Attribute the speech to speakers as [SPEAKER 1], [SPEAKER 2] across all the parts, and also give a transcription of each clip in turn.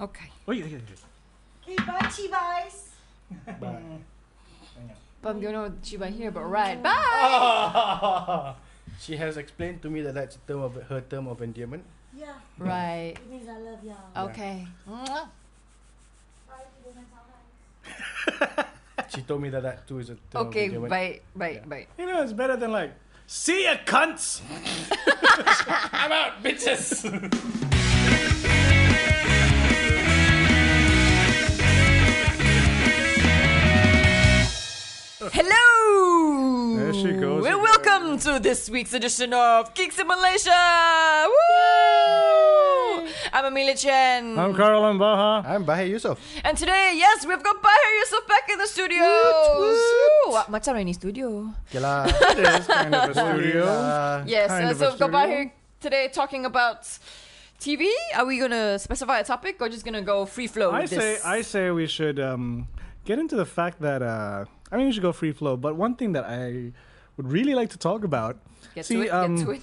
[SPEAKER 1] Okay.
[SPEAKER 2] Oye, oye, oye.
[SPEAKER 3] Goodbye, Chivas.
[SPEAKER 4] Bye.
[SPEAKER 1] But you know Chiba here, but right. Bye.
[SPEAKER 4] she has explained to me that that's term of her term of endearment.
[SPEAKER 3] Yeah,
[SPEAKER 1] Right.
[SPEAKER 3] it means I love y'all.
[SPEAKER 1] Okay. Mwah.
[SPEAKER 3] Bye, people in Thailand.
[SPEAKER 4] She told me that that too is a term
[SPEAKER 1] Okay.
[SPEAKER 4] of endearment.
[SPEAKER 1] Bye. Bye.
[SPEAKER 4] Yeah.
[SPEAKER 1] Bye.
[SPEAKER 2] You know, it's better than like, see ya, cunts! I'm out, bitches!
[SPEAKER 1] Hello.
[SPEAKER 2] There she goes
[SPEAKER 1] And
[SPEAKER 2] again.
[SPEAKER 1] welcome to this week's edition of Geeks in Malaysia. Woo! I'm Amelia Chen.
[SPEAKER 2] I'm Carolyn Baja.
[SPEAKER 4] I'm Bahir Yusof.
[SPEAKER 1] And today, yes, we've got Bahir Yusuf back in the studio. Ah,
[SPEAKER 4] Woot, woot.
[SPEAKER 1] Wah, Macam ini studio.
[SPEAKER 4] Okay lah.
[SPEAKER 2] It is kind of a studio.
[SPEAKER 4] Lah.
[SPEAKER 1] Yes,
[SPEAKER 2] Kind
[SPEAKER 1] uh,
[SPEAKER 2] of
[SPEAKER 1] so
[SPEAKER 2] a
[SPEAKER 1] we've got
[SPEAKER 2] studio.
[SPEAKER 1] Bahir today talking about TV. Are we gonna specify a topic or just gonna go free flow?
[SPEAKER 2] I
[SPEAKER 1] with
[SPEAKER 2] say,
[SPEAKER 1] Oh, this?
[SPEAKER 2] I say we should um, get into the fact that, uh, I mean, we should go free flow, but one thing that I would really like to talk about.
[SPEAKER 1] get
[SPEAKER 2] see,
[SPEAKER 1] to it.
[SPEAKER 2] um,
[SPEAKER 1] get to it.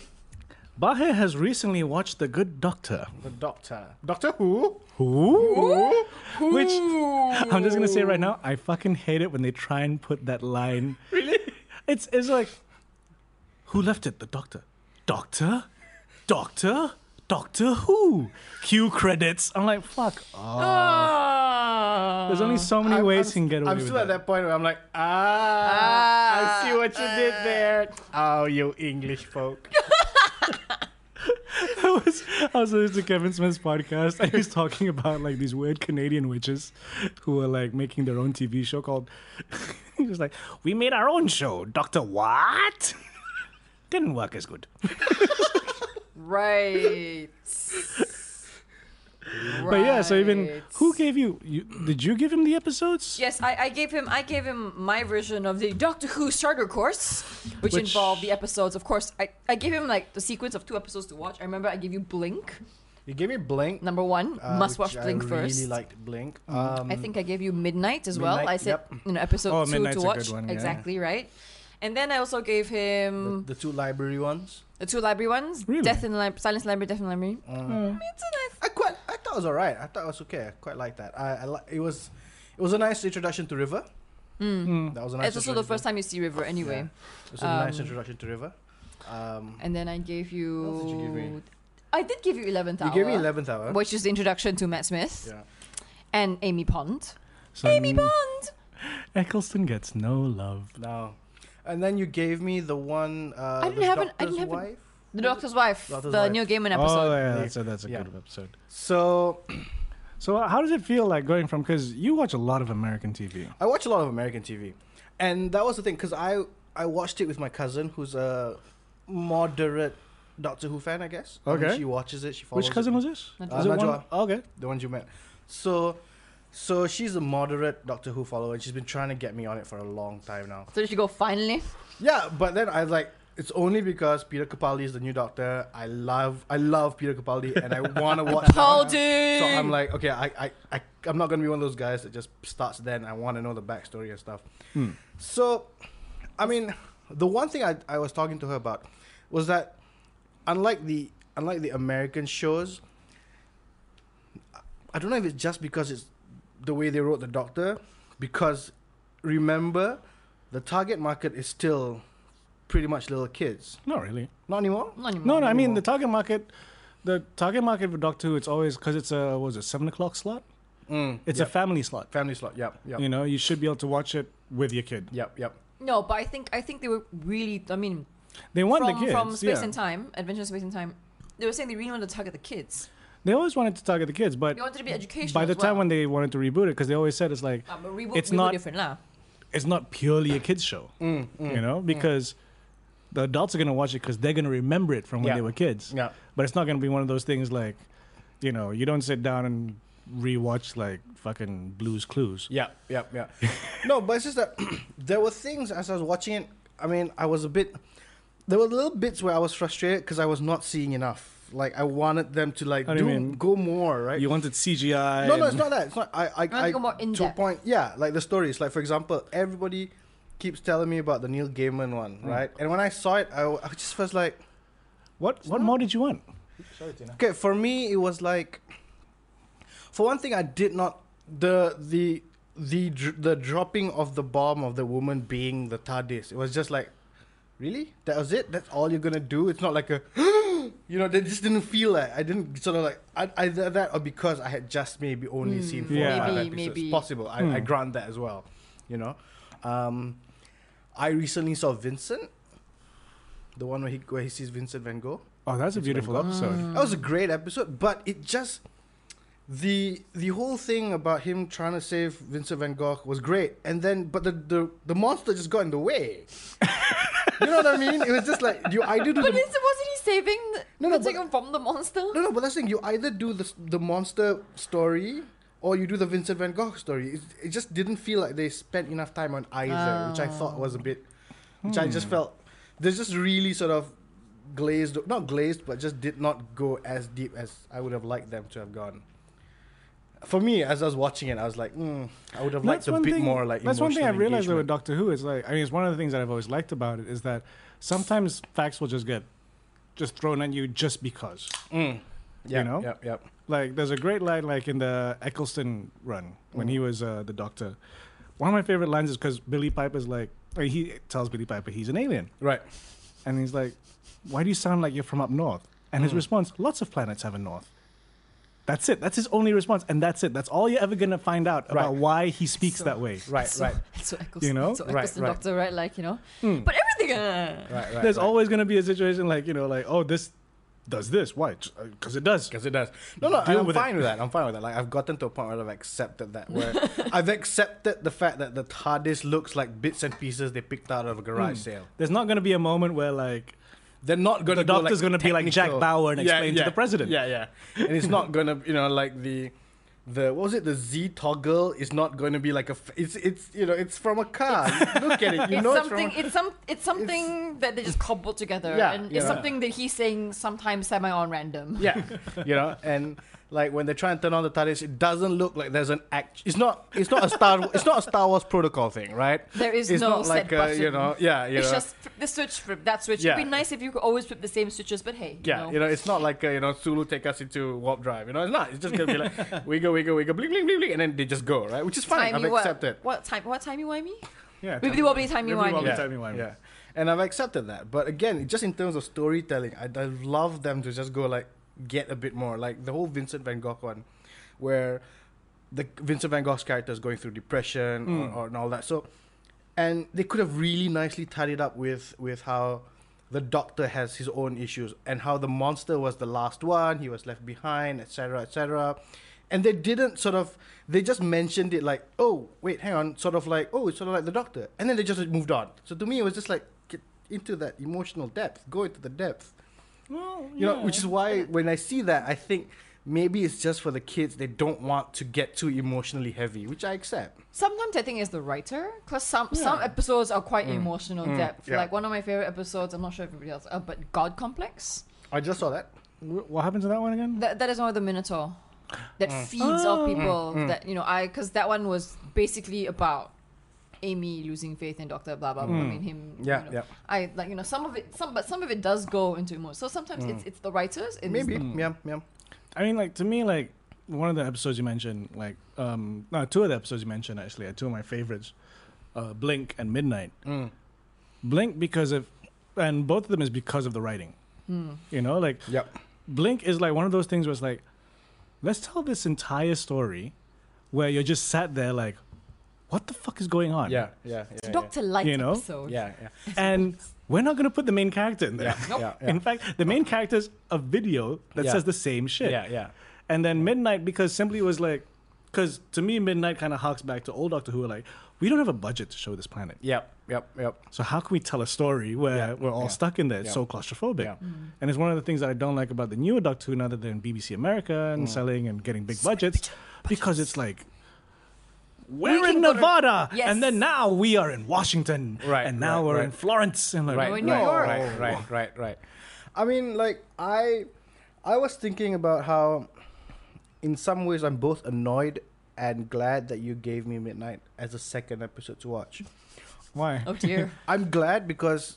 [SPEAKER 2] Bahe has recently watched The Good Doctor.
[SPEAKER 4] The doctor. Doctor who?
[SPEAKER 2] Who? Which I'm just gonna say right now, I fucking hate it when they try and put that line. Really? It's it's like, who left it? The doctor. Doctor. Doctor. Doctor who? Cue credits. I'm like, fuck.
[SPEAKER 1] Ah.
[SPEAKER 2] There's only so many
[SPEAKER 4] I'm-
[SPEAKER 2] ways
[SPEAKER 4] Uh, I'm
[SPEAKER 2] you can get away
[SPEAKER 4] I'm
[SPEAKER 2] with
[SPEAKER 4] still at
[SPEAKER 2] that.
[SPEAKER 4] that point where I'm like, ah,
[SPEAKER 1] Ah,
[SPEAKER 4] I see what you did there. Oh, you English folk.
[SPEAKER 2] I was I was listening to Kevin Smith's podcast and he's talking about like these weird Canadian witches who are like making their own TV show called he was like, We made our own show, Doctor What? Didn't work as good.
[SPEAKER 1] Right.
[SPEAKER 2] But yeah, so even
[SPEAKER 1] Right.
[SPEAKER 2] who gave you, you did you give him the episodes?
[SPEAKER 1] Yes, I, I gave him I gave him my version of the Doctor Who starter course, which,
[SPEAKER 2] Which-
[SPEAKER 1] involved the episodes. Of course, I, I gave him like the sequence of two episodes to watch. I remember I gave you Blink
[SPEAKER 4] You gave me Blink.
[SPEAKER 1] number one,
[SPEAKER 4] uh,
[SPEAKER 1] must
[SPEAKER 4] which
[SPEAKER 1] watch Blink
[SPEAKER 4] I
[SPEAKER 1] first. Mm,
[SPEAKER 4] really liked Blink. Um,
[SPEAKER 1] I think I gave you Midnight as well.
[SPEAKER 4] Midnight,
[SPEAKER 1] I said
[SPEAKER 4] yep.
[SPEAKER 1] you know episode
[SPEAKER 2] Oh,
[SPEAKER 1] two
[SPEAKER 2] Midnight's a
[SPEAKER 1] to
[SPEAKER 2] good
[SPEAKER 1] watch
[SPEAKER 2] one, yeah.
[SPEAKER 1] exactly right. And then I also gave
[SPEAKER 4] the,
[SPEAKER 1] him
[SPEAKER 4] the two library ones.
[SPEAKER 1] the two library ones,
[SPEAKER 2] Really?
[SPEAKER 1] Death in the Lib- Silence Library, Death in the Library.
[SPEAKER 2] Uh,
[SPEAKER 1] It's a nice.
[SPEAKER 4] I quite, I thought it was alright. I thought it was okay. I quite liked that. I, I li- it was, it was a nice introduction to River. Hmm.
[SPEAKER 2] mm.
[SPEAKER 4] That was a nice.
[SPEAKER 1] it's also the first time you see River anyway.
[SPEAKER 4] It was a nice
[SPEAKER 1] um,
[SPEAKER 4] introduction to River. Um,
[SPEAKER 1] And then I gave you.
[SPEAKER 4] What else did you give me?
[SPEAKER 1] I did give you Eleventh
[SPEAKER 4] you
[SPEAKER 1] Hour.
[SPEAKER 4] gave me eleventh hour.
[SPEAKER 1] which is the introduction to Matt Smith
[SPEAKER 4] Yeah.
[SPEAKER 1] and Amy Pond.
[SPEAKER 2] So
[SPEAKER 1] Amy Pond.
[SPEAKER 2] Eccleston gets no love.
[SPEAKER 4] No. And then you gave me the one. Uh,
[SPEAKER 1] I didn't
[SPEAKER 4] the
[SPEAKER 1] have an- I
[SPEAKER 4] Doctor's
[SPEAKER 1] didn't have an-
[SPEAKER 4] wife.
[SPEAKER 1] The Doctor's Wife,
[SPEAKER 4] Doctor's
[SPEAKER 1] the
[SPEAKER 4] Wife.
[SPEAKER 1] Neil Gaiman episode.
[SPEAKER 2] Oh yeah, that's a, that's a
[SPEAKER 4] Yeah.
[SPEAKER 2] good episode.
[SPEAKER 4] So
[SPEAKER 2] So uh, how does it feel like going from because you watch a lot of American TV?
[SPEAKER 4] I watch a lot of American TV, and that was the thing because I I watched it with my cousin who's a moderate Doctor Who fan, I guess. I mean,
[SPEAKER 2] Okay.
[SPEAKER 4] she watches it. She follows.
[SPEAKER 2] Which cousin
[SPEAKER 4] it.
[SPEAKER 2] was this?
[SPEAKER 1] Not
[SPEAKER 4] Uh,
[SPEAKER 2] Is it one? Oh,
[SPEAKER 4] Najwa.
[SPEAKER 2] Okay.
[SPEAKER 4] the ones you met? So, so she's a moderate Doctor Who follower, and she's been trying to get me on it for a long time now.
[SPEAKER 1] So did you go finally?
[SPEAKER 4] Yeah, but then I was like, it's only because Peter Capaldi is the new Doctor. I love, I love Peter Capaldi, and I want to watch. that one.
[SPEAKER 1] Capaldi!
[SPEAKER 4] So I'm like, okay, I, I, I, I'm not gonna be one of those guys that just starts then. I want to know the backstory and stuff.
[SPEAKER 2] Hmm.
[SPEAKER 4] So, I mean, the one thing I, I was talking to her about was that unlike the unlike the American shows, I- I don't know if it's just because it's the way they wrote the Doctor, because remember, the target market is still pretty much little kids.
[SPEAKER 2] Not really.
[SPEAKER 4] Not anymore.
[SPEAKER 1] Not anymore.
[SPEAKER 2] No, no. I mean the target market, the target market for Doctor Who. It's always because it's a what was it seven o'clock slot? Hmm.
[SPEAKER 4] Mm,
[SPEAKER 2] It's a
[SPEAKER 4] yep.
[SPEAKER 2] family slot.
[SPEAKER 4] family slot. Yep, yep,
[SPEAKER 2] You know, you should be able to watch it with your kid.
[SPEAKER 4] yep, yep.
[SPEAKER 1] No, but I think I think they were really. I mean,
[SPEAKER 2] They want
[SPEAKER 1] from,
[SPEAKER 2] the kids.
[SPEAKER 1] from Space
[SPEAKER 2] yeah.
[SPEAKER 1] and Time, Adventure in Space and Time, they were saying they really wanted to target the kids.
[SPEAKER 2] They always wanted to target the kids, but
[SPEAKER 1] They wanted to be educational.
[SPEAKER 2] by the
[SPEAKER 1] as
[SPEAKER 2] time
[SPEAKER 1] well.
[SPEAKER 2] when they wanted to reboot it, because they always said it's like
[SPEAKER 1] Ah, but reboot,
[SPEAKER 2] it's
[SPEAKER 1] reboot
[SPEAKER 2] not-
[SPEAKER 1] different now.
[SPEAKER 2] it's not purely a kids show,
[SPEAKER 4] Mm,
[SPEAKER 2] you know, because the adults are gonna watch it because they're gonna remember it from when
[SPEAKER 4] Yeah.
[SPEAKER 2] they were kids.
[SPEAKER 4] Yeah.
[SPEAKER 2] But it's not gonna be one of those things like, you know, you don't sit down and rewatch like fucking Blue's Clues.
[SPEAKER 4] Yeah, yeah, yeah. no, but it's just that there were things as I was watching it. I mean, I was a bit. There were little bits where I was frustrated because I was not seeing enough. Like I wanted them to like
[SPEAKER 2] How
[SPEAKER 4] do,
[SPEAKER 2] do you mean?
[SPEAKER 4] go more, right?
[SPEAKER 2] You wanted CGI.
[SPEAKER 4] no, no, it's
[SPEAKER 2] and-
[SPEAKER 4] not that. It's not. I, I,
[SPEAKER 1] want to
[SPEAKER 4] I
[SPEAKER 1] go more in
[SPEAKER 4] to a
[SPEAKER 1] depth.
[SPEAKER 4] point. Yeah, like the stories. Like for example, everybody keeps telling me about the Neil Gaiman one, right?
[SPEAKER 2] Mm.
[SPEAKER 4] And when I saw it, I, w- I just was like,
[SPEAKER 2] What what more did you want?
[SPEAKER 4] okay. For me, it was like, For one thing, I did not the the the dr- the dropping of the bomb of the woman being the TARDIS. It was just like, really? That was it? That's all you're gonna do? It's not like a, you know, they just didn't feel that. I didn't sort of like I, either that or because I had just maybe only seen four
[SPEAKER 2] Yeah.
[SPEAKER 4] or five
[SPEAKER 1] Hmm. Maybe,
[SPEAKER 4] episodes.
[SPEAKER 1] maybe.
[SPEAKER 4] Possible. I, I grant that as well. You know, um, I recently saw Vincent, the one where he where he sees Vincent Van Gogh.
[SPEAKER 2] Oh, that's a beautiful episode.
[SPEAKER 4] That was a great episode, but it just the the whole thing about him trying to save Vincent Van Gogh was great, and then but the the, the monster just got in the way. you know what I mean? It was just like you either do
[SPEAKER 1] But
[SPEAKER 4] the,
[SPEAKER 1] is, wasn't he saving the,
[SPEAKER 4] No, no,
[SPEAKER 1] the
[SPEAKER 4] but-
[SPEAKER 1] chicken from the monster?
[SPEAKER 4] no no, but that's the thing. You either do the the monster story. Or you do the Vincent Van Gogh story. It, it just didn't feel like they spent enough time on either, which I thought was a bit, which I
[SPEAKER 2] Hmm.
[SPEAKER 4] just felt, they just really sort of glazed, not glazed, but just did not go as deep as I would have liked them to have gone. For me, as I was watching it, I was like, mm, I would have liked a bit more like.
[SPEAKER 2] that's one thing I
[SPEAKER 4] emotional
[SPEAKER 2] realized though with
[SPEAKER 4] engagement.
[SPEAKER 2] Doctor Who is like I mean it's one of the things that I've always liked about it is that sometimes facts will just get just thrown at you just because.
[SPEAKER 4] Yep,
[SPEAKER 2] know?
[SPEAKER 4] Yep, yep.
[SPEAKER 2] Like there's a great line like in the Eccleston run when
[SPEAKER 4] Mm-hmm.
[SPEAKER 2] he was uh, the Doctor. One of my favorite lines is because Billy Piper's like or he tells Billy Piper he's an alien
[SPEAKER 4] Right.
[SPEAKER 2] and he's like, "Why do you sound like you're from up north?" And
[SPEAKER 4] Mm.
[SPEAKER 2] his response: "Lots of planets have a north." That's it. That's his only response, and that's it. That's all you're ever gonna find out about
[SPEAKER 4] Right.
[SPEAKER 2] why he speaks that way.
[SPEAKER 4] Right,
[SPEAKER 1] So,
[SPEAKER 4] right,
[SPEAKER 1] So Eccleston,
[SPEAKER 2] You know?
[SPEAKER 1] so
[SPEAKER 4] Right,
[SPEAKER 1] Eccleston
[SPEAKER 4] right. Hmm.
[SPEAKER 1] Doctor, right? Like you know, but everything. Uh,
[SPEAKER 4] right, right.
[SPEAKER 2] There's
[SPEAKER 4] right.
[SPEAKER 2] always gonna be a situation like you know, like oh, this does this. Why? Because it does.
[SPEAKER 4] Because it does. No, no,
[SPEAKER 2] Deal
[SPEAKER 4] I'm
[SPEAKER 2] with it.
[SPEAKER 4] fine with that. I'm fine with that. Like I've gotten to a point where I've accepted that. Where I've accepted the fact that the TARDIS looks like bits and pieces they picked out of a garage sale.
[SPEAKER 2] There's not gonna be a moment where like
[SPEAKER 4] They're not going
[SPEAKER 2] Hmm. The
[SPEAKER 4] to. go,
[SPEAKER 2] doctor's
[SPEAKER 4] like,
[SPEAKER 2] gonna be like Jack
[SPEAKER 4] technical.
[SPEAKER 2] Bauer and explain to the president.
[SPEAKER 4] Yeah, yeah. And it's not going to, you know, like the. The what was it? The Z toggle is not going to be like a. F- it's it's you know it's from a car. Look at it. You
[SPEAKER 1] it's
[SPEAKER 4] know it's from.
[SPEAKER 1] something.
[SPEAKER 4] a-
[SPEAKER 1] It's some. It's something that they just cobbled together,
[SPEAKER 4] Yeah,
[SPEAKER 1] and
[SPEAKER 4] yeah.
[SPEAKER 1] it's something that he's saying sometimes semi on random.
[SPEAKER 4] yeah, you know, and like when they try and turn on the TARDIS, it doesn't look like there's an act. It's not. It's not a Star. it's not a Star Wars protocol thing, right?
[SPEAKER 1] There is
[SPEAKER 4] it's
[SPEAKER 1] no
[SPEAKER 4] not
[SPEAKER 1] set
[SPEAKER 4] like a,
[SPEAKER 1] button.
[SPEAKER 4] you know. Yeah, you
[SPEAKER 1] it's
[SPEAKER 4] know.
[SPEAKER 1] just flip this switch, flip that switch.
[SPEAKER 4] Yeah.
[SPEAKER 1] It'd be nice if you could always flip the same switches, but hey,
[SPEAKER 4] yeah,
[SPEAKER 1] you know.
[SPEAKER 4] you know, it's not like uh, you know Sulu take us into warp drive. You know, it's not. It's just gonna be like wiggle, wiggle, wiggle, bling, bling, bling, bling, and then they just go right, which is fine.
[SPEAKER 1] Timey
[SPEAKER 4] I've
[SPEAKER 1] what,
[SPEAKER 4] accepted.
[SPEAKER 1] What time? What timey wimey?
[SPEAKER 2] yeah.
[SPEAKER 1] Wibbly wobbly timey
[SPEAKER 2] Wibbly wobbly
[SPEAKER 1] wimey.
[SPEAKER 2] Yeah. timey wimey.
[SPEAKER 4] Yeah. And I've accepted that. But again, just in terms of storytelling, I'd, i love them to just go like get a bit more. Like the whole Vincent van Gogh one, where the Vincent van Gogh's character is going through depression
[SPEAKER 2] Mm.
[SPEAKER 4] or, or, and all that. So, and they could have really nicely tied it up with with how the doctor has his own issues and how the monster was the last one, he was left behind, etc., etc. And they didn't sort of they just mentioned it like, oh wait, hang on, sort of like oh it's sort of like the doctor, and then they just moved on. So to me, it was just like get into that emotional depth, go into the depth you know which is why when i see that i think maybe it's just for the kids they don't want to get too emotionally heavy which i accept
[SPEAKER 1] Sometimes I think it's the writer, because some some episodes are quite emotional depth.
[SPEAKER 4] Mm. yeah.
[SPEAKER 1] Like one of my favorite episodes, I'm not sure if everybody else, uh, but God Complex.
[SPEAKER 4] i just saw that
[SPEAKER 2] Wh- What happened to that one again?
[SPEAKER 1] That, that is one of the Minotaur that
[SPEAKER 4] Mm.
[SPEAKER 1] feeds
[SPEAKER 2] Oh.
[SPEAKER 1] off people. That you know, I because that one was basically about Amy losing faith in Doctor. Blah blah. blah. I mean him.
[SPEAKER 4] Mm. Yeah,
[SPEAKER 1] you know,
[SPEAKER 4] yeah.
[SPEAKER 1] I like you know some of it, some but some of it does go into emotion. So sometimes it's it's the writers. It's
[SPEAKER 4] Mm. maybe yeah yeah
[SPEAKER 2] I mean, like to me, like one of the episodes you mentioned, like um, no, two of the episodes you mentioned actually are two of my favorites, uh, Blink and Midnight.
[SPEAKER 4] Mm.
[SPEAKER 2] Blink because of, and both of them is because of the writing. You know, like
[SPEAKER 4] yep
[SPEAKER 2] Blink is like one of those things where it's like, let's tell this entire story, where you're just sat there like, what the fuck is going on?
[SPEAKER 4] yeah yeah yeah yeah
[SPEAKER 1] Doctor Light
[SPEAKER 2] You know?
[SPEAKER 1] episode.
[SPEAKER 4] yeah yeah
[SPEAKER 2] and we're not gonna put the main character in there.
[SPEAKER 4] yeah yeah yeah,
[SPEAKER 2] In fact, the main character's a video that
[SPEAKER 4] Yeah.
[SPEAKER 2] says the same shit.
[SPEAKER 4] yeah, yeah.
[SPEAKER 2] And then Midnight, because simply was like, because to me, Midnight kind of harks back to old Doctor Who, like, we don't have a budget to show this planet.
[SPEAKER 4] Yep, yep, yep.
[SPEAKER 2] So how can we tell a story where
[SPEAKER 4] Yeah,
[SPEAKER 2] we're all
[SPEAKER 4] yeah,
[SPEAKER 2] stuck in there? It's
[SPEAKER 4] yeah.
[SPEAKER 2] so claustrophobic.
[SPEAKER 4] Yeah.
[SPEAKER 1] Mm-hmm.
[SPEAKER 2] And it's one of the things that I don't like about the newer Doctor Who now that they're in BBC America
[SPEAKER 4] Mm.
[SPEAKER 2] and selling and getting big budgets, because it's like, we're
[SPEAKER 1] can
[SPEAKER 2] in
[SPEAKER 1] go to-
[SPEAKER 2] Nevada,
[SPEAKER 1] Yes.
[SPEAKER 2] and then now we are in Washington,
[SPEAKER 4] Right,
[SPEAKER 2] and now
[SPEAKER 4] right,
[SPEAKER 2] we're
[SPEAKER 4] right.
[SPEAKER 2] in Florence, and like,
[SPEAKER 4] Right,
[SPEAKER 1] Or
[SPEAKER 4] right,
[SPEAKER 1] New York.
[SPEAKER 4] right, right, right, right. I mean, like I, I was thinking about how, in some ways, I'm both annoyed and glad that you gave me Midnight as a second episode to watch.
[SPEAKER 2] why?
[SPEAKER 1] Oh dear.
[SPEAKER 4] I'm glad because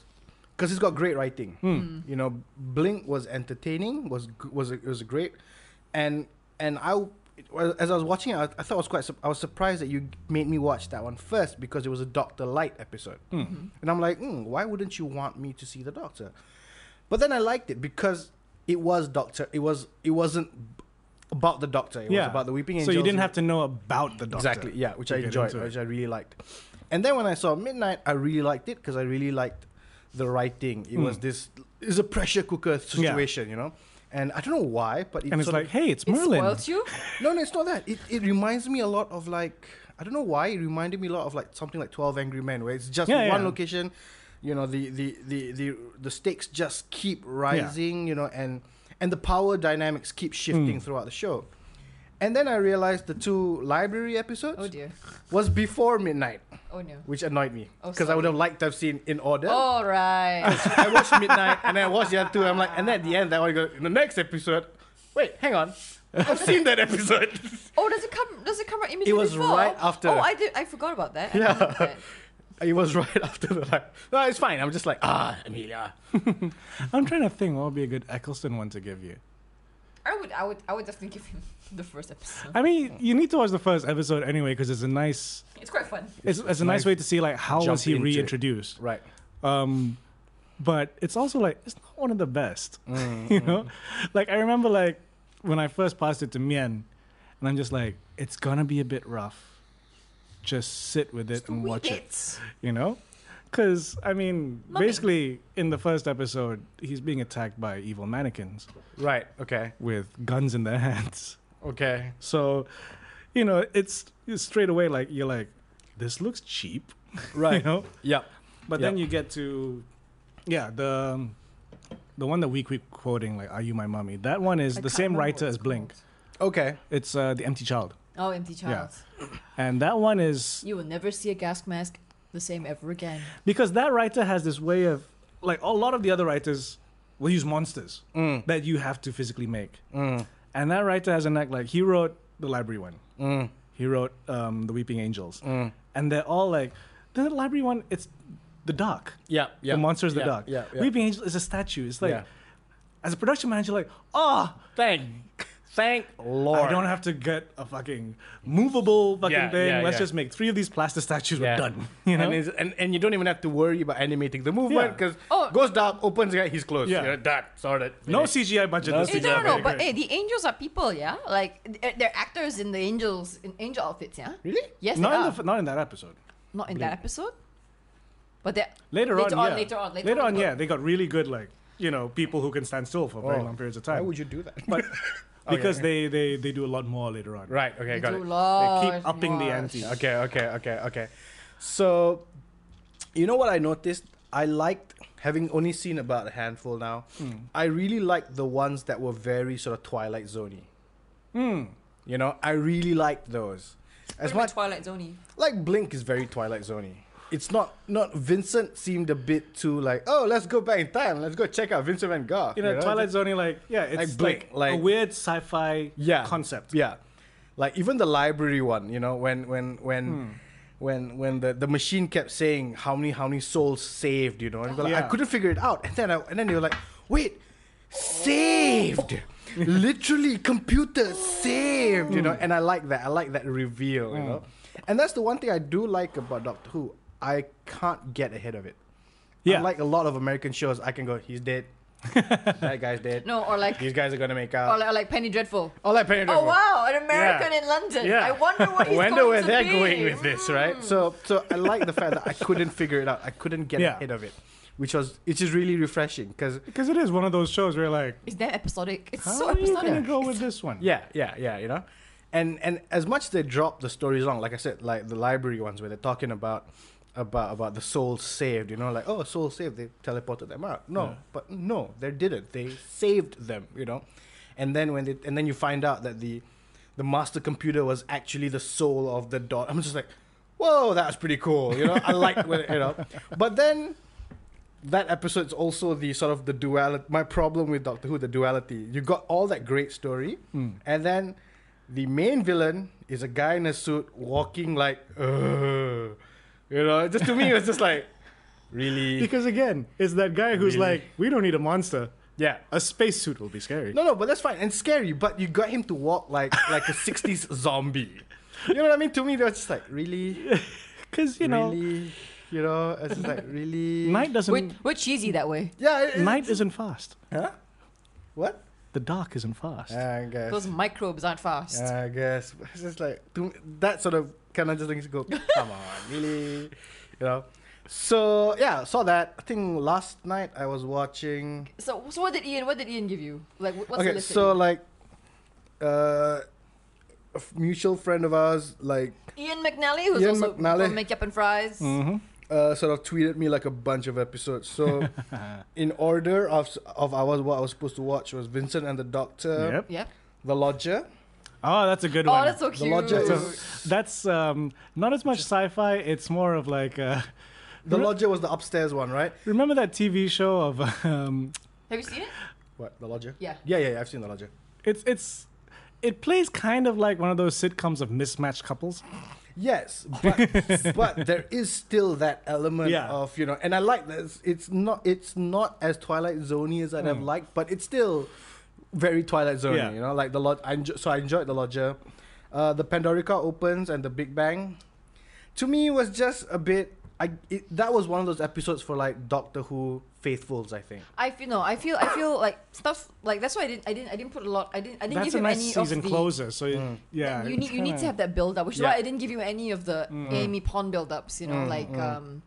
[SPEAKER 4] because it's got great writing.
[SPEAKER 2] Hmm.
[SPEAKER 4] You know, Blink was entertaining, was g- was a- was great, and and I w- it- well, as I was watching it, I, I thought I was quite. Su- I was surprised that you made me watch that one first because it was a Doctor Light episode,
[SPEAKER 2] Hmm.
[SPEAKER 4] and I'm like, mm, why wouldn't you want me to see the Doctor? But then I liked it because it was Doctor. It was. It wasn't b- about the Doctor. It was about the Weeping Angels.
[SPEAKER 2] So you didn't
[SPEAKER 4] and-
[SPEAKER 2] have to know about the doctor.
[SPEAKER 4] Exactly, yeah, which
[SPEAKER 2] to
[SPEAKER 4] I
[SPEAKER 2] get
[SPEAKER 4] enjoyed,
[SPEAKER 2] into it.
[SPEAKER 4] which I really liked. And then when I saw Midnight, I really liked it because I really liked the writing. It
[SPEAKER 2] Hmm.
[SPEAKER 4] was this is a pressure cooker situation, you know. And I don't know why, but it
[SPEAKER 2] And it's
[SPEAKER 4] sort
[SPEAKER 2] like,
[SPEAKER 4] of-
[SPEAKER 2] hey, it's
[SPEAKER 1] It
[SPEAKER 2] Merlin.
[SPEAKER 1] spoiled you?
[SPEAKER 4] no, no, it's not that. It, it reminds me a lot of like I don't know why it reminded me a lot of like something like Twelve Angry Men, where it's just
[SPEAKER 2] Yeah,
[SPEAKER 4] one
[SPEAKER 2] yeah.
[SPEAKER 4] location. You know the the the the the stakes just keep rising. You know, and and the power dynamics keep
[SPEAKER 2] Hmm.
[SPEAKER 4] shifting throughout the show. And then I realized the two library episodes
[SPEAKER 1] Oh dear.
[SPEAKER 4] was before midnight,
[SPEAKER 1] Oh no.
[SPEAKER 4] which annoyed me
[SPEAKER 1] Oh,
[SPEAKER 4] because I would have liked to have seen in order.
[SPEAKER 1] All right.
[SPEAKER 4] I watched midnight and then I watched the other two. I'm like, and then at the end, that one goes in the next episode. Wait, hang on, I've seen that episode.
[SPEAKER 1] Oh, does it come? Does it come out immediately?
[SPEAKER 4] was
[SPEAKER 1] before?
[SPEAKER 4] right after.
[SPEAKER 1] Oh, I did. I forgot about that. I
[SPEAKER 4] Yeah.
[SPEAKER 1] forgot about that.
[SPEAKER 4] it was right after the like. No, it's fine. I'm just like ah, Amelia.
[SPEAKER 2] I'm trying to think what would be a good Eccleston one to give you.
[SPEAKER 1] I would. I would. I would definitely give him the first episode.
[SPEAKER 2] I mean, you need to watch the first episode anyway because it's a nice,
[SPEAKER 1] It's quite fun.
[SPEAKER 2] it's, it's a nice,
[SPEAKER 4] nice
[SPEAKER 2] way to see like how
[SPEAKER 4] jump
[SPEAKER 2] was he
[SPEAKER 4] into it.
[SPEAKER 2] reintroduced.
[SPEAKER 4] Right.
[SPEAKER 2] um but it's also like it's not one of the best you know like i remember like when i first passed it to mian and i'm just like it's gonna be a bit rough just sit with it and
[SPEAKER 1] Wee
[SPEAKER 2] watch it
[SPEAKER 1] bits.
[SPEAKER 2] you know because i mean
[SPEAKER 1] Mummy.
[SPEAKER 2] basically in the first episode he's being attacked by evil mannequins
[SPEAKER 4] Right. Okay.
[SPEAKER 2] with guns in their hands
[SPEAKER 4] Okay.
[SPEAKER 2] so you know it's, it's straight away like you're like this looks cheap
[SPEAKER 4] Right.
[SPEAKER 2] you know
[SPEAKER 4] Yep.
[SPEAKER 2] but
[SPEAKER 4] Yeah.
[SPEAKER 2] then you get to, yeah, the um, the one that we keep quoting, like "Are You My Mummy?" That one is
[SPEAKER 1] I
[SPEAKER 2] the
[SPEAKER 1] can't
[SPEAKER 2] same
[SPEAKER 1] remember what
[SPEAKER 2] writer
[SPEAKER 1] it's
[SPEAKER 2] as Blink.
[SPEAKER 1] called.
[SPEAKER 4] Okay.
[SPEAKER 2] It's uh, the Empty Child,
[SPEAKER 1] Oh, Empty Child.
[SPEAKER 2] and that one is
[SPEAKER 1] You will never see a gas mask the same ever again.
[SPEAKER 2] because that writer has this way of like a lot of the other writers will use monsters
[SPEAKER 4] Mm.
[SPEAKER 2] that you have to physically make, and that writer has an act like he wrote the library one,
[SPEAKER 4] Mm.
[SPEAKER 2] he wrote um, the Weeping Angels, and they're all like the library one. It's the dark.
[SPEAKER 4] Yeah. Yeah.
[SPEAKER 2] the monster's the
[SPEAKER 4] yeah,
[SPEAKER 2] dog.
[SPEAKER 4] Yeah. yeah.
[SPEAKER 2] Weeping Angel is a statue. It's like,
[SPEAKER 4] Yeah.
[SPEAKER 2] as a production manager, like, ah,
[SPEAKER 4] thank, thank Lord.
[SPEAKER 2] I don't have to get a fucking movable fucking
[SPEAKER 4] Yeah,
[SPEAKER 2] thing.
[SPEAKER 4] yeah,
[SPEAKER 2] Let's
[SPEAKER 4] yeah.
[SPEAKER 2] just make three of these plastic statues.
[SPEAKER 4] Yeah.
[SPEAKER 2] We're done. You know,
[SPEAKER 4] and, it's- and and you don't even have to worry about animating the movement
[SPEAKER 2] Yeah.
[SPEAKER 4] because
[SPEAKER 1] Oh.
[SPEAKER 4] goes dark, opens, yeah, he's closed.
[SPEAKER 2] Yeah.
[SPEAKER 4] Yeah, done, sorted.
[SPEAKER 2] no
[SPEAKER 4] finished.
[SPEAKER 2] CGI budget.
[SPEAKER 4] No
[SPEAKER 2] this
[SPEAKER 1] Hey,
[SPEAKER 2] is
[SPEAKER 4] CGI
[SPEAKER 1] no,
[SPEAKER 2] all
[SPEAKER 1] no, no.
[SPEAKER 2] very
[SPEAKER 1] But
[SPEAKER 2] great.
[SPEAKER 1] hey, the angels are people, yeah. Like they're, they're actors in the angels in angel outfits, yeah.
[SPEAKER 4] Really?
[SPEAKER 1] Yes,
[SPEAKER 2] not
[SPEAKER 1] they
[SPEAKER 2] in
[SPEAKER 1] are.
[SPEAKER 2] the, f- not in that episode.
[SPEAKER 1] Not in that episode. But they're
[SPEAKER 2] Later,
[SPEAKER 1] later
[SPEAKER 2] on, yeah.
[SPEAKER 1] later on, later,
[SPEAKER 2] on,
[SPEAKER 1] on.
[SPEAKER 2] yeah, they got really good, like you know, people who can stand still for very
[SPEAKER 4] Oh.
[SPEAKER 2] long periods of
[SPEAKER 4] Why
[SPEAKER 2] time.
[SPEAKER 4] would you do that?
[SPEAKER 2] But
[SPEAKER 4] yeah.
[SPEAKER 2] because they, they they do a lot more later on.
[SPEAKER 4] right. Okay.
[SPEAKER 1] They
[SPEAKER 4] Got
[SPEAKER 1] do
[SPEAKER 4] it.
[SPEAKER 2] They
[SPEAKER 1] lots
[SPEAKER 2] keep upping the
[SPEAKER 1] more.
[SPEAKER 2] ante.
[SPEAKER 4] Okay, okay, okay, okay. So, you know what I noticed? I liked having only seen about a handful now. I really liked the ones that were very sort of Twilight Zoney. Hmm. You know, I really liked those.
[SPEAKER 1] What
[SPEAKER 4] As
[SPEAKER 1] about
[SPEAKER 4] much
[SPEAKER 1] Twilight Zone.
[SPEAKER 4] like Blink is very Twilight Zoney. It's not not Vincent seemed a bit too like oh let's go back in time let's go check out Vincent Van Gogh.
[SPEAKER 2] You know, Twilight Zone, like yeah, it's like,
[SPEAKER 4] Blink,
[SPEAKER 2] a
[SPEAKER 4] like-
[SPEAKER 2] weird sci-fi
[SPEAKER 4] yeah
[SPEAKER 2] concept.
[SPEAKER 4] yeah like even the library one you know when when when
[SPEAKER 2] Hmm.
[SPEAKER 4] when when the, the machine kept saying how many how many souls saved you know and like, i
[SPEAKER 2] Yeah.
[SPEAKER 4] couldn't figure it out and then I, and then they were like wait saved literally computer saved you know
[SPEAKER 2] Hmm.
[SPEAKER 4] and i like that i like that reveal you know and that's the one thing i do like about doctor who i can't get ahead of it
[SPEAKER 2] Yeah.
[SPEAKER 4] like a lot of american shows i can go he's dead that guy's dead
[SPEAKER 1] No, or like,
[SPEAKER 4] these guys are gonna make out
[SPEAKER 1] or like, or like Penny Dreadful.
[SPEAKER 4] all that pain
[SPEAKER 1] Oh wow, an American
[SPEAKER 4] Yeah.
[SPEAKER 1] in London.
[SPEAKER 4] Yeah.
[SPEAKER 1] I wonder what he's
[SPEAKER 4] wonder
[SPEAKER 1] going
[SPEAKER 4] where
[SPEAKER 1] to
[SPEAKER 4] they're
[SPEAKER 1] be.
[SPEAKER 4] going with this, right? So, so I like the fact that I couldn't figure it out. I couldn't get
[SPEAKER 2] Yeah.
[SPEAKER 4] ahead of it, which was which is really refreshing because
[SPEAKER 2] Because it is one of those shows where you're like,
[SPEAKER 1] It's that episodic. It's
[SPEAKER 2] how
[SPEAKER 1] so
[SPEAKER 2] are you
[SPEAKER 1] episodic.
[SPEAKER 2] gonna go with this one?
[SPEAKER 4] yeah, yeah, yeah, you know, and and as much as they drop the stories long, like I said, like the library ones where they're talking about about about the souls saved, you know, like oh, souls saved, they teleported them out. No,
[SPEAKER 2] Yeah.
[SPEAKER 4] but no, they didn't. They saved them, you know, and then when they and then you find out that the the master computer was actually the soul of the dot. I'm just like, whoa, that was pretty cool, you know. I like when it, you know, but then that episode's also the sort of the duality. My problem with Doctor Who, the duality. You got all that great story,
[SPEAKER 2] Hmm.
[SPEAKER 4] and then the main villain is a guy in a suit walking like, Ugh. you know. Just to me, it was just like, really.
[SPEAKER 2] Because again, it's that guy who's
[SPEAKER 4] Really?
[SPEAKER 2] like, we don't need a monster. Yeah, a spacesuit will be scary.
[SPEAKER 4] No, no, but that's fine and scary. But you got him to walk like like a '60s zombie. You know what I mean? To me, that's just like really,
[SPEAKER 2] Because, you know,
[SPEAKER 4] really, you know, it's just like really.
[SPEAKER 2] night doesn't.
[SPEAKER 1] We're, we're cheesy that way.
[SPEAKER 4] Yeah. It, it-
[SPEAKER 2] night isn't fast.
[SPEAKER 4] Huh? What?
[SPEAKER 2] The dark isn't fast.
[SPEAKER 4] I guess.
[SPEAKER 1] Those microbes aren't fast.
[SPEAKER 4] I guess it's just like to me, that sort of kind of just makes you go, come on, really, you know. So yeah, saw that. I think last night I was watching.
[SPEAKER 1] So, so what did Ian? What did Ian give you? Like, wh- what's the
[SPEAKER 4] okay,
[SPEAKER 1] list? that
[SPEAKER 4] so
[SPEAKER 1] you-
[SPEAKER 4] like, uh, a f- mutual friend of ours like
[SPEAKER 1] Ian McNally, who's
[SPEAKER 4] Ian
[SPEAKER 1] also
[SPEAKER 4] McNally.
[SPEAKER 1] from Make Up and Fries.
[SPEAKER 2] Mm-hmm.
[SPEAKER 4] uh, sort of tweeted me like a bunch of episodes. So in order of s- of I was what I was supposed to watch was Vincent and the Doctor,
[SPEAKER 2] yep.
[SPEAKER 1] Yep.
[SPEAKER 4] The Lodger.
[SPEAKER 2] Oh, that's a good one.
[SPEAKER 1] Oh, that's so
[SPEAKER 4] The
[SPEAKER 1] cute.
[SPEAKER 4] lodger is
[SPEAKER 2] So that's um, not as much sci-fi. It's more of like uh,
[SPEAKER 4] The
[SPEAKER 2] Re-
[SPEAKER 4] Lodger was the upstairs one, right?
[SPEAKER 2] remember that TV show of um,
[SPEAKER 1] Have you seen it?
[SPEAKER 4] What The Lodger?
[SPEAKER 1] Yeah.
[SPEAKER 4] Yeah, yeah, yeah. I've seen The Lodger.
[SPEAKER 2] it's it's it plays kind of like one of those sitcoms of mismatched couples.
[SPEAKER 4] Yes, but but there is still that element
[SPEAKER 2] Yeah.
[SPEAKER 4] of you know, and I like this. It's not it's not as Twilight Zoney as I'd have liked, but it's still very Twilight Zoney.
[SPEAKER 2] Hmm. Yeah.
[SPEAKER 4] You know, like the lodge. I enjo- so I enjoyed the Lodger. Uh, the Pandorica opens and the Big Bang. To me, was just a bit. I it, that was one of those episodes for like Doctor Who faithfuls. I think.
[SPEAKER 1] I feel no. I feel. I feel like stuff like that's why I didn't. I didn't. I didn't put a lot. I didn't. I didn't
[SPEAKER 2] That's
[SPEAKER 1] give
[SPEAKER 2] a
[SPEAKER 1] him
[SPEAKER 2] nice
[SPEAKER 1] any
[SPEAKER 2] season
[SPEAKER 1] of the.
[SPEAKER 2] closer. So y-
[SPEAKER 4] Mm.
[SPEAKER 2] yeah,
[SPEAKER 1] you
[SPEAKER 2] it's
[SPEAKER 1] need. You need to
[SPEAKER 2] kinda-
[SPEAKER 1] have that build up, which is
[SPEAKER 2] Yeah.
[SPEAKER 1] why I didn't give you any of the Amy Pond build ups. You know, like um,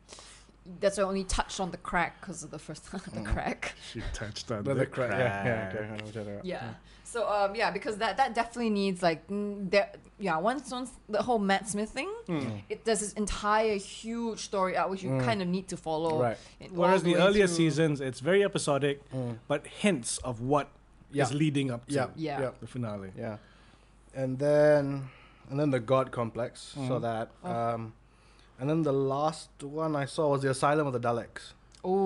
[SPEAKER 1] that's why I only touched on the crack because of the first the crack.
[SPEAKER 2] She touched on
[SPEAKER 4] But
[SPEAKER 2] the
[SPEAKER 4] the cra- Yeah, yeah, okay, I
[SPEAKER 2] crack.
[SPEAKER 4] know what you're talking about.
[SPEAKER 1] Yeah. So um, yeah, because that that definitely needs like mm, there. Yeah, once once the whole Matt Smith thing,
[SPEAKER 2] Hmm.
[SPEAKER 1] it does this entire huge story out which you kind of need to follow.
[SPEAKER 4] Right.
[SPEAKER 1] it all
[SPEAKER 2] Mm. Whereas the
[SPEAKER 1] way
[SPEAKER 2] earlier
[SPEAKER 1] through.
[SPEAKER 2] seasons, it's very episodic, but hints of what is
[SPEAKER 4] Yeah.
[SPEAKER 2] leading up to
[SPEAKER 4] Yeah,
[SPEAKER 1] Yeah.
[SPEAKER 4] yeah,
[SPEAKER 2] the finale.
[SPEAKER 4] Yeah, and then and then the God Complex. So that, um, and then the last one I saw was the Asylum of the Daleks.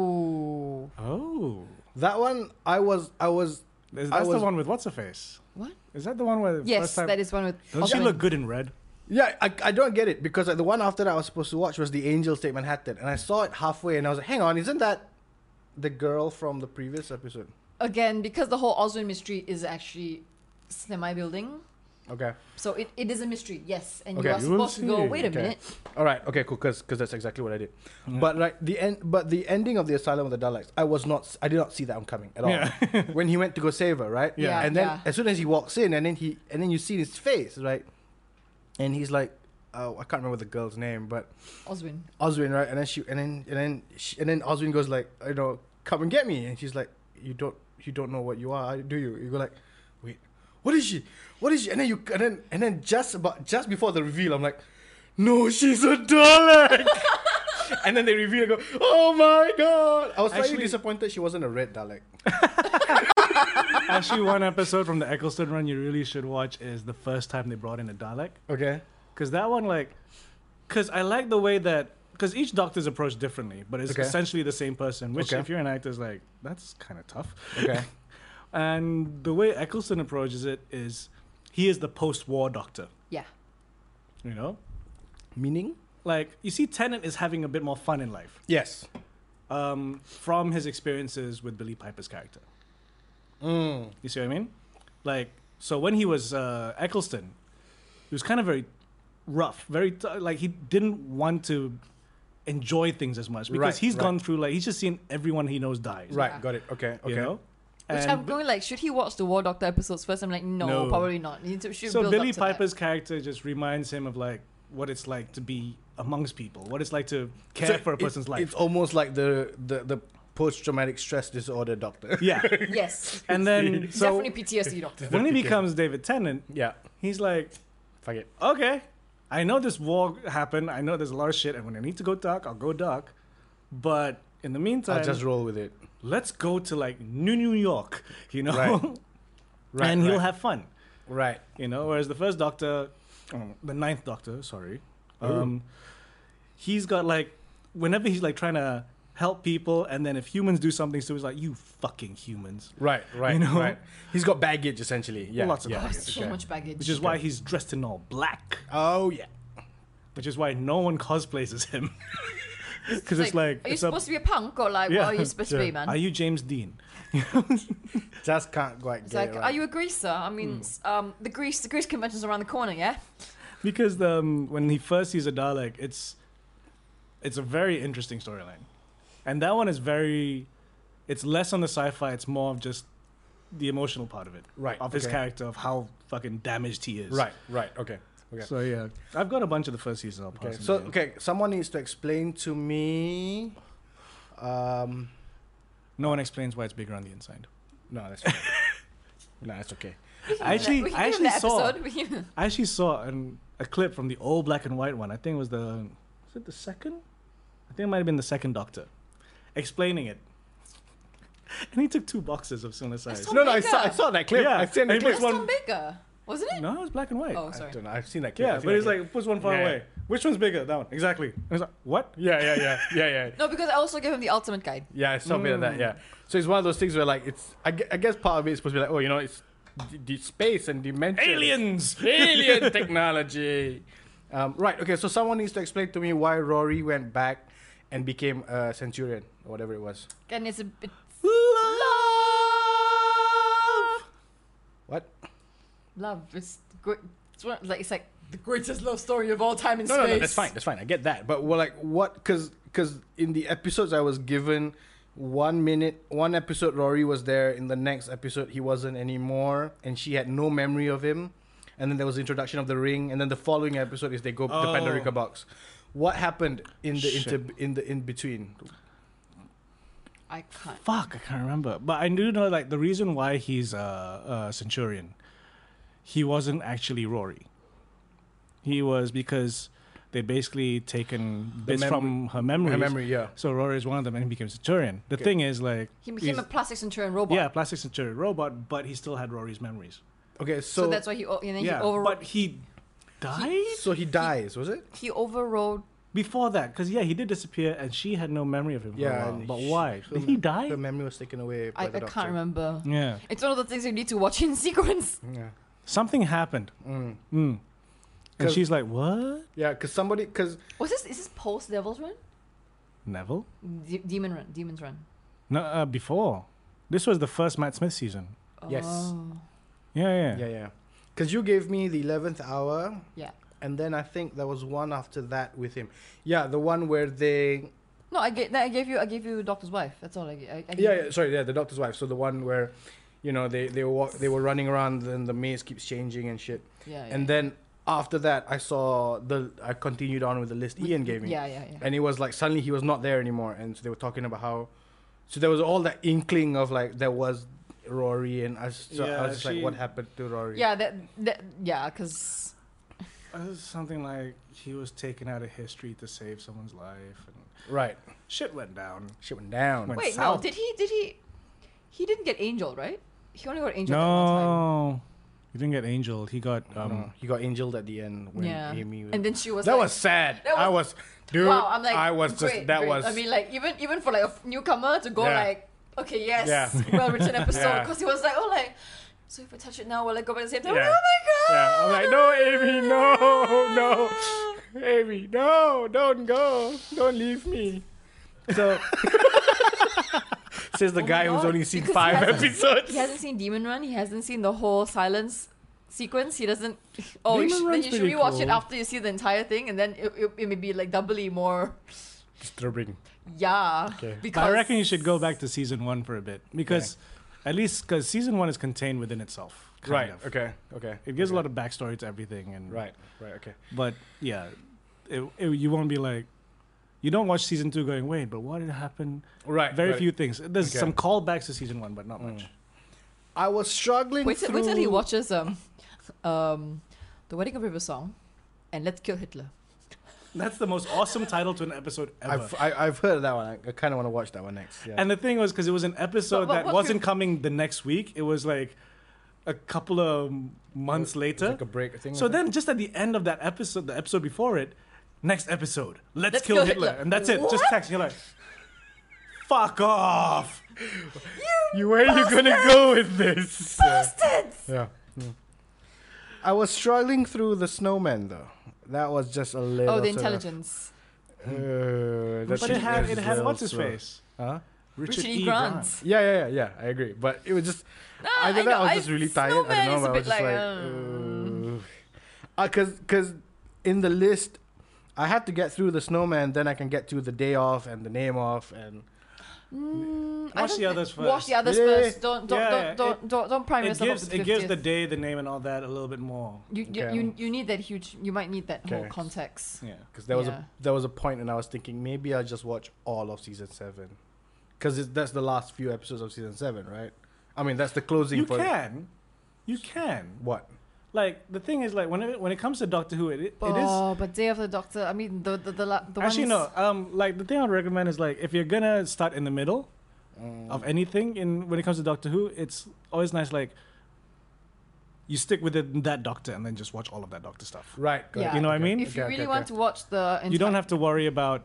[SPEAKER 1] Oh,
[SPEAKER 2] Oh,
[SPEAKER 4] That one I was I was
[SPEAKER 2] Is-
[SPEAKER 4] I
[SPEAKER 2] that's the
[SPEAKER 4] was-
[SPEAKER 2] one with what's her face.
[SPEAKER 1] what?
[SPEAKER 2] Is that the one where the
[SPEAKER 1] Yes,
[SPEAKER 2] first time?
[SPEAKER 1] that is one with.
[SPEAKER 2] Don't she
[SPEAKER 1] Osman.
[SPEAKER 2] look good in red?
[SPEAKER 4] yeah I, I don't get it because like, the one after that I was supposed to watch was the Angels at Manhattan and I saw it halfway and I was like hang on isn't that the girl from the previous episode
[SPEAKER 1] again because the whole Oswin mystery is actually semi building.
[SPEAKER 4] okay
[SPEAKER 1] So it, it is a mystery, yes, and
[SPEAKER 4] Okay.
[SPEAKER 1] you are
[SPEAKER 2] You will
[SPEAKER 1] supposed to go.
[SPEAKER 2] see.
[SPEAKER 1] Wait a
[SPEAKER 4] Okay.
[SPEAKER 1] minute.
[SPEAKER 4] all right okay cool because that's exactly what I did but right the end but the ending of the Asylum of the Daleks I was not I did not see that one coming at all
[SPEAKER 2] Yeah.
[SPEAKER 4] when he went to go save her right
[SPEAKER 1] Yeah.
[SPEAKER 4] and then
[SPEAKER 1] Yeah.
[SPEAKER 4] as soon as he walks in and then he and then you see his face right and he's like oh I can't remember the girl's name but
[SPEAKER 1] Oswin.
[SPEAKER 4] Oswin, right? And then she, and then, and then, she, and then Oswin goes like, you know, come and get me. And she's like, you don't, you don't know what you are, do you? You go like, wait, what is she? What is she? And then you, and then, and then just about just before the reveal, I'm like, no, she's a Dalek. and then they reveal, I go, oh my god! I was slightly
[SPEAKER 2] Actually-
[SPEAKER 4] disappointed she wasn't a red Dalek.
[SPEAKER 2] Actually, one episode from the Eccleston run you really should watch is the first time they brought in a Dalek.
[SPEAKER 4] Okay.
[SPEAKER 2] Because that one, like, because I like the way that, because each doctor's approached differently, but it's
[SPEAKER 4] Okay.
[SPEAKER 2] essentially the same person, which
[SPEAKER 4] Okay.
[SPEAKER 2] if you're an actor is like, that's kind of tough.
[SPEAKER 4] Okay.
[SPEAKER 2] And the way Eccleston approaches it is he is the post war doctor,
[SPEAKER 1] Yeah.
[SPEAKER 2] you know?
[SPEAKER 4] Meaning?
[SPEAKER 2] Like, you see, Tennant is having a bit more fun in life
[SPEAKER 4] Yes.
[SPEAKER 2] um, from his experiences with Billy Piper's character.
[SPEAKER 4] Mm.
[SPEAKER 2] You see what I mean? Like, so when he was uh, Eccleston, he was kind of very rough, very t- like he didn't want to enjoy things as much because
[SPEAKER 4] Right,
[SPEAKER 2] he's
[SPEAKER 4] right.
[SPEAKER 2] gone through like he's just seen everyone he knows die.
[SPEAKER 4] Right.
[SPEAKER 1] Yeah.
[SPEAKER 4] Got it. Okay. Okay.
[SPEAKER 2] You know.
[SPEAKER 1] Which
[SPEAKER 2] And
[SPEAKER 1] I'm going like, should he watch the War Doctor episodes first? I'm like, no,
[SPEAKER 2] No.
[SPEAKER 1] probably not. You should- should
[SPEAKER 2] so
[SPEAKER 1] build
[SPEAKER 2] Billy
[SPEAKER 1] up to that.
[SPEAKER 2] Piper's character just reminds him of like what it's like to be amongst people, what it's like to care
[SPEAKER 4] So
[SPEAKER 2] for a
[SPEAKER 4] it-
[SPEAKER 2] person's
[SPEAKER 4] It's
[SPEAKER 2] life.
[SPEAKER 4] almost like the the the post traumatic stress disorder doctor.
[SPEAKER 2] Yeah.
[SPEAKER 1] Yes.
[SPEAKER 2] And then so
[SPEAKER 1] Definitely PTSD doctor.
[SPEAKER 2] when he
[SPEAKER 4] PK.
[SPEAKER 2] becomes David Tennant,
[SPEAKER 4] yeah.
[SPEAKER 2] he's like,
[SPEAKER 4] Fuck it.
[SPEAKER 2] okay, I know this war happened. I know there's a lot of shit, and when I need to go dark, I'll go dark. But in the meantime,
[SPEAKER 4] I'll just roll with it.
[SPEAKER 2] let's go to like New New York, you know,
[SPEAKER 4] Right. Right.
[SPEAKER 2] and
[SPEAKER 4] right,
[SPEAKER 2] he'll have fun,
[SPEAKER 4] right.
[SPEAKER 2] you know. Whereas the first Doctor, um, the ninth Doctor, sorry, um, he's got like whenever he's like trying to help people, and then if humans do something, so he's like, you fucking humans,
[SPEAKER 4] Right, right,
[SPEAKER 2] You know?
[SPEAKER 4] right. He's got baggage essentially. Yeah,
[SPEAKER 2] Lots of
[SPEAKER 4] yeah.
[SPEAKER 2] baggage.
[SPEAKER 1] Oh, So
[SPEAKER 4] Okay.
[SPEAKER 1] much baggage.
[SPEAKER 2] which is why he's dressed in all black,
[SPEAKER 4] Oh yeah.
[SPEAKER 2] which is why no one cosplays as him. because it's like
[SPEAKER 1] are you
[SPEAKER 2] it's up-
[SPEAKER 1] supposed to be a punk or like
[SPEAKER 2] Yeah,
[SPEAKER 1] what are you supposed to
[SPEAKER 4] sure.
[SPEAKER 1] be, man?
[SPEAKER 2] Are you James Dean?
[SPEAKER 4] Just can't quite
[SPEAKER 1] it's
[SPEAKER 4] get
[SPEAKER 1] like,
[SPEAKER 4] it. Right.
[SPEAKER 1] are you a greaser? I mean,
[SPEAKER 2] Hmm.
[SPEAKER 1] s- um, the grease, the grease convention's around the corner, yeah.
[SPEAKER 2] Because the, um, when he first sees a Dalek, it's it's a very interesting storyline, and that one is very. It's less on the sci-fi. It's more of just the emotional part of it,
[SPEAKER 4] Right,
[SPEAKER 2] Of his
[SPEAKER 4] okay.
[SPEAKER 2] character, of how fucking damaged he is,
[SPEAKER 4] right? Right. Okay. Okay.
[SPEAKER 2] So yeah, I've got a bunch of the first season. I'll pass
[SPEAKER 4] Okay,
[SPEAKER 2] them
[SPEAKER 4] so
[SPEAKER 2] to you.
[SPEAKER 4] okay, someone needs to explain to me. Um,
[SPEAKER 2] no one explains why it's bigger on the inside.
[SPEAKER 4] no, that's fine. no, that's okay.
[SPEAKER 2] I actually,
[SPEAKER 1] we can
[SPEAKER 2] I
[SPEAKER 1] give him
[SPEAKER 2] actually
[SPEAKER 1] the
[SPEAKER 2] saw,
[SPEAKER 1] episode. We can-
[SPEAKER 2] I actually saw an, a clip from the old black and white one. I think it was the, was it the second? I think it might have been the second Doctor, explaining it. And he took two boxes of similar size.
[SPEAKER 1] saw-
[SPEAKER 4] No, no, I saw, I
[SPEAKER 1] Omega.
[SPEAKER 4] saw that clip.
[SPEAKER 2] Yeah,
[SPEAKER 4] I've seen the
[SPEAKER 2] and
[SPEAKER 4] clip.
[SPEAKER 2] which
[SPEAKER 1] Tom
[SPEAKER 2] one-
[SPEAKER 1] Baker, wasn't it?
[SPEAKER 2] No, it was black and white.
[SPEAKER 1] Oh,
[SPEAKER 4] I
[SPEAKER 1] sorry.
[SPEAKER 4] don't know. I've seen that clip.
[SPEAKER 2] yeah,
[SPEAKER 4] I've seen
[SPEAKER 2] but he's
[SPEAKER 4] that clip.
[SPEAKER 2] like, puts one far
[SPEAKER 4] Yeah,
[SPEAKER 2] away. Which one's bigger? That one, exactly. And he's like, what?
[SPEAKER 4] yeah, yeah, yeah, yeah, yeah.
[SPEAKER 1] No, because I also gave him the ultimate guide.
[SPEAKER 4] Yeah, it's something like
[SPEAKER 2] Mm.
[SPEAKER 4] that. Yeah. So it's one of those things where like it's. I gue- I guess part of it is supposed to be like, oh, you know, it's the d- space and dimension.
[SPEAKER 2] Aliens.
[SPEAKER 4] alien technology. Um, right. Okay. So someone needs to explain to me why Rory went back and became a centurion or whatever it was.
[SPEAKER 1] And it's a bit
[SPEAKER 2] Love.
[SPEAKER 4] What?
[SPEAKER 1] love. It's great. It's one- like it's like the greatest love story of all time in
[SPEAKER 4] No,
[SPEAKER 1] space.
[SPEAKER 4] no, no, that's fine. That's fine. I get that. But well, like what? Because because in the episodes I was given one minute, one episode Rory was there. In the next episode, he wasn't anymore, and she had no memory of him. And then there was the introduction of the ring, and then the following episode is they go the
[SPEAKER 2] Oh.
[SPEAKER 4] Pandorica box. What happened in the
[SPEAKER 2] Shit.
[SPEAKER 4] inter- in the in between?
[SPEAKER 1] I can't.
[SPEAKER 2] Fuck, I can't remember. But I do know like the reason why he's a, a centurion. He wasn't actually Rory. He was because they'd basically taken bits
[SPEAKER 4] mem-
[SPEAKER 2] from her memories.
[SPEAKER 4] Her memory, yeah.
[SPEAKER 2] So Rory is one of them, and he became centurion. The
[SPEAKER 4] Okay.
[SPEAKER 2] thing is like
[SPEAKER 1] He became
[SPEAKER 2] he's-
[SPEAKER 1] a plastic centurion robot.
[SPEAKER 2] yeah, plastic centurion robot, but he still had Rory's memories.
[SPEAKER 4] Okay,
[SPEAKER 1] So,
[SPEAKER 4] so
[SPEAKER 1] that's why he o- and then
[SPEAKER 2] yeah,
[SPEAKER 1] he overrode.
[SPEAKER 2] but he died
[SPEAKER 4] so he dies, was it?
[SPEAKER 1] he overrode.
[SPEAKER 2] before that because yeah, he did disappear, and she had no memory of him. for a
[SPEAKER 4] Yeah,
[SPEAKER 2] while.
[SPEAKER 4] and
[SPEAKER 2] but
[SPEAKER 4] she-
[SPEAKER 2] why
[SPEAKER 4] her
[SPEAKER 2] did
[SPEAKER 4] me-
[SPEAKER 2] he die?
[SPEAKER 4] Her memory was taken away. By
[SPEAKER 1] I, I
[SPEAKER 4] the doctor.
[SPEAKER 1] can't remember.
[SPEAKER 2] Yeah,
[SPEAKER 1] It's one of the things you need to watch in sequence.
[SPEAKER 4] Yeah.
[SPEAKER 2] something happened,
[SPEAKER 4] Mm.
[SPEAKER 2] mm. and
[SPEAKER 4] 'Cause-
[SPEAKER 2] she's like, "What?"
[SPEAKER 4] Yeah, because somebody, because
[SPEAKER 1] Was this is this post Devil's Run?
[SPEAKER 2] Neville?
[SPEAKER 1] De- Demon Run, Demon's Run.
[SPEAKER 2] No, uh, before. This was the first Matt Smith season.
[SPEAKER 4] Yes.
[SPEAKER 1] Oh.
[SPEAKER 2] Yeah, yeah.
[SPEAKER 4] yeah, yeah, because you gave me the eleventh hour,
[SPEAKER 1] Yeah.
[SPEAKER 4] and then I think there was one after that with him. Yeah, the one where they.
[SPEAKER 1] No, I gave I gave you I gave you Doctor's Wife. That's all I gave. I, I gave
[SPEAKER 4] Yeah,
[SPEAKER 1] you-
[SPEAKER 4] yeah, sorry, yeah, the doctor's wife. So the one where, you know, they they were walk, they were running around, and the maze keeps changing and shit.
[SPEAKER 1] yeah, Oh, yeah.
[SPEAKER 4] And then after that, I saw the I continued on with the list Ian gave me.
[SPEAKER 1] Yeah, yeah, yeah.
[SPEAKER 4] and it was like suddenly he was not there anymore and so they were talking about how so there was all that inkling of like there was rory and i, s- so I
[SPEAKER 2] Yeah,
[SPEAKER 4] was just like what
[SPEAKER 2] she-
[SPEAKER 4] happened to rory
[SPEAKER 1] Yeah, that, that yeah, because
[SPEAKER 2] It was Uh, something like he was taken out of history to save someone's life and
[SPEAKER 4] right
[SPEAKER 2] shit went down.
[SPEAKER 4] shit went down
[SPEAKER 2] Went-
[SPEAKER 1] wait,
[SPEAKER 2] south.
[SPEAKER 1] no, did he did he he didn't get Angel right? He only got Angel that one time.
[SPEAKER 2] No. He didn't get Angel. He got um
[SPEAKER 4] um, he got angeled at the end when
[SPEAKER 1] yeah,
[SPEAKER 4] amy
[SPEAKER 1] and then she was
[SPEAKER 4] that
[SPEAKER 1] like,
[SPEAKER 4] was sad
[SPEAKER 1] that
[SPEAKER 4] i was dude
[SPEAKER 1] wow. I'm like
[SPEAKER 4] i was
[SPEAKER 1] great,
[SPEAKER 4] just that
[SPEAKER 1] great.
[SPEAKER 4] was
[SPEAKER 1] I mean, like even even for like a f- newcomer to go
[SPEAKER 4] Yeah.
[SPEAKER 1] like okay, yes,
[SPEAKER 4] Yeah.
[SPEAKER 1] well written episode
[SPEAKER 4] Yeah.
[SPEAKER 1] because he was like oh like so if I touch it now will I go back the same time?
[SPEAKER 4] Yeah.
[SPEAKER 1] Oh my god!
[SPEAKER 4] yeah i'm like no amy no no amy no don't go don't leave me so says the
[SPEAKER 1] Oh my
[SPEAKER 4] guy who's
[SPEAKER 1] God,
[SPEAKER 4] only seen
[SPEAKER 1] because he
[SPEAKER 4] five
[SPEAKER 1] hasn't-
[SPEAKER 4] episodes
[SPEAKER 1] He hasn't seen Demon Run. He hasn't seen the whole silence sequence. He doesn't. Oh, you
[SPEAKER 2] Demon
[SPEAKER 1] should, then
[SPEAKER 2] Run's
[SPEAKER 1] you should
[SPEAKER 2] pretty
[SPEAKER 1] rewatch it
[SPEAKER 2] cool.
[SPEAKER 1] after you see the entire thing, and then it, it, it may be like doubly more.
[SPEAKER 4] disturbing
[SPEAKER 1] Yeah,
[SPEAKER 4] Okay.
[SPEAKER 1] because
[SPEAKER 2] But I reckon you should go back to season one for a bit because at least because season one is contained within itself. kind
[SPEAKER 4] right.
[SPEAKER 2] of.
[SPEAKER 4] Okay. Okay.
[SPEAKER 2] It gives a lot of backstory to everything and
[SPEAKER 4] Right. Right. Okay.
[SPEAKER 2] But yeah, it, it, you won't be like, you don't watch season two going, wait, but what did happen?
[SPEAKER 4] Right.
[SPEAKER 2] Very
[SPEAKER 4] right.
[SPEAKER 2] few things. There's
[SPEAKER 4] Okay. Mm.
[SPEAKER 2] some callbacks to season one, but not much.
[SPEAKER 4] I was struggling
[SPEAKER 1] Wait, till-
[SPEAKER 4] through.
[SPEAKER 1] wait till he watches um, um, the Wedding of River Song, and Let's Kill Hitler.
[SPEAKER 2] That's the most awesome title to an episode ever.
[SPEAKER 4] I've, I, I've heard of that one. I, I kind of want to watch that one next. Yeah.
[SPEAKER 2] and the thing was, because it was an episode
[SPEAKER 1] But- but
[SPEAKER 2] that
[SPEAKER 1] what
[SPEAKER 2] wasn't
[SPEAKER 1] you-
[SPEAKER 2] coming the next week, it was like a couple of months
[SPEAKER 4] It's
[SPEAKER 2] later.
[SPEAKER 4] like a break thing.
[SPEAKER 2] so
[SPEAKER 4] like
[SPEAKER 2] then, just at the end of that episode, the episode before it, next episode, let's,
[SPEAKER 1] Let's
[SPEAKER 2] kill,
[SPEAKER 1] kill
[SPEAKER 2] Hitler.
[SPEAKER 1] Hitler.
[SPEAKER 2] and that's it. Just text. You're like, fuck off.
[SPEAKER 4] that. you where are you gonna go with this?
[SPEAKER 1] Bastards!
[SPEAKER 4] Yeah. Mm. I was struggling through the snowman though. That was just a little.
[SPEAKER 1] Oh, the
[SPEAKER 4] sort of-
[SPEAKER 1] intelligence.
[SPEAKER 4] Uh,
[SPEAKER 2] But
[SPEAKER 4] that
[SPEAKER 2] it had it
[SPEAKER 4] is
[SPEAKER 2] had
[SPEAKER 4] well,
[SPEAKER 2] what's his
[SPEAKER 4] so-
[SPEAKER 2] face?
[SPEAKER 4] Huh?
[SPEAKER 1] Richard E. Grant.
[SPEAKER 4] Yeah, yeah, yeah, yeah. I agree, but it was just
[SPEAKER 1] Nah,
[SPEAKER 4] either that
[SPEAKER 1] Ah, know,
[SPEAKER 4] I was just really tired. I
[SPEAKER 1] Snowman
[SPEAKER 4] don't
[SPEAKER 1] is a
[SPEAKER 4] know. but I was
[SPEAKER 1] bit
[SPEAKER 4] just like,
[SPEAKER 1] um,
[SPEAKER 4] because because in the list, I had to get through the snowman, then I can get to the day off and the name off, and
[SPEAKER 1] mm, I
[SPEAKER 2] Watch
[SPEAKER 1] don't
[SPEAKER 2] the others
[SPEAKER 1] thi- Watch the others
[SPEAKER 4] Yeah, yeah, yeah.
[SPEAKER 1] first. Don't don't
[SPEAKER 2] Yeah,
[SPEAKER 1] don't
[SPEAKER 2] yeah,
[SPEAKER 1] don't, don't don't prime
[SPEAKER 2] It
[SPEAKER 1] yourself
[SPEAKER 2] gives
[SPEAKER 1] up to the
[SPEAKER 2] it gives the
[SPEAKER 1] 50th.
[SPEAKER 2] day, the name, and all that a little bit more.
[SPEAKER 1] you, you,
[SPEAKER 4] Okay.
[SPEAKER 1] you you need that huge. You might need that whole
[SPEAKER 4] Okay.
[SPEAKER 1] context.
[SPEAKER 2] Yeah.
[SPEAKER 4] because there was
[SPEAKER 1] Yeah.
[SPEAKER 4] a there was a point, and I was thinking maybe I'll just watch all of season seven, because that's the last few episodes of season seven, right? I mean, that's the closing.
[SPEAKER 2] You
[SPEAKER 4] for
[SPEAKER 2] can, you can.
[SPEAKER 4] what?
[SPEAKER 2] Like the thing is, like when it, when it comes to Doctor Who, it, it, it is
[SPEAKER 1] Oh, but Day of the Doctor. I mean, the the the, la- the
[SPEAKER 2] actually
[SPEAKER 1] one
[SPEAKER 2] no. Um, like the thing I'd recommend is like if you're gonna start in the middle
[SPEAKER 4] Mm.
[SPEAKER 2] of anything in when it comes to Doctor Who, it's always nice like you stick with it, that Doctor and then just watch all of that Doctor stuff.
[SPEAKER 4] Right. correct.
[SPEAKER 1] Yeah.
[SPEAKER 2] You know what I
[SPEAKER 4] Okay.
[SPEAKER 2] mean?
[SPEAKER 1] If you
[SPEAKER 4] Okay,
[SPEAKER 1] really
[SPEAKER 4] okay,
[SPEAKER 1] want to
[SPEAKER 4] okay.
[SPEAKER 1] watch the,
[SPEAKER 2] you don't
[SPEAKER 1] entire-
[SPEAKER 2] have to worry about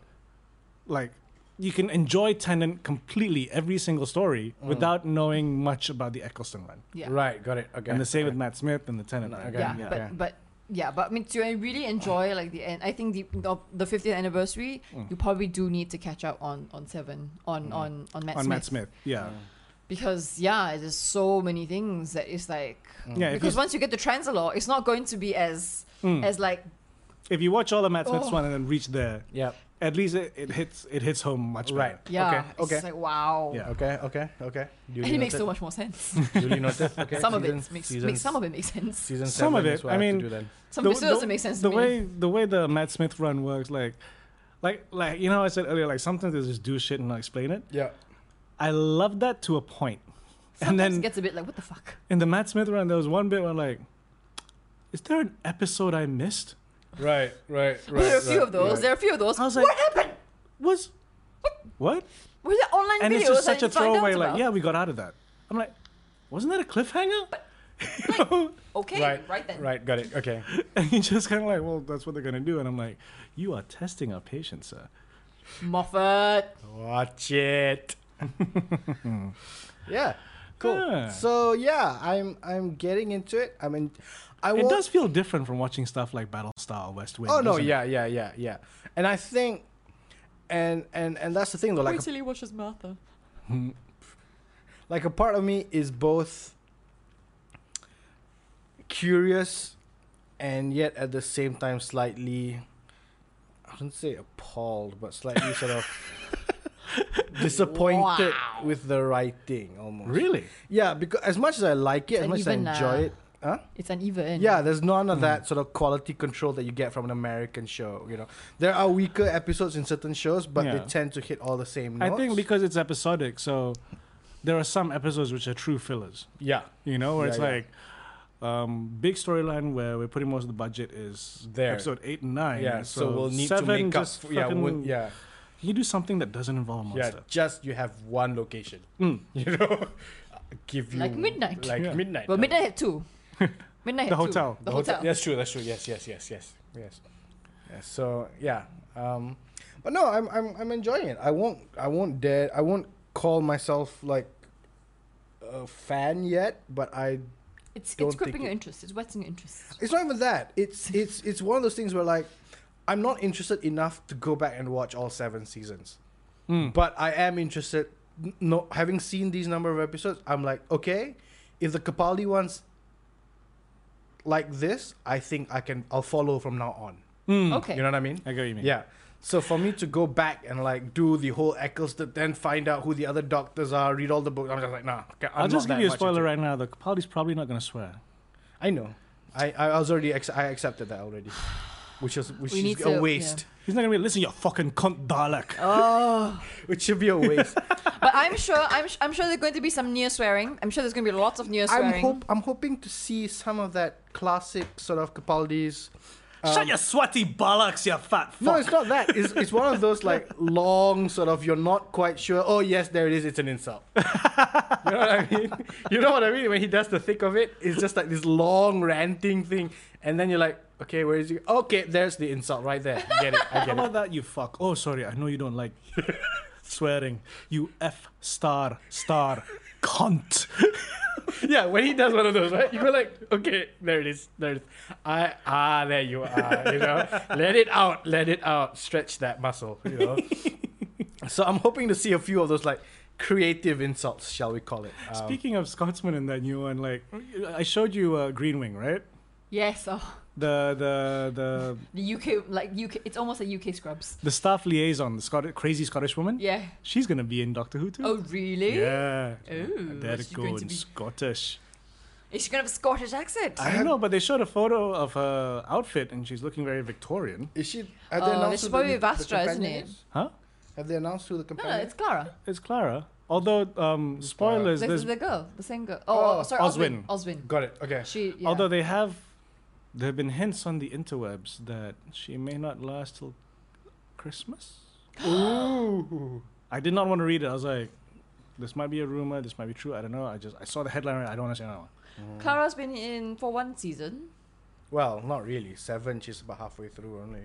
[SPEAKER 2] like you can enjoy Tennant completely every single story
[SPEAKER 4] Mm.
[SPEAKER 2] without knowing much about the Eccleston run.
[SPEAKER 1] Yeah.
[SPEAKER 4] Right. Got it. Okay.
[SPEAKER 2] And the same
[SPEAKER 4] okay.
[SPEAKER 2] with Matt Smith and the Tennant run.
[SPEAKER 4] Okay.
[SPEAKER 1] yeah,
[SPEAKER 4] Yeah.
[SPEAKER 1] but
[SPEAKER 4] Yeah.
[SPEAKER 1] but yeah, but I mean, to really enjoy like the end, I think the the- the fiftieth anniversary,
[SPEAKER 2] Mm.
[SPEAKER 1] you probably do need to catch up on on seven on on on Matt,
[SPEAKER 2] on
[SPEAKER 1] Smith,
[SPEAKER 2] Matt Smith. Yeah.
[SPEAKER 4] Mm.
[SPEAKER 1] because yeah, there's so many things that it's like
[SPEAKER 2] Yeah. If you,
[SPEAKER 1] because once you get to Transalore, it's not going to be as
[SPEAKER 2] Mm.
[SPEAKER 1] as like
[SPEAKER 2] if you watch all of Matt Smith's
[SPEAKER 1] Oh.
[SPEAKER 2] one and then reach there,
[SPEAKER 4] Yeah.
[SPEAKER 2] at least it, it hits it hits home much better.
[SPEAKER 4] Right.
[SPEAKER 1] yeah,
[SPEAKER 4] Okay.
[SPEAKER 1] it's
[SPEAKER 4] Okay.
[SPEAKER 1] like wow,
[SPEAKER 2] Yeah.
[SPEAKER 4] Okay, okay, okay.
[SPEAKER 1] and
[SPEAKER 4] Duly
[SPEAKER 1] it makes
[SPEAKER 4] noted.
[SPEAKER 1] so much more sense.
[SPEAKER 4] Duly noted. Okay.
[SPEAKER 1] some of
[SPEAKER 4] season,
[SPEAKER 1] it makes,
[SPEAKER 4] season
[SPEAKER 1] makes some of it makes sense.
[SPEAKER 4] season
[SPEAKER 2] Some
[SPEAKER 4] seven
[SPEAKER 2] of
[SPEAKER 4] is
[SPEAKER 2] it,
[SPEAKER 4] what
[SPEAKER 2] I
[SPEAKER 4] have to
[SPEAKER 2] mean,
[SPEAKER 4] do then.
[SPEAKER 1] Some it still doesn't make sense.
[SPEAKER 2] The
[SPEAKER 1] to
[SPEAKER 2] way
[SPEAKER 1] me.
[SPEAKER 2] the way the Matt Smith run works, like, like like you know, I said earlier, like sometimes they just do shit and not explain it.
[SPEAKER 4] Yeah.
[SPEAKER 2] I love that to a point.
[SPEAKER 1] Sometimes
[SPEAKER 2] and
[SPEAKER 1] it
[SPEAKER 2] then
[SPEAKER 1] gets a bit like what the fuck.
[SPEAKER 2] in the Matt Smith run, there was one bit where like, is there an episode I missed?
[SPEAKER 4] Right, right, right.
[SPEAKER 1] there are a few of those. There are a few of those.
[SPEAKER 2] I was like,
[SPEAKER 1] what happened?
[SPEAKER 2] Was what?
[SPEAKER 1] Were there online
[SPEAKER 2] And
[SPEAKER 1] videos?
[SPEAKER 2] it's just
[SPEAKER 1] that
[SPEAKER 2] such
[SPEAKER 1] you
[SPEAKER 2] a
[SPEAKER 1] find out
[SPEAKER 2] throwaway. Like,
[SPEAKER 1] about?
[SPEAKER 2] yeah, we got out of that. I'm like, wasn't that a cliffhanger? You know?
[SPEAKER 1] Okay, right,
[SPEAKER 4] Right,
[SPEAKER 1] then.
[SPEAKER 4] Right, got it. Okay.
[SPEAKER 2] and you just kind of like, well, that's what they're gonna do. And I'm like, you are testing our patience, sir.
[SPEAKER 1] Moffat.
[SPEAKER 4] Watch it. yeah. Cool.
[SPEAKER 2] Yeah.
[SPEAKER 4] So yeah, I'm I'm getting into it. I mean, I
[SPEAKER 2] It
[SPEAKER 4] won't-
[SPEAKER 2] does feel different from watching stuff like Battlestar or West Wing.
[SPEAKER 4] Oh no,
[SPEAKER 2] doesn't it?
[SPEAKER 4] yeah, yeah, yeah, yeah. And I think, and and and that's the thing though. Like, a,
[SPEAKER 1] till he watches Martha.
[SPEAKER 4] like a part of me is both curious and yet at the same time slightly. I wouldn't say appalled, but slightly sort of disappointed
[SPEAKER 1] Wow.
[SPEAKER 4] with the writing almost.
[SPEAKER 2] Really?
[SPEAKER 4] Yeah, because as much as I like it, as
[SPEAKER 1] And
[SPEAKER 4] much as I
[SPEAKER 1] even,
[SPEAKER 4] enjoy
[SPEAKER 1] uh,
[SPEAKER 4] it, huh?
[SPEAKER 1] It's uneven.
[SPEAKER 4] Yeah, there's none of that sort of quality control that you get from an American show. You know, there are weaker episodes in certain shows, but
[SPEAKER 2] Yeah.
[SPEAKER 4] they tend to hit all the same.
[SPEAKER 2] I
[SPEAKER 4] Notes.
[SPEAKER 2] think because it's episodic, so there are some episodes which are true fillers.
[SPEAKER 4] yeah,
[SPEAKER 2] You know, where
[SPEAKER 4] Yeah,
[SPEAKER 2] it's
[SPEAKER 4] yeah.
[SPEAKER 2] like um, big storyline where we're putting most of the budget is
[SPEAKER 4] There.
[SPEAKER 2] Episode eight and nine.
[SPEAKER 4] yeah. So, we'll need to
[SPEAKER 2] seven
[SPEAKER 4] make up.
[SPEAKER 2] just
[SPEAKER 4] for- Yeah,
[SPEAKER 2] fucking-
[SPEAKER 4] we'll- yeah,
[SPEAKER 2] Can you do something that doesn't involve a
[SPEAKER 4] yeah.
[SPEAKER 2] monster?
[SPEAKER 4] Just you have one location.
[SPEAKER 2] Mm.
[SPEAKER 4] You know, give you
[SPEAKER 1] Like midnight.
[SPEAKER 4] Like
[SPEAKER 2] Yeah.
[SPEAKER 4] midnight.
[SPEAKER 1] Well, Midnight had two. Midnight had
[SPEAKER 2] The
[SPEAKER 1] two.
[SPEAKER 2] hotel.
[SPEAKER 1] The hotel.
[SPEAKER 4] That's true. That's true. Yes. Yes. Yes. Yes. Yes. yes. So yeah. Um, but no, I'm, I'm I'm enjoying it. I won't I won't dare I won't call myself like a fan yet, but I
[SPEAKER 1] It's,
[SPEAKER 4] Don't
[SPEAKER 1] it's
[SPEAKER 4] think
[SPEAKER 1] gripping your
[SPEAKER 4] it-
[SPEAKER 1] interest. It's whetting your interest.
[SPEAKER 4] it's not even that. It's it's it's one of those things where like I'm not interested enough to go back and watch all seven seasons,
[SPEAKER 2] Mm.
[SPEAKER 4] but I am interested. n- No, having seen these number of episodes, I'm like, okay, if the Capaldi ones like this, I think I can. I'll follow from now on.
[SPEAKER 2] Mm.
[SPEAKER 1] Okay.
[SPEAKER 4] You know what I mean?
[SPEAKER 2] I get what you mean.
[SPEAKER 4] Yeah. So for me to go back and like do the whole Eccleston, then find out who the other doctors are, read all the books, I'm just like, nah. Okay, I'm
[SPEAKER 2] i will just
[SPEAKER 4] not
[SPEAKER 2] give
[SPEAKER 4] that
[SPEAKER 2] you a
[SPEAKER 4] much
[SPEAKER 2] spoiler
[SPEAKER 4] into it.
[SPEAKER 2] right now. The Capaldi's probably not going to swear.
[SPEAKER 4] I know. I, I was already ex- I accepted that already, which is which
[SPEAKER 1] We
[SPEAKER 4] is
[SPEAKER 1] need
[SPEAKER 4] a
[SPEAKER 1] to-
[SPEAKER 4] waste.
[SPEAKER 2] He's not going to be listen, you fucking cunt Dalek.
[SPEAKER 1] Oh,
[SPEAKER 4] Which should be a waste.
[SPEAKER 1] but I'm sure I'm, sh- I'm sure there's going to be some near swearing. I'm sure there's going to be lots of near
[SPEAKER 4] I'm
[SPEAKER 1] swearing.
[SPEAKER 4] hope I'm hoping to see some of that classic sort of Capaldi's.
[SPEAKER 2] Shut your sweaty bollocks, you fat fuck.
[SPEAKER 4] No, it's not that. It's it's one of those like long sort of you're not quite sure. Oh yes, there it is. It's an insult. you know what I mean? You know what I mean? When he does the thick of it, it's just like this long ranting thing, and then you're like, okay, where is he? Okay, there's the insult right there. Get it? I
[SPEAKER 2] How
[SPEAKER 4] get it.
[SPEAKER 2] about that, you fuck? Oh, sorry, I know you don't like swearing. You F star star cunt.
[SPEAKER 5] Yeah, when he does one of those, right? You go like, okay, there it is, there it is. I ah, there you are. You know, let it out, let it out, stretch that muscle. You know,
[SPEAKER 4] So I'm hoping to see a few of those like creative insults, shall we call it? Um,
[SPEAKER 2] Speaking of Scotsman and that new one, like I showed you uh, Green Wing, right?
[SPEAKER 1] Yes, oh,
[SPEAKER 2] The the the
[SPEAKER 1] the UK like UK. It's almost like UK Scrubs.
[SPEAKER 2] the staff liaison, the Scot- crazy Scottish woman.
[SPEAKER 1] Yeah.
[SPEAKER 2] She's gonna be in Doctor Who too.
[SPEAKER 4] Hmm.
[SPEAKER 1] Oh really?
[SPEAKER 2] Yeah.
[SPEAKER 1] Ooh,
[SPEAKER 2] there
[SPEAKER 1] she's
[SPEAKER 2] it
[SPEAKER 1] going
[SPEAKER 2] goes,
[SPEAKER 1] to be-
[SPEAKER 2] Scottish.
[SPEAKER 1] Is she gonna have a Scottish accent?
[SPEAKER 2] I don't know, but they showed a photo of her outfit and she's looking very Victorian.
[SPEAKER 4] is she? Have
[SPEAKER 1] Oh,
[SPEAKER 4] they announced
[SPEAKER 1] this
[SPEAKER 4] who
[SPEAKER 1] is probably
[SPEAKER 4] the
[SPEAKER 1] Vastra, isn't
[SPEAKER 4] companion
[SPEAKER 1] it?
[SPEAKER 4] is?
[SPEAKER 2] Huh?
[SPEAKER 4] Have they announced who the
[SPEAKER 1] no, no,
[SPEAKER 4] companion?
[SPEAKER 1] it's Clara.
[SPEAKER 2] It's Clara. Although, um, spoilers,
[SPEAKER 1] The,
[SPEAKER 2] there's,
[SPEAKER 1] the girl, the same girl. Oh,
[SPEAKER 4] Oh,
[SPEAKER 1] sorry, Oswin. Oswin.
[SPEAKER 4] Got it. Okay.
[SPEAKER 1] She. Yeah.
[SPEAKER 2] although they have, there have been hints on the interwebs that she may not last till Christmas.
[SPEAKER 4] Ooh.
[SPEAKER 2] I did not want to read it. I was like, this might be a rumor. This might be true. I don't know. I just I saw the headline. and I don't want to say no.
[SPEAKER 1] Clara's been in for one season.
[SPEAKER 4] Well, not really. Seven. She's about halfway through only,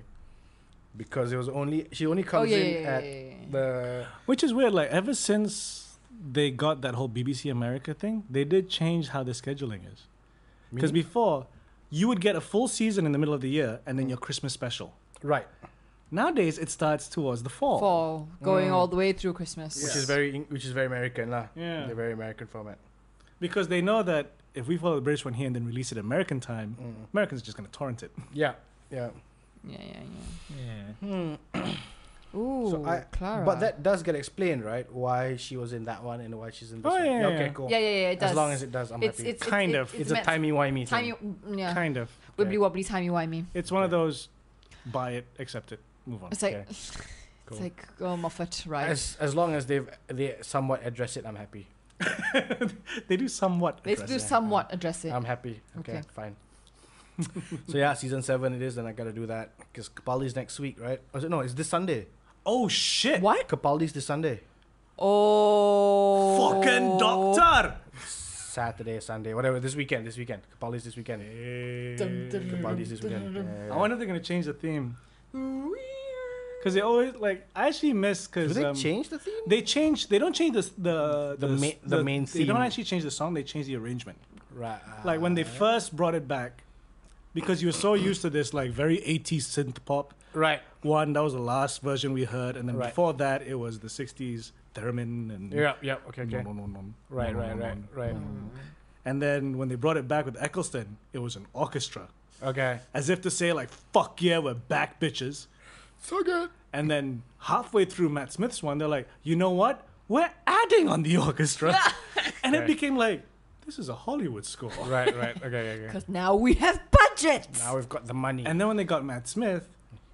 [SPEAKER 4] because it was only she only comes
[SPEAKER 1] Oh, yeah,
[SPEAKER 4] in
[SPEAKER 1] yeah,
[SPEAKER 4] at
[SPEAKER 1] yeah, yeah, yeah.
[SPEAKER 4] the
[SPEAKER 2] Which is weird. Like ever since they got that whole BBC America thing, they did change how the scheduling is. Because before, you would get a full season in the middle of the year and then your Christmas special.
[SPEAKER 4] right,
[SPEAKER 2] Nowadays, it starts towards the fall.
[SPEAKER 1] Fall, going all the way through Christmas.
[SPEAKER 4] Mm. which is very Eng- which is very American lah.
[SPEAKER 2] Yeah.
[SPEAKER 4] the very American format.
[SPEAKER 2] Because they know that if we follow the British one here and then release it American time, Americans are just going to torrent it.
[SPEAKER 4] Mm. Yeah, yeah.
[SPEAKER 1] Yeah, yeah,
[SPEAKER 2] Yeah.
[SPEAKER 1] yeah. Ooh,
[SPEAKER 4] So I-
[SPEAKER 1] Clara.
[SPEAKER 4] But that does get explained, right? Why she was in that one and why she's in this
[SPEAKER 2] Oh,
[SPEAKER 4] one.
[SPEAKER 2] yeah, yeah,
[SPEAKER 4] okay,
[SPEAKER 2] yeah.
[SPEAKER 4] cool.
[SPEAKER 1] Yeah, yeah, yeah. It does.
[SPEAKER 4] As long as it does, I'm
[SPEAKER 1] it's,
[SPEAKER 4] happy.
[SPEAKER 1] it's,
[SPEAKER 2] Kind
[SPEAKER 1] it's,
[SPEAKER 2] of.
[SPEAKER 1] It's,
[SPEAKER 4] it's a
[SPEAKER 1] meant-
[SPEAKER 4] timey-wimey
[SPEAKER 1] Timey,
[SPEAKER 4] thing.
[SPEAKER 1] mm, yeah.
[SPEAKER 2] Kind of.
[SPEAKER 1] Wibbly wobbly, timey wimey.
[SPEAKER 2] It's one of those buy it, accept it, move on.
[SPEAKER 1] It's like,
[SPEAKER 4] Okay.
[SPEAKER 1] it's like oh, Moffat, right?
[SPEAKER 4] As as long as they've they somewhat address it, I'm happy.
[SPEAKER 2] they do somewhat.
[SPEAKER 1] Let's
[SPEAKER 2] address
[SPEAKER 1] do
[SPEAKER 2] it.
[SPEAKER 1] somewhat address it.
[SPEAKER 4] I'm happy. Okay,
[SPEAKER 1] Okay.
[SPEAKER 4] fine. so yeah, season seven it is, and I gotta do that because Capaldi's next week, right? Or is it, no, it's this Sunday.
[SPEAKER 2] Oh shit!
[SPEAKER 1] what?
[SPEAKER 4] Capaldi's this Sunday,
[SPEAKER 1] Oh,
[SPEAKER 2] Fucking doctor!
[SPEAKER 4] Saturday, Sunday, whatever. This weekend, this weekend. Capaldi's this weekend. Capaldi's this weekend. Yeah, yeah,
[SPEAKER 2] I
[SPEAKER 4] yeah.
[SPEAKER 2] wonder if they're gonna change the theme. Cause they always like I actually miss
[SPEAKER 4] Do
[SPEAKER 2] cause
[SPEAKER 4] they
[SPEAKER 2] um,
[SPEAKER 4] change the theme?
[SPEAKER 2] they change they don't change the s- the
[SPEAKER 4] The
[SPEAKER 2] s-
[SPEAKER 4] main- the main
[SPEAKER 2] They don't
[SPEAKER 4] theme. Ah.
[SPEAKER 2] actually change the song. They change the arrangement.
[SPEAKER 4] Right. uh,
[SPEAKER 2] Like when they first brought it back, because you were so used to this like very 80s synth pop
[SPEAKER 4] Right.
[SPEAKER 2] one. That was the last version we heard, and then
[SPEAKER 4] Right.
[SPEAKER 2] before that it was the 60s theremin and
[SPEAKER 4] Yeah. Yeah. Okay. Okay.
[SPEAKER 2] No, no, no, no.
[SPEAKER 4] Right.
[SPEAKER 2] No, no,
[SPEAKER 4] Right.
[SPEAKER 2] no,
[SPEAKER 4] Right.
[SPEAKER 2] no.
[SPEAKER 4] Right.
[SPEAKER 2] And then when they brought it back with Eccleston, it was an orchestra,
[SPEAKER 4] Okay.
[SPEAKER 2] as if to say like "fuck yeah, we're back, bitches."
[SPEAKER 4] So good.
[SPEAKER 2] And then halfway through Matt Smith's one, they're like, "You know what? We're adding on the orchestra," and it
[SPEAKER 4] Right.
[SPEAKER 2] became like, "This is a Hollywood score."
[SPEAKER 4] Right. Right. Okay. Okay.
[SPEAKER 1] Because now we have budgets.
[SPEAKER 4] now we've got the money.
[SPEAKER 2] And then when they got Matt Smith,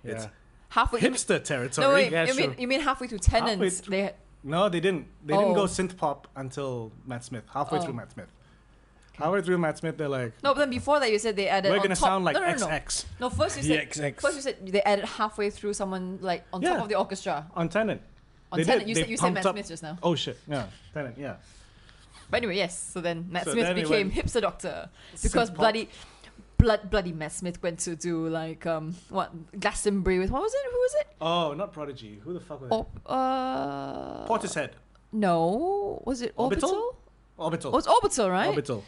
[SPEAKER 2] it's
[SPEAKER 4] Yeah.
[SPEAKER 1] halfway.
[SPEAKER 2] hipster territory.
[SPEAKER 1] no, wait.
[SPEAKER 4] Yeah,
[SPEAKER 1] you mean
[SPEAKER 4] sure.
[SPEAKER 1] you mean halfway through Tenants?
[SPEAKER 2] through-
[SPEAKER 1] They
[SPEAKER 2] No, they didn't. They didn't
[SPEAKER 1] Oh.
[SPEAKER 2] go synth pop until Matt Smith. Halfway
[SPEAKER 1] Oh.
[SPEAKER 2] through Matt Smith. Halfway through Matt Smith, they're like,
[SPEAKER 1] no, but then before that you said they added.
[SPEAKER 2] "We're
[SPEAKER 1] on
[SPEAKER 2] gonna
[SPEAKER 1] top-
[SPEAKER 2] sound like
[SPEAKER 1] no, no, no, no.
[SPEAKER 2] XX
[SPEAKER 1] No, first you said
[SPEAKER 4] VXX.
[SPEAKER 1] first you said they added halfway through someone like on
[SPEAKER 2] Yeah.
[SPEAKER 1] top of the orchestra.
[SPEAKER 2] on Tenant."
[SPEAKER 1] On
[SPEAKER 2] They
[SPEAKER 1] Tenet,
[SPEAKER 2] did.
[SPEAKER 1] you
[SPEAKER 2] They
[SPEAKER 1] said you said
[SPEAKER 2] pumped
[SPEAKER 1] Matt
[SPEAKER 2] up-
[SPEAKER 1] Smith just now.
[SPEAKER 2] Oh shit! Yeah, Tenant. Yeah.
[SPEAKER 1] But anyway, yes. So then Matt
[SPEAKER 2] So
[SPEAKER 1] Smith
[SPEAKER 2] then it
[SPEAKER 1] became
[SPEAKER 2] went-
[SPEAKER 1] hipster doctor because
[SPEAKER 2] Synth-pop.
[SPEAKER 1] bloody, blood, bloody Matt Smith went to do like um what Glastonbury with what was it? Who was it?
[SPEAKER 2] Oh, not Prodigy. Who the fuck was
[SPEAKER 1] Or uh
[SPEAKER 2] it? Portishead.
[SPEAKER 1] No, was it
[SPEAKER 2] Orbital? Oh.
[SPEAKER 1] Orbital?
[SPEAKER 2] Orbital.
[SPEAKER 1] It was Orbital, right?
[SPEAKER 2] Orbital.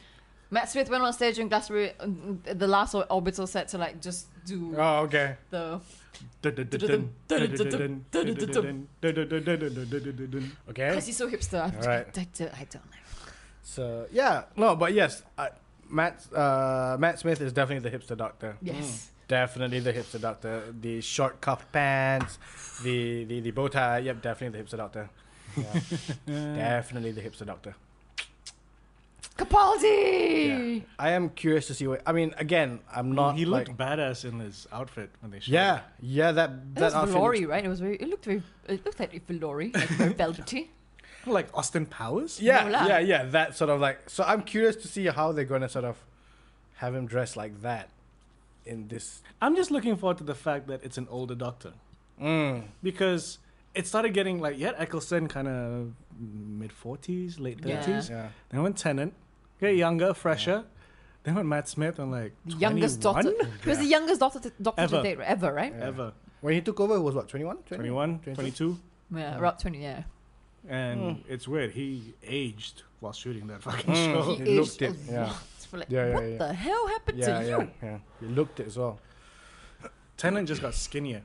[SPEAKER 1] Matt Smith went on stage in Glastonbury, um, the last or- Orbital set to like just do
[SPEAKER 4] oh. Okay.
[SPEAKER 1] the
[SPEAKER 4] Okay.
[SPEAKER 1] because he's so hipster. I,
[SPEAKER 4] Alright.
[SPEAKER 1] I, I- I don't know.
[SPEAKER 4] So yeah, no, but yes, I, Matt uh, Matt Smith is definitely the hipster doctor.
[SPEAKER 2] Hmm.
[SPEAKER 1] Yes.
[SPEAKER 4] Definitely the hipster doctor. The short cuffed pants, the, the the bow tie. Yep, definitely the hipster doctor. Yeah. definitely the hipster doctor.
[SPEAKER 1] Capaldi.
[SPEAKER 4] I am curious to see what. I mean, again, I'm not.
[SPEAKER 2] he looked
[SPEAKER 4] like-
[SPEAKER 2] badass in his outfit when they showed.
[SPEAKER 4] yeah,
[SPEAKER 2] it.
[SPEAKER 4] yeah. That
[SPEAKER 1] That
[SPEAKER 4] that
[SPEAKER 1] was
[SPEAKER 4] outfit
[SPEAKER 1] Valori,
[SPEAKER 4] looks-
[SPEAKER 1] right? It was very. It looked very. It looked like Valori, like very velvety.
[SPEAKER 2] Like Austin Powers.
[SPEAKER 4] Yeah,
[SPEAKER 1] No lah.
[SPEAKER 4] yeah, yeah. That sort of like. So I'm curious to see how they're gonna sort of have him dressed like that in this.
[SPEAKER 2] I'm just looking forward to the fact that it's an older doctor.
[SPEAKER 4] mm,
[SPEAKER 2] Because it started getting like yeah, Eccleston kind of mid 40s, late 30s.
[SPEAKER 1] Yeah.
[SPEAKER 4] Yeah.
[SPEAKER 2] Then went Tennant, get younger, fresher. Then went Matt Smith. I'm like
[SPEAKER 1] youngest daughter.
[SPEAKER 2] 21?
[SPEAKER 5] Oh,
[SPEAKER 1] He was the youngest daughter to, doctor
[SPEAKER 2] Ever.
[SPEAKER 1] to date ever, right?
[SPEAKER 2] ever.
[SPEAKER 4] When he took over, he was what 21?
[SPEAKER 2] 21, 22.
[SPEAKER 1] Yeah, around twenty. Yeah.
[SPEAKER 2] and
[SPEAKER 1] Hmm.
[SPEAKER 2] it's weird. He aged while shooting that fucking show.
[SPEAKER 1] he
[SPEAKER 5] Oh, it looked
[SPEAKER 1] aged a
[SPEAKER 5] it, yeah.
[SPEAKER 1] lot. For like,
[SPEAKER 5] Yeah, yeah,
[SPEAKER 1] what
[SPEAKER 5] yeah.
[SPEAKER 1] the hell happened
[SPEAKER 5] yeah,
[SPEAKER 1] to
[SPEAKER 5] yeah,
[SPEAKER 1] you?
[SPEAKER 5] yeah. You looked it as well.
[SPEAKER 2] Tenant just got skinnier.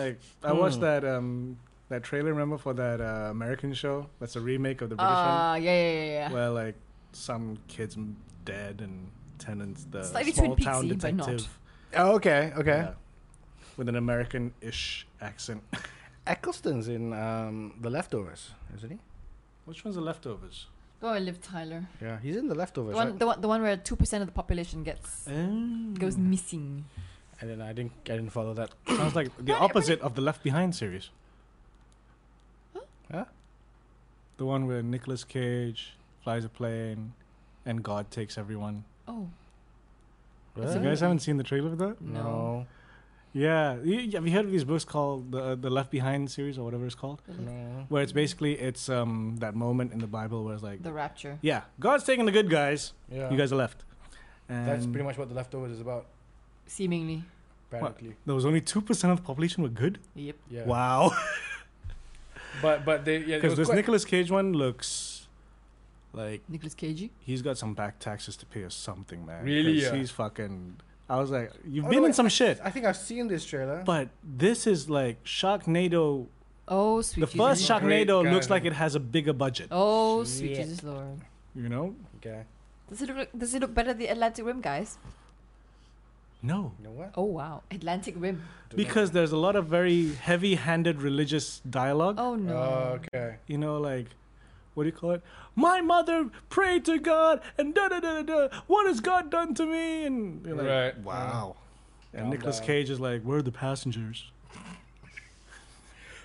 [SPEAKER 2] Like I
[SPEAKER 1] Hmm.
[SPEAKER 2] watched that um that trailer. Remember for that uh, American show? That's a remake of the British
[SPEAKER 1] Uh, yeah, yeah, yeah, yeah.
[SPEAKER 2] one, where like some kids m- dead and Tenant's the
[SPEAKER 1] Slightly Twin
[SPEAKER 2] small town
[SPEAKER 1] Peaksy, but not.
[SPEAKER 2] detective
[SPEAKER 5] Oh, okay, okay.
[SPEAKER 2] yeah, with an American-ish accent.
[SPEAKER 4] Eccleston's in um, The Leftovers, isn't he?
[SPEAKER 2] Which one's the leftovers?
[SPEAKER 1] Go and live, Tyler.
[SPEAKER 4] Yeah, he's in The
[SPEAKER 1] The
[SPEAKER 4] Leftovers.
[SPEAKER 1] one,
[SPEAKER 4] right?
[SPEAKER 1] the one, the one where two percent of the population
[SPEAKER 5] Uh,
[SPEAKER 1] gets goes
[SPEAKER 5] mm.
[SPEAKER 1] missing.
[SPEAKER 5] And then I didn't, I didn't follow that.
[SPEAKER 2] Sounds like the opposite of the Left Behind series.
[SPEAKER 4] Huh?
[SPEAKER 2] The one where Nicolas Cage flies a plane and God takes everyone.
[SPEAKER 1] Oh
[SPEAKER 2] So you guys haven't seen the trailer for that?
[SPEAKER 1] no!
[SPEAKER 2] Yeah. You, have you heard of these books called the uh, the Left Behind series or whatever it's called?
[SPEAKER 1] The,
[SPEAKER 4] No,
[SPEAKER 1] live-
[SPEAKER 4] no.
[SPEAKER 2] Where it's basically it's um that moment in the Bible where it's like
[SPEAKER 1] the rapture.
[SPEAKER 2] Yeah, God's taking the good guys.
[SPEAKER 5] Yeah.
[SPEAKER 2] You guys are left. And
[SPEAKER 5] That's pretty much what The Leftovers is about,
[SPEAKER 1] Seemingly.
[SPEAKER 5] apparently.
[SPEAKER 2] there was only two percent of the population were good.
[SPEAKER 1] Yep.
[SPEAKER 5] Yeah.
[SPEAKER 2] Wow.
[SPEAKER 5] But, but they, yeah, it
[SPEAKER 2] Because
[SPEAKER 5] was
[SPEAKER 2] this
[SPEAKER 5] quite-
[SPEAKER 2] Nicolas Cage one looks like
[SPEAKER 1] Nicholas Cagey.
[SPEAKER 2] he's got some back taxes to pay or something, man.
[SPEAKER 5] Really,
[SPEAKER 2] 'Cause
[SPEAKER 5] yeah.
[SPEAKER 2] He's fucking. I was like, you've
[SPEAKER 4] Oh,
[SPEAKER 2] been
[SPEAKER 4] no,
[SPEAKER 2] in
[SPEAKER 4] wait,
[SPEAKER 2] some
[SPEAKER 4] I-
[SPEAKER 2] shit,
[SPEAKER 4] I think I've seen this trailer.
[SPEAKER 2] but this is like Sharknado.
[SPEAKER 1] Oh sweet.
[SPEAKER 2] The
[SPEAKER 1] Jesus
[SPEAKER 2] first
[SPEAKER 1] Lord.
[SPEAKER 5] Great
[SPEAKER 2] Sharknado
[SPEAKER 5] God.
[SPEAKER 2] looks like it has a bigger budget.
[SPEAKER 1] Oh sweet
[SPEAKER 5] Shit.
[SPEAKER 1] Jesus Lord.
[SPEAKER 2] You know?
[SPEAKER 5] Okay.
[SPEAKER 1] Does it look Does it look better the Atlantic Rim guys?
[SPEAKER 2] No,
[SPEAKER 4] you know what?
[SPEAKER 1] Oh wow, Atlantic Rim.
[SPEAKER 5] Don't know.
[SPEAKER 2] because there's a lot of very heavy-handed religious dialogue.
[SPEAKER 1] Oh no.
[SPEAKER 4] Uh,
[SPEAKER 5] Oh, okay.
[SPEAKER 2] You know, like. What do you call it? My mother prayed to God and da da da da. da. What has God done to me? And you're like,
[SPEAKER 5] Right.
[SPEAKER 2] wow. And
[SPEAKER 5] Calm
[SPEAKER 2] Nicolas
[SPEAKER 5] down.
[SPEAKER 2] Cage is like, "We're the passengers."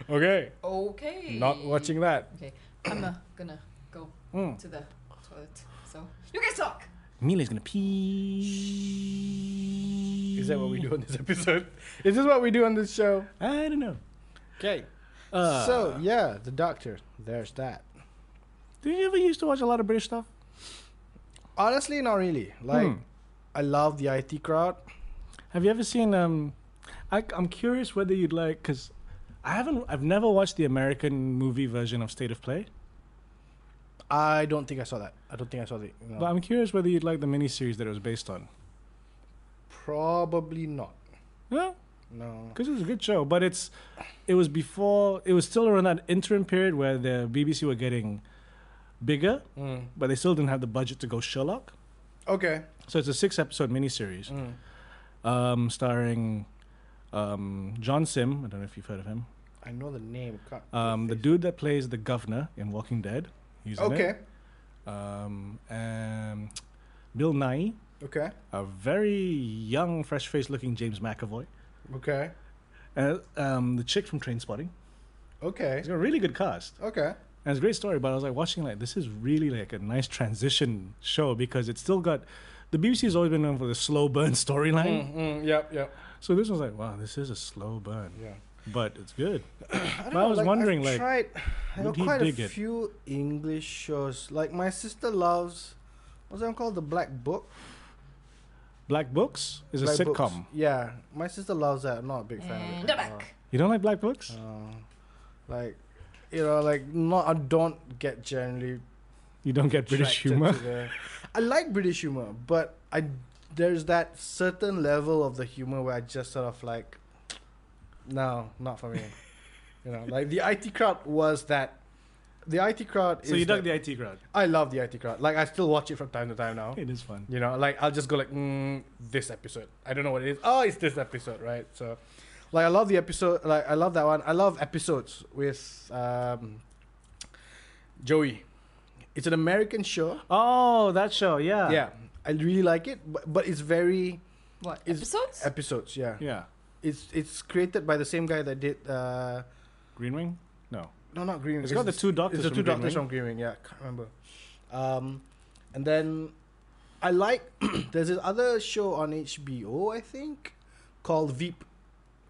[SPEAKER 5] Okay.
[SPEAKER 1] okay.
[SPEAKER 5] Not watching that.
[SPEAKER 1] Okay, I'm uh, gonna go
[SPEAKER 2] Mm.
[SPEAKER 1] to the toilet. So you guys talk.
[SPEAKER 2] Mila's gonna pee.
[SPEAKER 5] Is that what we do on this episode? Is this what we do on this show?
[SPEAKER 2] I don't know.
[SPEAKER 5] Okay.
[SPEAKER 2] Uh,
[SPEAKER 4] so yeah, The Doctor. There's that.
[SPEAKER 2] did you ever used to watch a lot of British stuff?
[SPEAKER 4] Honestly, not really. Like,
[SPEAKER 2] Hmm.
[SPEAKER 4] I love the IT crowd.
[SPEAKER 2] Have you ever seen? Um, I, I'm curious whether you'd like, cause I haven't. I've never watched the American movie version of State of Play,
[SPEAKER 4] I don't think I saw that. I don't think I saw the. no.
[SPEAKER 2] but I'm curious whether you'd like the miniseries that it was based on.
[SPEAKER 4] Probably not.
[SPEAKER 2] Yeah,
[SPEAKER 4] No.
[SPEAKER 2] because it was a good show, but it's it was before. It was still around that interim period where the BBC were getting bigger,
[SPEAKER 5] Mm.
[SPEAKER 2] but they still didn't have the budget to go Sherlock.
[SPEAKER 4] Okay.
[SPEAKER 2] So it's a six episode miniseries.
[SPEAKER 5] Mm.
[SPEAKER 2] um, starring um, John Sim. I don't know if you've heard of him.
[SPEAKER 4] I know the name. Can't-
[SPEAKER 2] Um, the dude that plays the governor in Walking Dead. He's in
[SPEAKER 4] Okay.
[SPEAKER 2] It. Um, and Bill Nye,
[SPEAKER 4] Okay.
[SPEAKER 2] a very young, fresh faced looking James McAvoy.
[SPEAKER 4] Okay.
[SPEAKER 2] And um, the chick from Train Spotting.
[SPEAKER 4] Okay.
[SPEAKER 2] It's got a really good cast.
[SPEAKER 4] Okay.
[SPEAKER 2] And it's a great story, but I was like watching like this is really like a nice transition show because it's still got the BBC has always been known for the slow burn storyline.
[SPEAKER 5] Mm, mm, yep, yep.
[SPEAKER 2] So this was like, wow, this is a slow burn.
[SPEAKER 5] Yeah.
[SPEAKER 2] But it's good.
[SPEAKER 4] I,
[SPEAKER 2] But I was wondering, like,
[SPEAKER 4] tried. I know
[SPEAKER 2] would he
[SPEAKER 4] quite a
[SPEAKER 2] dig it?
[SPEAKER 4] few English shows. Like my sister loves. What's that called? The Black Book.
[SPEAKER 2] Black Books is a
[SPEAKER 4] Black
[SPEAKER 2] sitcom.
[SPEAKER 4] Books. Yeah, my sister loves that. I'm not a big fan
[SPEAKER 1] And
[SPEAKER 4] of it.
[SPEAKER 1] they're Mm, back.
[SPEAKER 2] You don't like Black Books?
[SPEAKER 4] Uh, like, you know, like not. I don't get generally
[SPEAKER 2] You don't get British
[SPEAKER 4] attracted
[SPEAKER 2] humor.
[SPEAKER 4] to the- I like British humor, but I there's that certain level of the humor where I just sort of like, no, not for me. you know, like the IT crowd was that. The IT crowd.
[SPEAKER 2] So
[SPEAKER 4] is
[SPEAKER 2] you dug
[SPEAKER 4] that-
[SPEAKER 2] the IT crowd.
[SPEAKER 4] I love the IT crowd. Like I still watch it from time to time now.
[SPEAKER 2] It is fun.
[SPEAKER 5] You know, like I'll just go like mm, this episode. I don't know what it is. Oh, it's this episode, right? So
[SPEAKER 4] Like I love the episode. Like I love that one. I love episodes with um, Joey. It's an American show.
[SPEAKER 2] Oh, that show, yeah.
[SPEAKER 4] yeah, I really like it, but, but it's very
[SPEAKER 1] What
[SPEAKER 4] Is-
[SPEAKER 1] episodes?
[SPEAKER 4] episodes. Yeah.
[SPEAKER 2] Yeah.
[SPEAKER 4] It's it's created by the same guy that did uh
[SPEAKER 2] Green Ring? No.
[SPEAKER 4] no not Green.
[SPEAKER 2] It's got the two doctors.
[SPEAKER 4] It's the
[SPEAKER 2] from
[SPEAKER 4] two
[SPEAKER 2] Green
[SPEAKER 4] doctors
[SPEAKER 2] Ring.
[SPEAKER 4] from Green Ring. Yeah, can't remember. Um, and then I like there's this other show on HBO I think called Veep,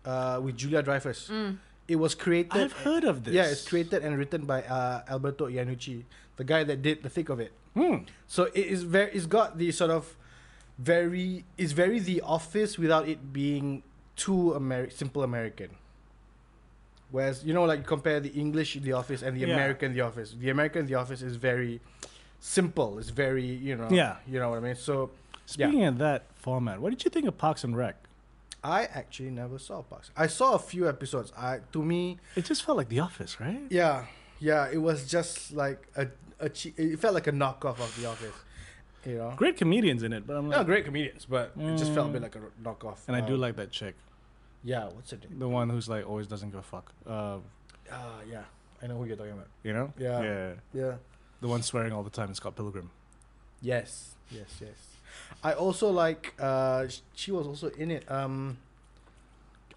[SPEAKER 4] uh, with Julia Dreyfus.
[SPEAKER 1] Mm.
[SPEAKER 4] It was created.
[SPEAKER 2] I've heard of this.
[SPEAKER 4] Yeah, it's created and written by uh, Alberto Iannucci, the guy that did The Thick of It.
[SPEAKER 2] Hmm.
[SPEAKER 4] So it is very. It's got the sort of very. It's very The Office without it being too Ameri- simple American. Whereas you know, like compare the English The Office and the
[SPEAKER 2] Yeah.
[SPEAKER 4] American The Office. The American The Office is very simple. It's very you know.
[SPEAKER 2] Yeah.
[SPEAKER 4] You know what I mean. So
[SPEAKER 2] Speaking of that format, what did you think of Parks and Rec?
[SPEAKER 4] I actually never saw Parks. I saw a few episodes. I to me,
[SPEAKER 2] It just felt like The Office, right?
[SPEAKER 4] yeah, yeah. It was just like a a. Che- it felt like a knockoff of The Office. You know.
[SPEAKER 2] Great comedians in it, but I'm like,
[SPEAKER 4] No, great comedians, but it just felt a bit like a r- knockoff.
[SPEAKER 2] and I do
[SPEAKER 4] Um,
[SPEAKER 2] like that chick,
[SPEAKER 4] Yeah, what's it?
[SPEAKER 2] the one who's like always doesn't give a fuck. Uh,
[SPEAKER 4] Ah, yeah, I know who you're talking about.
[SPEAKER 2] you know?
[SPEAKER 4] Yeah.
[SPEAKER 2] yeah.
[SPEAKER 4] Yeah.
[SPEAKER 2] The one swearing all the time is Scott Pilgrim.
[SPEAKER 4] Yes. Yes. Yes. I also like. Uh, sh- she was also in it. Um,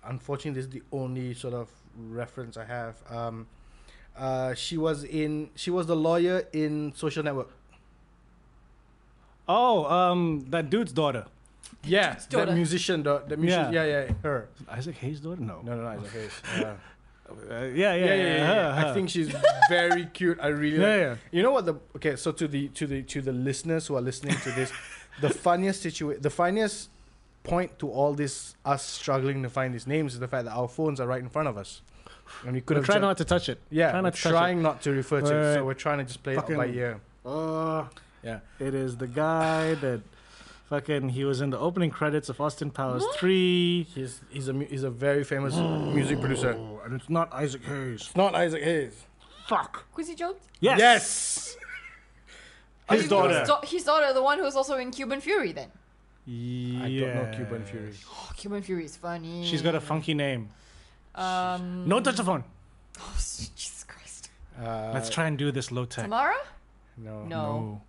[SPEAKER 4] unfortunately, this is the only sort of reference I have. Um, uh, she was in. She was the lawyer in Social Network.
[SPEAKER 2] Oh, um, that dude's daughter.
[SPEAKER 5] Yeah.
[SPEAKER 4] That
[SPEAKER 1] Daughter.
[SPEAKER 4] musician. The, the musician. Yeah. yeah, Her.
[SPEAKER 2] Isaac Hayes' daughter? No.
[SPEAKER 4] No, no, no. It's his. Uh,
[SPEAKER 2] Uh, yeah, yeah,
[SPEAKER 4] yeah, yeah, yeah. yeah.
[SPEAKER 2] her, her.
[SPEAKER 4] I think she's very cute. I really.
[SPEAKER 2] Yeah,
[SPEAKER 4] like,
[SPEAKER 2] yeah.
[SPEAKER 4] You know what the okay? So to the to the to the listeners who are listening to this, the funniest situation, the funniest point to all this us struggling to find these names is the fact that our phones are right in front of us, and we could
[SPEAKER 2] But
[SPEAKER 4] have
[SPEAKER 2] try
[SPEAKER 4] ju-
[SPEAKER 2] not to touch it.
[SPEAKER 4] yeah,
[SPEAKER 2] try
[SPEAKER 4] we're
[SPEAKER 2] not to touch
[SPEAKER 4] trying not to refer to it,
[SPEAKER 2] Right.
[SPEAKER 4] so we're trying to just play
[SPEAKER 2] Fucking-
[SPEAKER 4] it by ear.
[SPEAKER 2] Oh,
[SPEAKER 4] Yeah.
[SPEAKER 2] It is the guy that fucking he was in the opening credits of Austin Powers three.
[SPEAKER 4] He's he's a mu- he's a very famous music producer.
[SPEAKER 2] Oh, and it's not Isaac Hayes.
[SPEAKER 4] It's not Isaac Hayes.
[SPEAKER 2] Fuck.
[SPEAKER 1] Quincy Jones?
[SPEAKER 2] Yes.
[SPEAKER 4] Yes.
[SPEAKER 1] Oh,
[SPEAKER 4] His
[SPEAKER 1] you-
[SPEAKER 4] daughter.
[SPEAKER 1] His, da- his daughter, the one who's also in Cuban Fury, then.
[SPEAKER 4] I don't know Cuban
[SPEAKER 2] Yes.
[SPEAKER 4] Fury.
[SPEAKER 1] Oh, Cuban Fury is funny.
[SPEAKER 2] She's got a funky name.
[SPEAKER 1] Um,
[SPEAKER 2] No touch the phone.
[SPEAKER 1] oh, Jesus Christ.
[SPEAKER 4] Uh,
[SPEAKER 2] Let's try and do this low tech.
[SPEAKER 1] Tamara?
[SPEAKER 4] no.
[SPEAKER 1] No.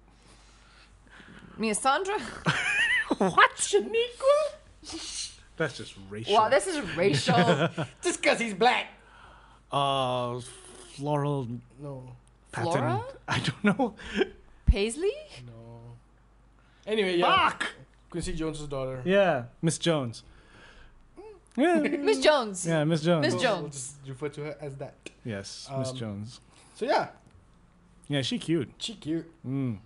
[SPEAKER 1] Mia Sandra?
[SPEAKER 2] What? Shaniqua? That's just racial.
[SPEAKER 1] Wow, this is racial.
[SPEAKER 5] Just because he's black.
[SPEAKER 2] uh, floral
[SPEAKER 4] No.
[SPEAKER 2] pattern.
[SPEAKER 1] Flora?
[SPEAKER 2] I don't know.
[SPEAKER 1] Paisley?
[SPEAKER 4] No. Anyway, yeah.
[SPEAKER 2] Fuck.
[SPEAKER 4] Quincy Jones's daughter.
[SPEAKER 2] Yeah, Miss Jones.
[SPEAKER 4] Mm.
[SPEAKER 2] Yeah,
[SPEAKER 1] Miss Jones.
[SPEAKER 2] yeah, Miss Jones.
[SPEAKER 1] Miss Jo-
[SPEAKER 4] We'll- We'll
[SPEAKER 1] Jones.
[SPEAKER 4] just refer to her as that.
[SPEAKER 2] Yes, Miss
[SPEAKER 4] Um,
[SPEAKER 2] Jones.
[SPEAKER 4] So yeah,
[SPEAKER 2] Yeah, she cute.
[SPEAKER 4] she cute.
[SPEAKER 2] Mm.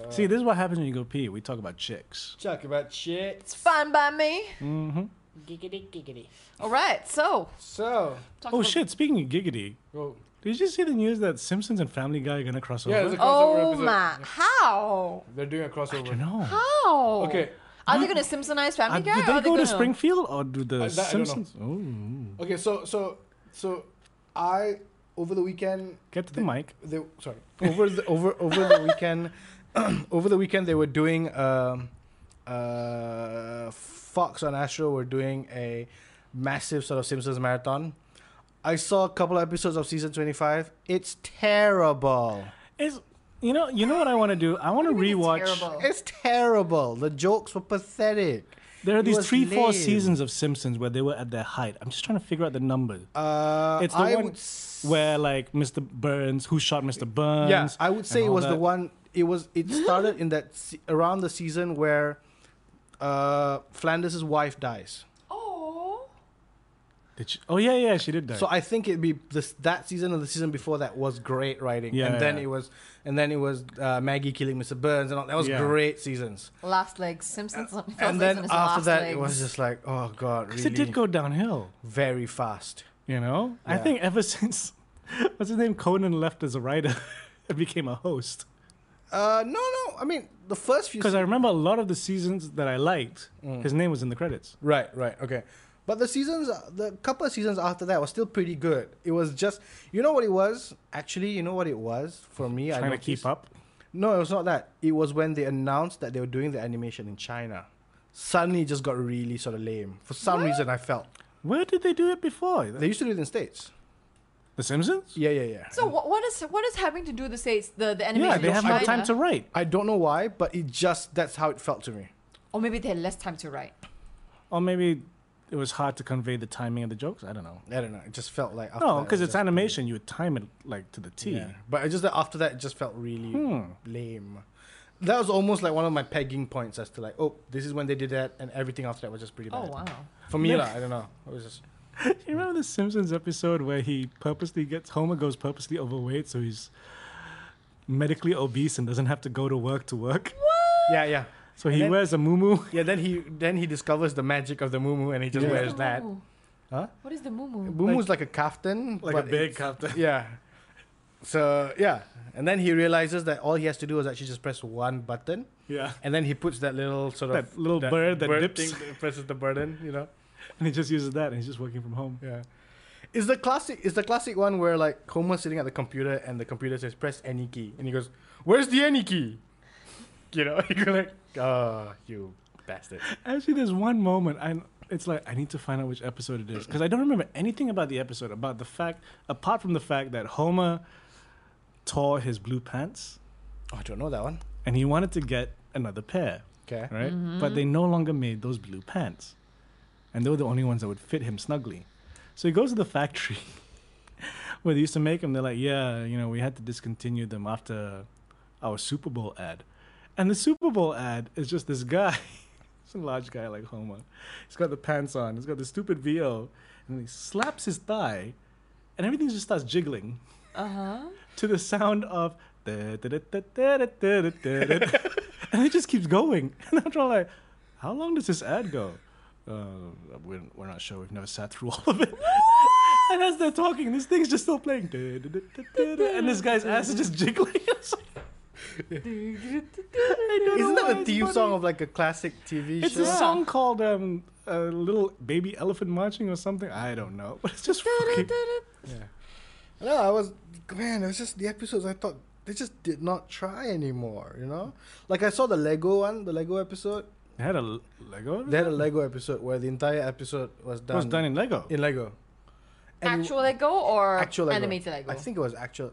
[SPEAKER 4] Uh,
[SPEAKER 2] See, this is what happens when you go pee. We talk about chicks.
[SPEAKER 4] talk about shit.
[SPEAKER 1] It's fine by me.
[SPEAKER 4] Mm-hmm.
[SPEAKER 2] hmm
[SPEAKER 5] Giggity, giggity.
[SPEAKER 1] All right, so.
[SPEAKER 4] So,
[SPEAKER 1] talk
[SPEAKER 2] Oh
[SPEAKER 1] about-
[SPEAKER 2] shit! Speaking of giggity,
[SPEAKER 4] well,
[SPEAKER 2] did you see the news that Simpsons and Family Guy are gonna cross
[SPEAKER 4] yeah,
[SPEAKER 2] over?
[SPEAKER 4] it's a crossover
[SPEAKER 1] Oh
[SPEAKER 4] episode.
[SPEAKER 1] my. How?
[SPEAKER 4] They're doing a crossover.
[SPEAKER 2] I don't know.
[SPEAKER 1] How?
[SPEAKER 4] Okay,
[SPEAKER 1] Are they going to Simpsonize
[SPEAKER 2] Uh,
[SPEAKER 1] Family
[SPEAKER 2] did
[SPEAKER 1] Guy?
[SPEAKER 2] they
[SPEAKER 1] or
[SPEAKER 2] go
[SPEAKER 1] are they
[SPEAKER 2] to
[SPEAKER 1] gonna...
[SPEAKER 2] Springfield or do the
[SPEAKER 4] I- Uh, that- I don't know.
[SPEAKER 2] Simpsons? Oh,
[SPEAKER 4] okay. So, so, so, I over the weekend.
[SPEAKER 2] get to the
[SPEAKER 4] They-
[SPEAKER 2] mic.
[SPEAKER 4] They, sorry, over the over over the weekend, over the weekend they were doing. Um, uh, Fox on Astro were doing a massive sort of Simpsons marathon. I saw a couple of episodes of season twenty-five. It's terrible.
[SPEAKER 2] Is you know you know what I want to do? I want to
[SPEAKER 1] It's
[SPEAKER 2] rewatch.
[SPEAKER 1] terrible.
[SPEAKER 4] It's terrible. The jokes were pathetic.
[SPEAKER 2] There are
[SPEAKER 4] It
[SPEAKER 2] these
[SPEAKER 4] was
[SPEAKER 2] three, four
[SPEAKER 4] lame.
[SPEAKER 2] seasons of Simpsons where they were at their height. I'm just trying to figure out the number.
[SPEAKER 4] Uh,
[SPEAKER 2] It's the
[SPEAKER 4] I
[SPEAKER 2] one
[SPEAKER 4] would s-
[SPEAKER 2] Where like Mr. Burns, who shot Mr. Burns?
[SPEAKER 4] yeah, I would say
[SPEAKER 2] and
[SPEAKER 4] it
[SPEAKER 2] all
[SPEAKER 4] was the
[SPEAKER 2] that.
[SPEAKER 4] one. It was. It started in that se- around the season where uh, Flanders' wife dies.
[SPEAKER 1] Oh.
[SPEAKER 2] Did she, oh yeah, yeah, she did die.
[SPEAKER 4] So I think it'd be this that season or the season before that was great writing.
[SPEAKER 2] Yeah,
[SPEAKER 4] and then
[SPEAKER 2] yeah.
[SPEAKER 4] it was, and then it was uh, Maggie killing Mr. Burns, and all, that was
[SPEAKER 2] Yeah.
[SPEAKER 4] great seasons.
[SPEAKER 1] Last legs. Simpsons. on- First
[SPEAKER 4] Uh, and
[SPEAKER 1] legs
[SPEAKER 4] then
[SPEAKER 1] on his
[SPEAKER 4] after
[SPEAKER 1] last
[SPEAKER 4] that,
[SPEAKER 1] legs.
[SPEAKER 4] it was just like, oh god,
[SPEAKER 2] 'Cause
[SPEAKER 4] really,
[SPEAKER 2] it did go downhill.
[SPEAKER 4] very fast.
[SPEAKER 2] You know, I
[SPEAKER 4] Yeah.
[SPEAKER 2] think ever since what's his name Conan left as a writer and became a host.
[SPEAKER 4] Uh, no, no, I mean the first few.
[SPEAKER 2] Because I remember a lot of the seasons that I liked,
[SPEAKER 4] Mm.
[SPEAKER 2] his name was in the credits.
[SPEAKER 4] Right, right, okay. But the seasons, the couple of seasons after that was still pretty good. It was just, you know what it was? Actually, you know what it was for me? I
[SPEAKER 2] Trying to
[SPEAKER 4] noticed-
[SPEAKER 2] keep up.
[SPEAKER 4] No, it was not that. It was when they announced that they were doing the animation in China. Suddenly, it just got really sort of lame. For some reason, I felt
[SPEAKER 2] Where did they do it before?
[SPEAKER 4] they used to do it in states.
[SPEAKER 2] The Simpsons?
[SPEAKER 4] Yeah, yeah, yeah.
[SPEAKER 1] So what, what is what is happening to do the states the the animation?
[SPEAKER 2] Yeah, they
[SPEAKER 1] in
[SPEAKER 2] have no
[SPEAKER 1] China?
[SPEAKER 2] time to write.
[SPEAKER 4] I don't know why, but it just that's how it felt to me.
[SPEAKER 1] Or maybe they had less time to write.
[SPEAKER 2] Or maybe it was hard to convey the timing of the jokes. I don't know.
[SPEAKER 4] I don't know. It just felt like after
[SPEAKER 2] No,
[SPEAKER 4] that,
[SPEAKER 2] because
[SPEAKER 4] it
[SPEAKER 2] it's
[SPEAKER 4] just-
[SPEAKER 2] animation. You would time it like to the T.
[SPEAKER 4] Yeah. But it's just that after that, it just felt really
[SPEAKER 2] Hmm.
[SPEAKER 4] lame. That was almost like one of my pegging points as to like, oh, this is when they did that, and everything after that was just pretty bad.
[SPEAKER 1] Oh wow.
[SPEAKER 4] For me,
[SPEAKER 2] Maybe-
[SPEAKER 4] lah, I don't know. It was just
[SPEAKER 2] You remember the Simpsons episode where he purposely gets Homer goes purposely overweight, so he's medically obese and doesn't have to go to work to work.
[SPEAKER 4] yeah, yeah,
[SPEAKER 2] So
[SPEAKER 4] And
[SPEAKER 2] he
[SPEAKER 4] then-
[SPEAKER 2] wears a muumuu.
[SPEAKER 4] yeah. Then he then he discovers the magic of the moo and he just
[SPEAKER 2] Yeah.
[SPEAKER 4] wears that.
[SPEAKER 5] Huh?
[SPEAKER 1] What is the mumu?
[SPEAKER 4] Bumu's like, a kaftan.
[SPEAKER 2] Like
[SPEAKER 4] but
[SPEAKER 2] a big
[SPEAKER 4] it's-
[SPEAKER 2] captain.
[SPEAKER 4] Yeah. So, yeah. And then he realizes that all he has to do is actually just press one button.
[SPEAKER 2] Yeah.
[SPEAKER 4] And then he puts that little sort of.
[SPEAKER 2] That little bird that dips.
[SPEAKER 5] thing that presses the burden, you know.
[SPEAKER 2] And he just uses that and he's just working from home.
[SPEAKER 4] Yeah. Is the classic is the classic one where like Homer's sitting at the computer and the computer says press any key and he goes, Where's the any key?
[SPEAKER 5] You know, you're like,
[SPEAKER 4] "Ah,
[SPEAKER 5] oh, you bastard.
[SPEAKER 2] Actually, there's one moment, and it's like I need to find out which episode it is because I don't remember anything about the episode. About the fact, apart from the fact that Homer tore his blue pants
[SPEAKER 4] Oh, I don't know that one.
[SPEAKER 2] and he wanted to get another pair,
[SPEAKER 4] Okay.
[SPEAKER 2] right? But they no longer made those blue pants, and they were the only ones that would fit him snugly. So he goes to the factory where they used to make them. They're like, yeah, you know, we had to discontinue them after our Super Bowl ad, and the Super Bowl ad is just this guy. some large guy like Homer. He's got the pants on. He's got the stupid VO, and he slaps his thigh, and everything just starts jiggling. Uh huh. To the sound of da da da da da da da da da, da. and it just keeps going. And I'm trying like, how long does this ad go? Uh, we're, we're not sure. We've never sat through all of it. and as they're talking, this thing's just still playing. Da, da, da, da, da, da, and this guy's ass is just jiggling. It's like- I don't know why
[SPEAKER 4] Isn't that the
[SPEAKER 2] it's
[SPEAKER 4] theme
[SPEAKER 2] funny.
[SPEAKER 4] song of like a classic TV
[SPEAKER 2] It's
[SPEAKER 4] show?
[SPEAKER 2] a song called um, uh, "Little Baby Elephant Marching" or something. I don't know, but it's just fucking.
[SPEAKER 4] No, I was man, it was just the episodes I thought they just did not try anymore, you know? Like I saw the Lego one, the Lego episode.
[SPEAKER 2] They had a L- Lego.
[SPEAKER 4] They had a Lego episode where the entire episode was
[SPEAKER 2] It
[SPEAKER 4] done,
[SPEAKER 2] was done in Lego.
[SPEAKER 4] in Lego. And it-
[SPEAKER 1] Actual Lego or
[SPEAKER 4] actual Lego.
[SPEAKER 1] animated Lego?
[SPEAKER 4] I think it was actual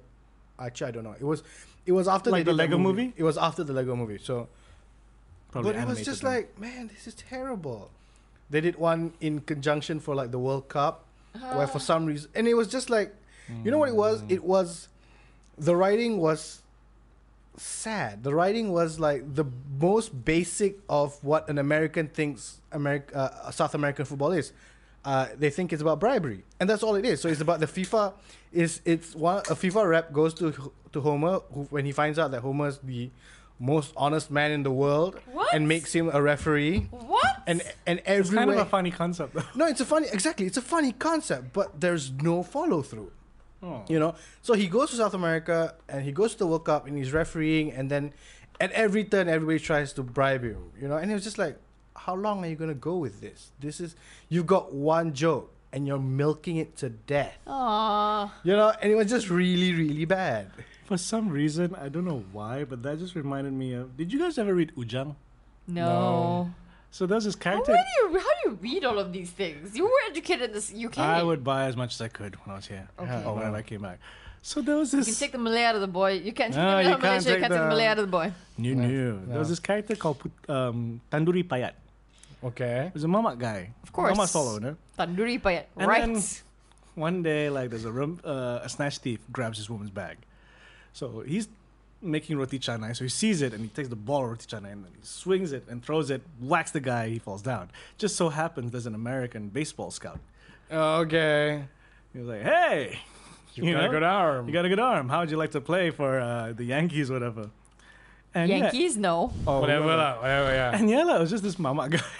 [SPEAKER 4] actually I don't know. It was it was after
[SPEAKER 2] Like
[SPEAKER 4] they
[SPEAKER 2] the
[SPEAKER 4] did that
[SPEAKER 2] Lego movie?
[SPEAKER 4] It was after the Lego movie. So
[SPEAKER 2] Probably
[SPEAKER 4] but it was
[SPEAKER 2] animated
[SPEAKER 4] just
[SPEAKER 2] them.
[SPEAKER 4] like, man, this is terrible. They did one in conjunction for like the World Cup,
[SPEAKER 1] Uh-huh.
[SPEAKER 4] where for some reason, and it was just like, you know what it was?
[SPEAKER 2] Mm.
[SPEAKER 4] It was, the writing was sad. The writing was like the most basic of what an American thinks America, uh, South American football is. Uh, they think it's about bribery, and that's all it is. So it's about the FIFA. Is it's one a FIFA rep goes to to Homer who, when he finds out that Homer's the most honest man in the world,
[SPEAKER 1] What?
[SPEAKER 4] and makes him a referee,
[SPEAKER 1] What?
[SPEAKER 4] and and
[SPEAKER 2] It's
[SPEAKER 4] everywhere.
[SPEAKER 2] kind of a funny concept. though.
[SPEAKER 4] no, it's a funny exactly. It's a funny concept, but there's no follow through.
[SPEAKER 2] Oh.
[SPEAKER 4] You know, so he goes to South America and he goes to the World Cup and he's refereeing, and then at every turn, everybody tries to bribe him. You know, and it was just like, how long are you gonna go with this? This is you've got one joke and you're milking it to death.
[SPEAKER 1] Aww.
[SPEAKER 4] You know, and it was just really, really bad.
[SPEAKER 2] For some reason, I don't know why, but that just reminded me of. Did you guys ever read Ujang?
[SPEAKER 1] No.
[SPEAKER 2] So there's this
[SPEAKER 1] Well,
[SPEAKER 2] character.
[SPEAKER 1] Where do you, how do you read all of these things? You were educated in this UK.
[SPEAKER 2] I would buy as much as I could when I was here,
[SPEAKER 1] Okay.
[SPEAKER 2] or whenever I came back. So there was
[SPEAKER 1] You
[SPEAKER 2] this.
[SPEAKER 1] can take the Malay out of the boy. You can't take
[SPEAKER 2] No,
[SPEAKER 1] the Malay
[SPEAKER 2] you
[SPEAKER 1] out of
[SPEAKER 2] can't
[SPEAKER 1] Malaysia. You can't
[SPEAKER 2] take
[SPEAKER 1] take the
[SPEAKER 2] the- um,
[SPEAKER 1] Malay out of the boy.
[SPEAKER 2] New, new. There was
[SPEAKER 4] no.
[SPEAKER 2] this character called Put- um, Tanduri Payat.
[SPEAKER 4] Okay.
[SPEAKER 2] It was a mamak guy.
[SPEAKER 1] Of course.
[SPEAKER 2] Mamak stall owner.
[SPEAKER 1] Tandoori payat.
[SPEAKER 2] And
[SPEAKER 1] Right.
[SPEAKER 2] then- One day, like there's a room, uh, a snatch thief grabs this woman's bag. So he's making roti canai. So he sees it and he takes the ball of roti canai and then he swings it and throws it, whacks the guy, he falls down. Just so happens there's an American baseball scout.
[SPEAKER 5] Okay.
[SPEAKER 2] He was like, "Hey,
[SPEAKER 5] You've
[SPEAKER 2] Uh, You
[SPEAKER 5] got
[SPEAKER 2] know?
[SPEAKER 5] a good arm.
[SPEAKER 2] you got a good arm. How would you like to play for uh, the Yankees, whatever?" And yeah-
[SPEAKER 1] Yankees, no.
[SPEAKER 2] Oh,
[SPEAKER 5] whatever,
[SPEAKER 2] whatever.
[SPEAKER 5] lah, whatever, yeah.
[SPEAKER 2] And yeah, like, it was just this mama guy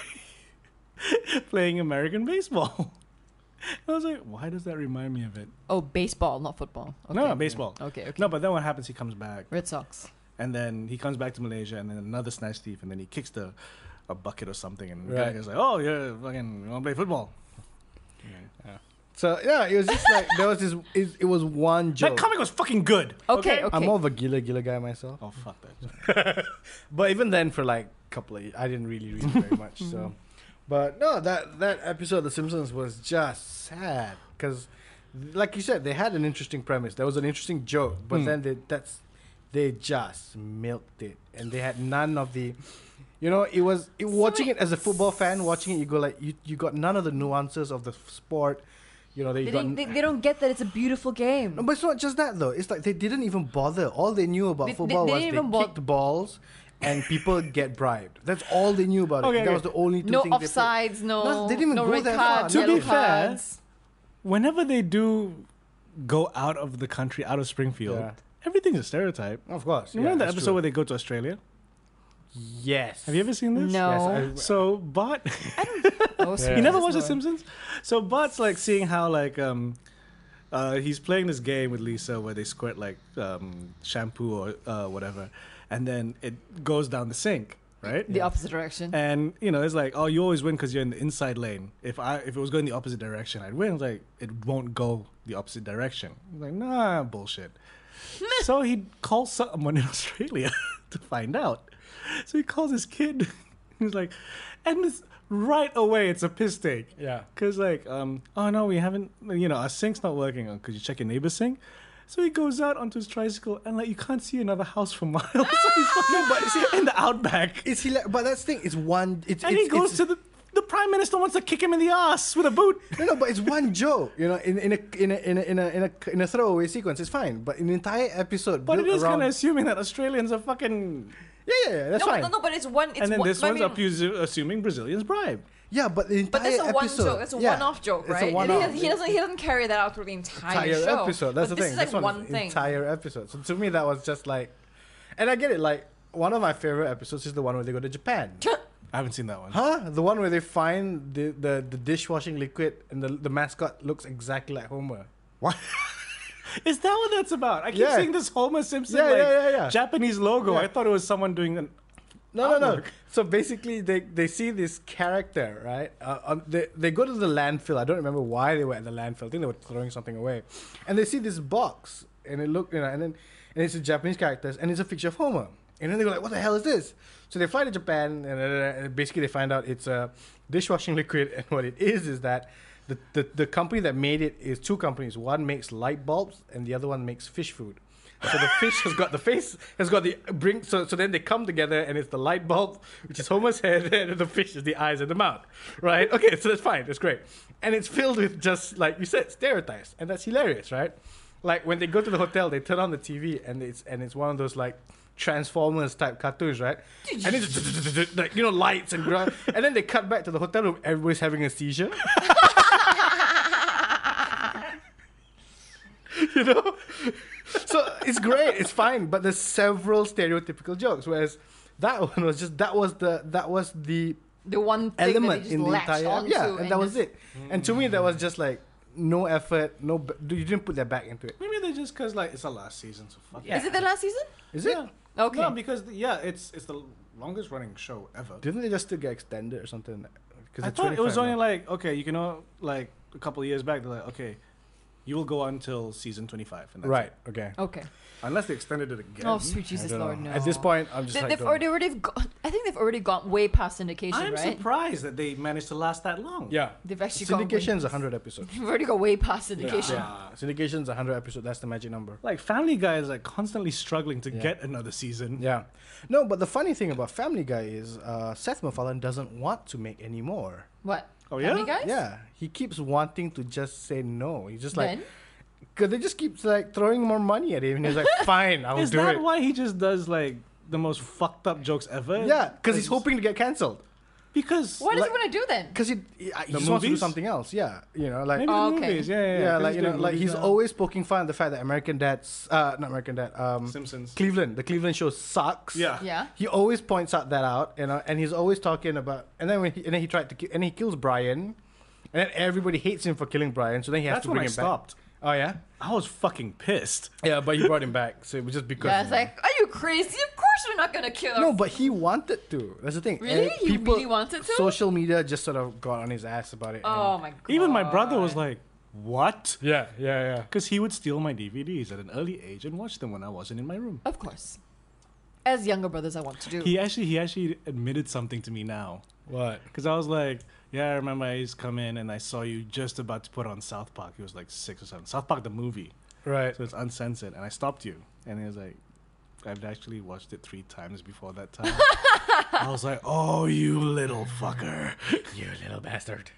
[SPEAKER 2] playing American baseball. I was like, why does that remind me of it?
[SPEAKER 1] Oh, baseball, not football. Okay.
[SPEAKER 2] No, baseball.
[SPEAKER 1] Okay, okay.
[SPEAKER 2] No, but then what happens? He comes back,
[SPEAKER 1] Red Sox.
[SPEAKER 2] and then he comes back to Malaysia, and then another snatch thief, and then he kicks the a bucket or something, and the guy
[SPEAKER 4] Right.
[SPEAKER 2] goes like, "Oh, yeah, fucking, you want to play football?"
[SPEAKER 4] So yeah, it was just like there was this. It, it was one joke.
[SPEAKER 2] That comic was fucking good.
[SPEAKER 1] Okay, okay.
[SPEAKER 4] I'm more of a Gila Gila guy myself.
[SPEAKER 2] Oh fuck that.
[SPEAKER 4] But even then, for like a couple of, ye- I didn't really read it very much. so,
[SPEAKER 1] Mm-hmm.
[SPEAKER 4] but no, that that episode of The Simpsons was just sad because, like you said, they had an interesting premise. There was an interesting joke, but
[SPEAKER 1] Mm.
[SPEAKER 2] Hmm.
[SPEAKER 4] then they that's they just milked it, and they had none of the. You know, it was it, watching it as a football fan. Watching it, you go like you, you got none of the nuances of the f- sport. You know, they,
[SPEAKER 1] They,
[SPEAKER 4] got
[SPEAKER 1] didn't, they, they don't get that it's a beautiful game.
[SPEAKER 4] no, but it's not just that though. It's like they didn't even bother. All they knew about
[SPEAKER 1] They- they-
[SPEAKER 4] football
[SPEAKER 1] they
[SPEAKER 4] was
[SPEAKER 1] didn't
[SPEAKER 4] they
[SPEAKER 1] even bo-
[SPEAKER 4] kicked balls, and people get bribed. That's all they knew about
[SPEAKER 2] Okay,
[SPEAKER 4] it. That
[SPEAKER 2] okay.
[SPEAKER 4] was the only two
[SPEAKER 1] no
[SPEAKER 4] things They
[SPEAKER 1] offsides, no,
[SPEAKER 4] No, they didn't even
[SPEAKER 1] no
[SPEAKER 4] go
[SPEAKER 1] red
[SPEAKER 4] that far.
[SPEAKER 1] cards,
[SPEAKER 4] To
[SPEAKER 1] yellow
[SPEAKER 2] be fair,
[SPEAKER 1] cards.
[SPEAKER 2] Whenever they do go out of the country, out of Springfield,
[SPEAKER 4] Yeah.
[SPEAKER 2] everything's a stereotype.
[SPEAKER 4] played. Of course.
[SPEAKER 2] Remember
[SPEAKER 4] yeah,
[SPEAKER 2] the
[SPEAKER 4] that's
[SPEAKER 2] episode
[SPEAKER 4] true.
[SPEAKER 2] where they go to Australia?
[SPEAKER 5] Yes.
[SPEAKER 2] Have you ever seen this?
[SPEAKER 1] No.
[SPEAKER 5] Yes,
[SPEAKER 2] So Bart,
[SPEAKER 1] Oh,
[SPEAKER 2] you
[SPEAKER 1] sweet
[SPEAKER 2] never
[SPEAKER 1] as
[SPEAKER 2] watched The
[SPEAKER 1] Lord.
[SPEAKER 2] Simpsons? So Bart's like seeing how like um, uh, he's playing this game with Lisa where they squirt like um, shampoo or uh, whatever, and then it goes down the sink, right?
[SPEAKER 1] The opposite direction.
[SPEAKER 2] And you know, it's like, oh, you always win because you're in the inside lane. If I if it was going the opposite direction, I'd win. It's like it won't go the opposite direction. I'm like, nah, bullshit. so he calls someone in Australia to find out. So he calls his kid. He's like, and this, right away, it's a piss take.
[SPEAKER 5] Yeah.
[SPEAKER 2] Cause like, um, oh no, we haven't. You know, our sink's not working. Oh, could you check your neighbor's sink? So he goes out onto his tricycle and like you can't see another house for miles. so he's fucking in the outback.
[SPEAKER 4] It's hila- but that's the thing. It's one. It's,
[SPEAKER 2] And
[SPEAKER 4] it's,
[SPEAKER 2] he goes
[SPEAKER 4] it's,
[SPEAKER 2] to the the prime minister wants to kick him in the ass with a boot.
[SPEAKER 4] No, no, but it's one joke. You know, in in a in a in a in a in a, in a throwaway sequence, it's fine. But an entire episode.
[SPEAKER 2] But it
[SPEAKER 4] built
[SPEAKER 2] is
[SPEAKER 4] around-
[SPEAKER 2] kind of assuming that Australians are fucking.
[SPEAKER 4] Yeah, yeah, yeah. That's
[SPEAKER 1] no,
[SPEAKER 4] fine.
[SPEAKER 1] no, no, but it's one. It's
[SPEAKER 2] and then
[SPEAKER 1] one,
[SPEAKER 2] this
[SPEAKER 1] I
[SPEAKER 2] one's
[SPEAKER 1] mean,
[SPEAKER 2] appu- assuming Brazilians bribe.
[SPEAKER 4] Yeah, but the entire
[SPEAKER 1] But that's a one
[SPEAKER 4] episode.
[SPEAKER 1] joke. That's a
[SPEAKER 4] yeah,
[SPEAKER 1] one-off joke,
[SPEAKER 4] it's a
[SPEAKER 1] right? It
[SPEAKER 4] one-off.
[SPEAKER 1] is- he doesn't. He doesn't carry that out through the entire,
[SPEAKER 4] entire
[SPEAKER 1] show.
[SPEAKER 4] episode. That's
[SPEAKER 1] but
[SPEAKER 4] the
[SPEAKER 1] this
[SPEAKER 4] thing.
[SPEAKER 1] This is
[SPEAKER 4] This
[SPEAKER 1] like
[SPEAKER 4] one
[SPEAKER 1] one
[SPEAKER 4] is
[SPEAKER 1] thing.
[SPEAKER 4] Entire episode. So to me, that was just like, and I get it. Like one of my favorite episodes is the one where they go to Japan.
[SPEAKER 2] I haven't seen that one.
[SPEAKER 4] Huh? The one where they find the, the, the dishwashing liquid and the, the mascot looks exactly like Homer.
[SPEAKER 2] Is that what that's about? I keep
[SPEAKER 4] Yeah.
[SPEAKER 2] seeing this Homer Simpson
[SPEAKER 4] Yeah,
[SPEAKER 2] like
[SPEAKER 4] yeah, yeah, yeah.
[SPEAKER 2] Japanese logo.
[SPEAKER 4] Yeah.
[SPEAKER 2] I thought it was someone doing an.
[SPEAKER 4] No, no, no.
[SPEAKER 2] Artwork.
[SPEAKER 4] So basically, they, they see this character, right? Uh, um, they, they go to the landfill. I don't remember why they were at the landfill. I think they were throwing something away, and they see this box, and it look, you know, and then and it's a Japanese character, and it's a picture of Homer. And then they go like, "What the hell is this?" So they fly to Japan, and, uh, and basically they find out it's a dishwashing liquid. And what it is is that the, the the company that made it is two companies. One makes light bulbs, and the other one makes fish food. So the fish has got the face, has got the bring. So, so then they come together, and it's the light bulb, which is Homer's head, and the fish is the eyes and the mouth, right? Okay, so that's fine, that's great, and it's filled with just like you said, stereotypes, and that's hilarious, right? Like when they go to the hotel, they turn on the TV, and it's and it's one of those like Transformers type cartoons, right? And it's like you know lights and gra- and then they cut back to the hotel room. Everybody's having a seizure. you know? So it's great, it's fine, but there's several stereotypical jokes. Whereas that one was just that was the that was the
[SPEAKER 1] The one thing that
[SPEAKER 4] element
[SPEAKER 1] they
[SPEAKER 4] in
[SPEAKER 1] just
[SPEAKER 4] the
[SPEAKER 1] latched
[SPEAKER 4] entire
[SPEAKER 1] onto.
[SPEAKER 4] yeah, and, that was
[SPEAKER 1] just-
[SPEAKER 4] it. And to me, that was just like no effort, no b- you didn't put that back into it.
[SPEAKER 2] Maybe they're just because like it's the last season, so fuck
[SPEAKER 1] Is it the last season?
[SPEAKER 4] Is it?
[SPEAKER 1] Okay.
[SPEAKER 2] No, because yeah, it's it's the longest running show ever.
[SPEAKER 4] Didn't they just still get extended or something?
[SPEAKER 2] I
[SPEAKER 4] it's
[SPEAKER 2] thought it was
[SPEAKER 4] 25
[SPEAKER 2] only
[SPEAKER 4] now.
[SPEAKER 2] like okay, you can know, like a couple of years back. They're like, okay, you will go until season twenty-five, and that's it.
[SPEAKER 4] right. Okay.
[SPEAKER 1] okay.
[SPEAKER 2] Unless they extended it again.
[SPEAKER 1] Oh sweet Jesus
[SPEAKER 4] I don't
[SPEAKER 1] Lord,
[SPEAKER 4] know.
[SPEAKER 1] no.
[SPEAKER 4] At this point, I'm just
[SPEAKER 1] they,
[SPEAKER 4] like,
[SPEAKER 1] have
[SPEAKER 2] um,
[SPEAKER 4] don't-
[SPEAKER 1] already, already got, I think they've already gone way past syndication,
[SPEAKER 2] I'm
[SPEAKER 1] right?
[SPEAKER 2] surprised that they managed to last that long.
[SPEAKER 5] Yeah.
[SPEAKER 1] They've actually gone. way-
[SPEAKER 4] syndication's 100 episodes.
[SPEAKER 1] They've already got way past syndication.
[SPEAKER 4] Yeah. Syndication's 100 episodes. That's the magic number.
[SPEAKER 2] Like Family Guy is like constantly struggling to
[SPEAKER 4] Yeah.
[SPEAKER 2] get another season.
[SPEAKER 4] Yeah. No, but the funny thing about Family Guy is uh, Seth MacFarlane doesn't want to make any more.
[SPEAKER 1] What?
[SPEAKER 2] Oh, yeah?
[SPEAKER 1] Family Guys?
[SPEAKER 4] Yeah, he keeps wanting to just say no. He's just like,
[SPEAKER 1] Then?
[SPEAKER 4] because they just keeps like throwing more money at him, and he's like, fine, I'll
[SPEAKER 2] Is
[SPEAKER 4] do
[SPEAKER 2] that
[SPEAKER 4] it.
[SPEAKER 2] why he just does like the most fucked up jokes ever?
[SPEAKER 4] yeah, because he's hoping to get cancelled.
[SPEAKER 2] because
[SPEAKER 1] What does
[SPEAKER 4] Like-
[SPEAKER 1] he want to do then?
[SPEAKER 4] Because he, he, uh, he
[SPEAKER 2] The
[SPEAKER 4] just wants to do
[SPEAKER 2] movies?
[SPEAKER 4] something else. Yeah, you know, like uh,
[SPEAKER 2] maybe
[SPEAKER 1] Oh,
[SPEAKER 2] the
[SPEAKER 1] okay.
[SPEAKER 2] movies. Yeah, yeah,
[SPEAKER 4] yeah,
[SPEAKER 2] yeah. 'cause
[SPEAKER 4] like you know,
[SPEAKER 2] doing
[SPEAKER 4] like
[SPEAKER 2] movies
[SPEAKER 4] he's
[SPEAKER 2] now.
[SPEAKER 4] always poking fun at the fact that American Dad's uh, not American Dad, um,
[SPEAKER 2] Simpsons.
[SPEAKER 4] Cleveland, the Cleveland show sucks.
[SPEAKER 2] Yeah.
[SPEAKER 1] Yeah.
[SPEAKER 4] He always points out that out, you know, and he's always talking about. And then when he, and then he tried to ki- and then he kills Brian, and then everybody hates him for killing Brian. So then he has
[SPEAKER 2] That's
[SPEAKER 4] to
[SPEAKER 2] when
[SPEAKER 4] bring
[SPEAKER 2] I
[SPEAKER 4] him
[SPEAKER 2] stopped.
[SPEAKER 4] back. Oh yeah,
[SPEAKER 2] I was fucking pissed.
[SPEAKER 4] yeah, but you brought him back, so it was just because.
[SPEAKER 1] Yeah, it's like, are you crazy? Of course we're not gonna kill.
[SPEAKER 4] no,
[SPEAKER 1] our-
[SPEAKER 4] but he wanted to. That's the thing.
[SPEAKER 1] Really?
[SPEAKER 4] And
[SPEAKER 1] He really wanted to?
[SPEAKER 4] Social media just sort of got on his ass about it.
[SPEAKER 1] oh my god.
[SPEAKER 2] Even my brother was like, "What?"
[SPEAKER 5] Yeah, yeah, yeah.
[SPEAKER 2] Because he would steal my DVDs at an early age and watch them when I wasn't in my room.
[SPEAKER 1] Of course. As younger brothers, I want to do.
[SPEAKER 2] He actually he actually admitted something to me now.
[SPEAKER 5] What?
[SPEAKER 2] Because I was like, yeah, I remember I used to come in and I saw you just about to put on South Park. It was like six or seven. South Park, the movie.
[SPEAKER 5] Right.
[SPEAKER 2] So it's uncensored. And I stopped you. And he was like, I've actually watched it three times before that time. I was like, oh, you little fucker.
[SPEAKER 5] You little bastard.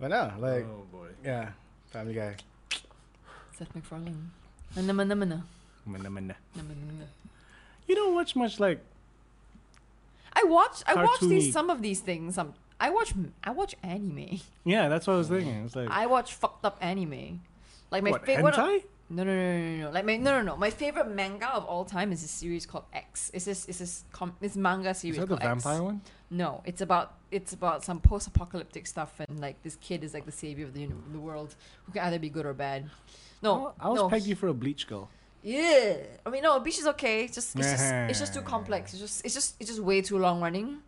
[SPEAKER 4] But no, like,
[SPEAKER 2] oh, boy.
[SPEAKER 4] yeah, Family Guy.
[SPEAKER 1] Seth MacFarlane. Nama, nama, nama,
[SPEAKER 2] Mana, mana.
[SPEAKER 1] nama, nama.
[SPEAKER 2] You don't watch much like.
[SPEAKER 1] I watch. I watch
[SPEAKER 2] Cartoony.
[SPEAKER 1] these. Some of these things. Um, I watch. I watch anime.
[SPEAKER 2] Yeah, that's what I was thinking. It's like,
[SPEAKER 1] I watch fucked up anime. Like my
[SPEAKER 2] what,
[SPEAKER 1] favorite.
[SPEAKER 2] hentai?
[SPEAKER 1] No, no, no, no, no, no. Like my no, no, no. My favorite manga of all time is a series called X. It's this, it's this, com- it's manga series.
[SPEAKER 4] Is that the
[SPEAKER 1] called X.
[SPEAKER 4] vampire one?
[SPEAKER 1] No, it's about it's about some post-apocalyptic stuff, and like this kid is like the savior of the uni- the world, who can either be good or bad. No,
[SPEAKER 2] Oh, I was
[SPEAKER 1] no.
[SPEAKER 2] pegged you for a bleach girl.
[SPEAKER 1] Yeah, I mean, no, Beach is okay. It's just it's just it's just too complex. It's just it's just it's just way too long running.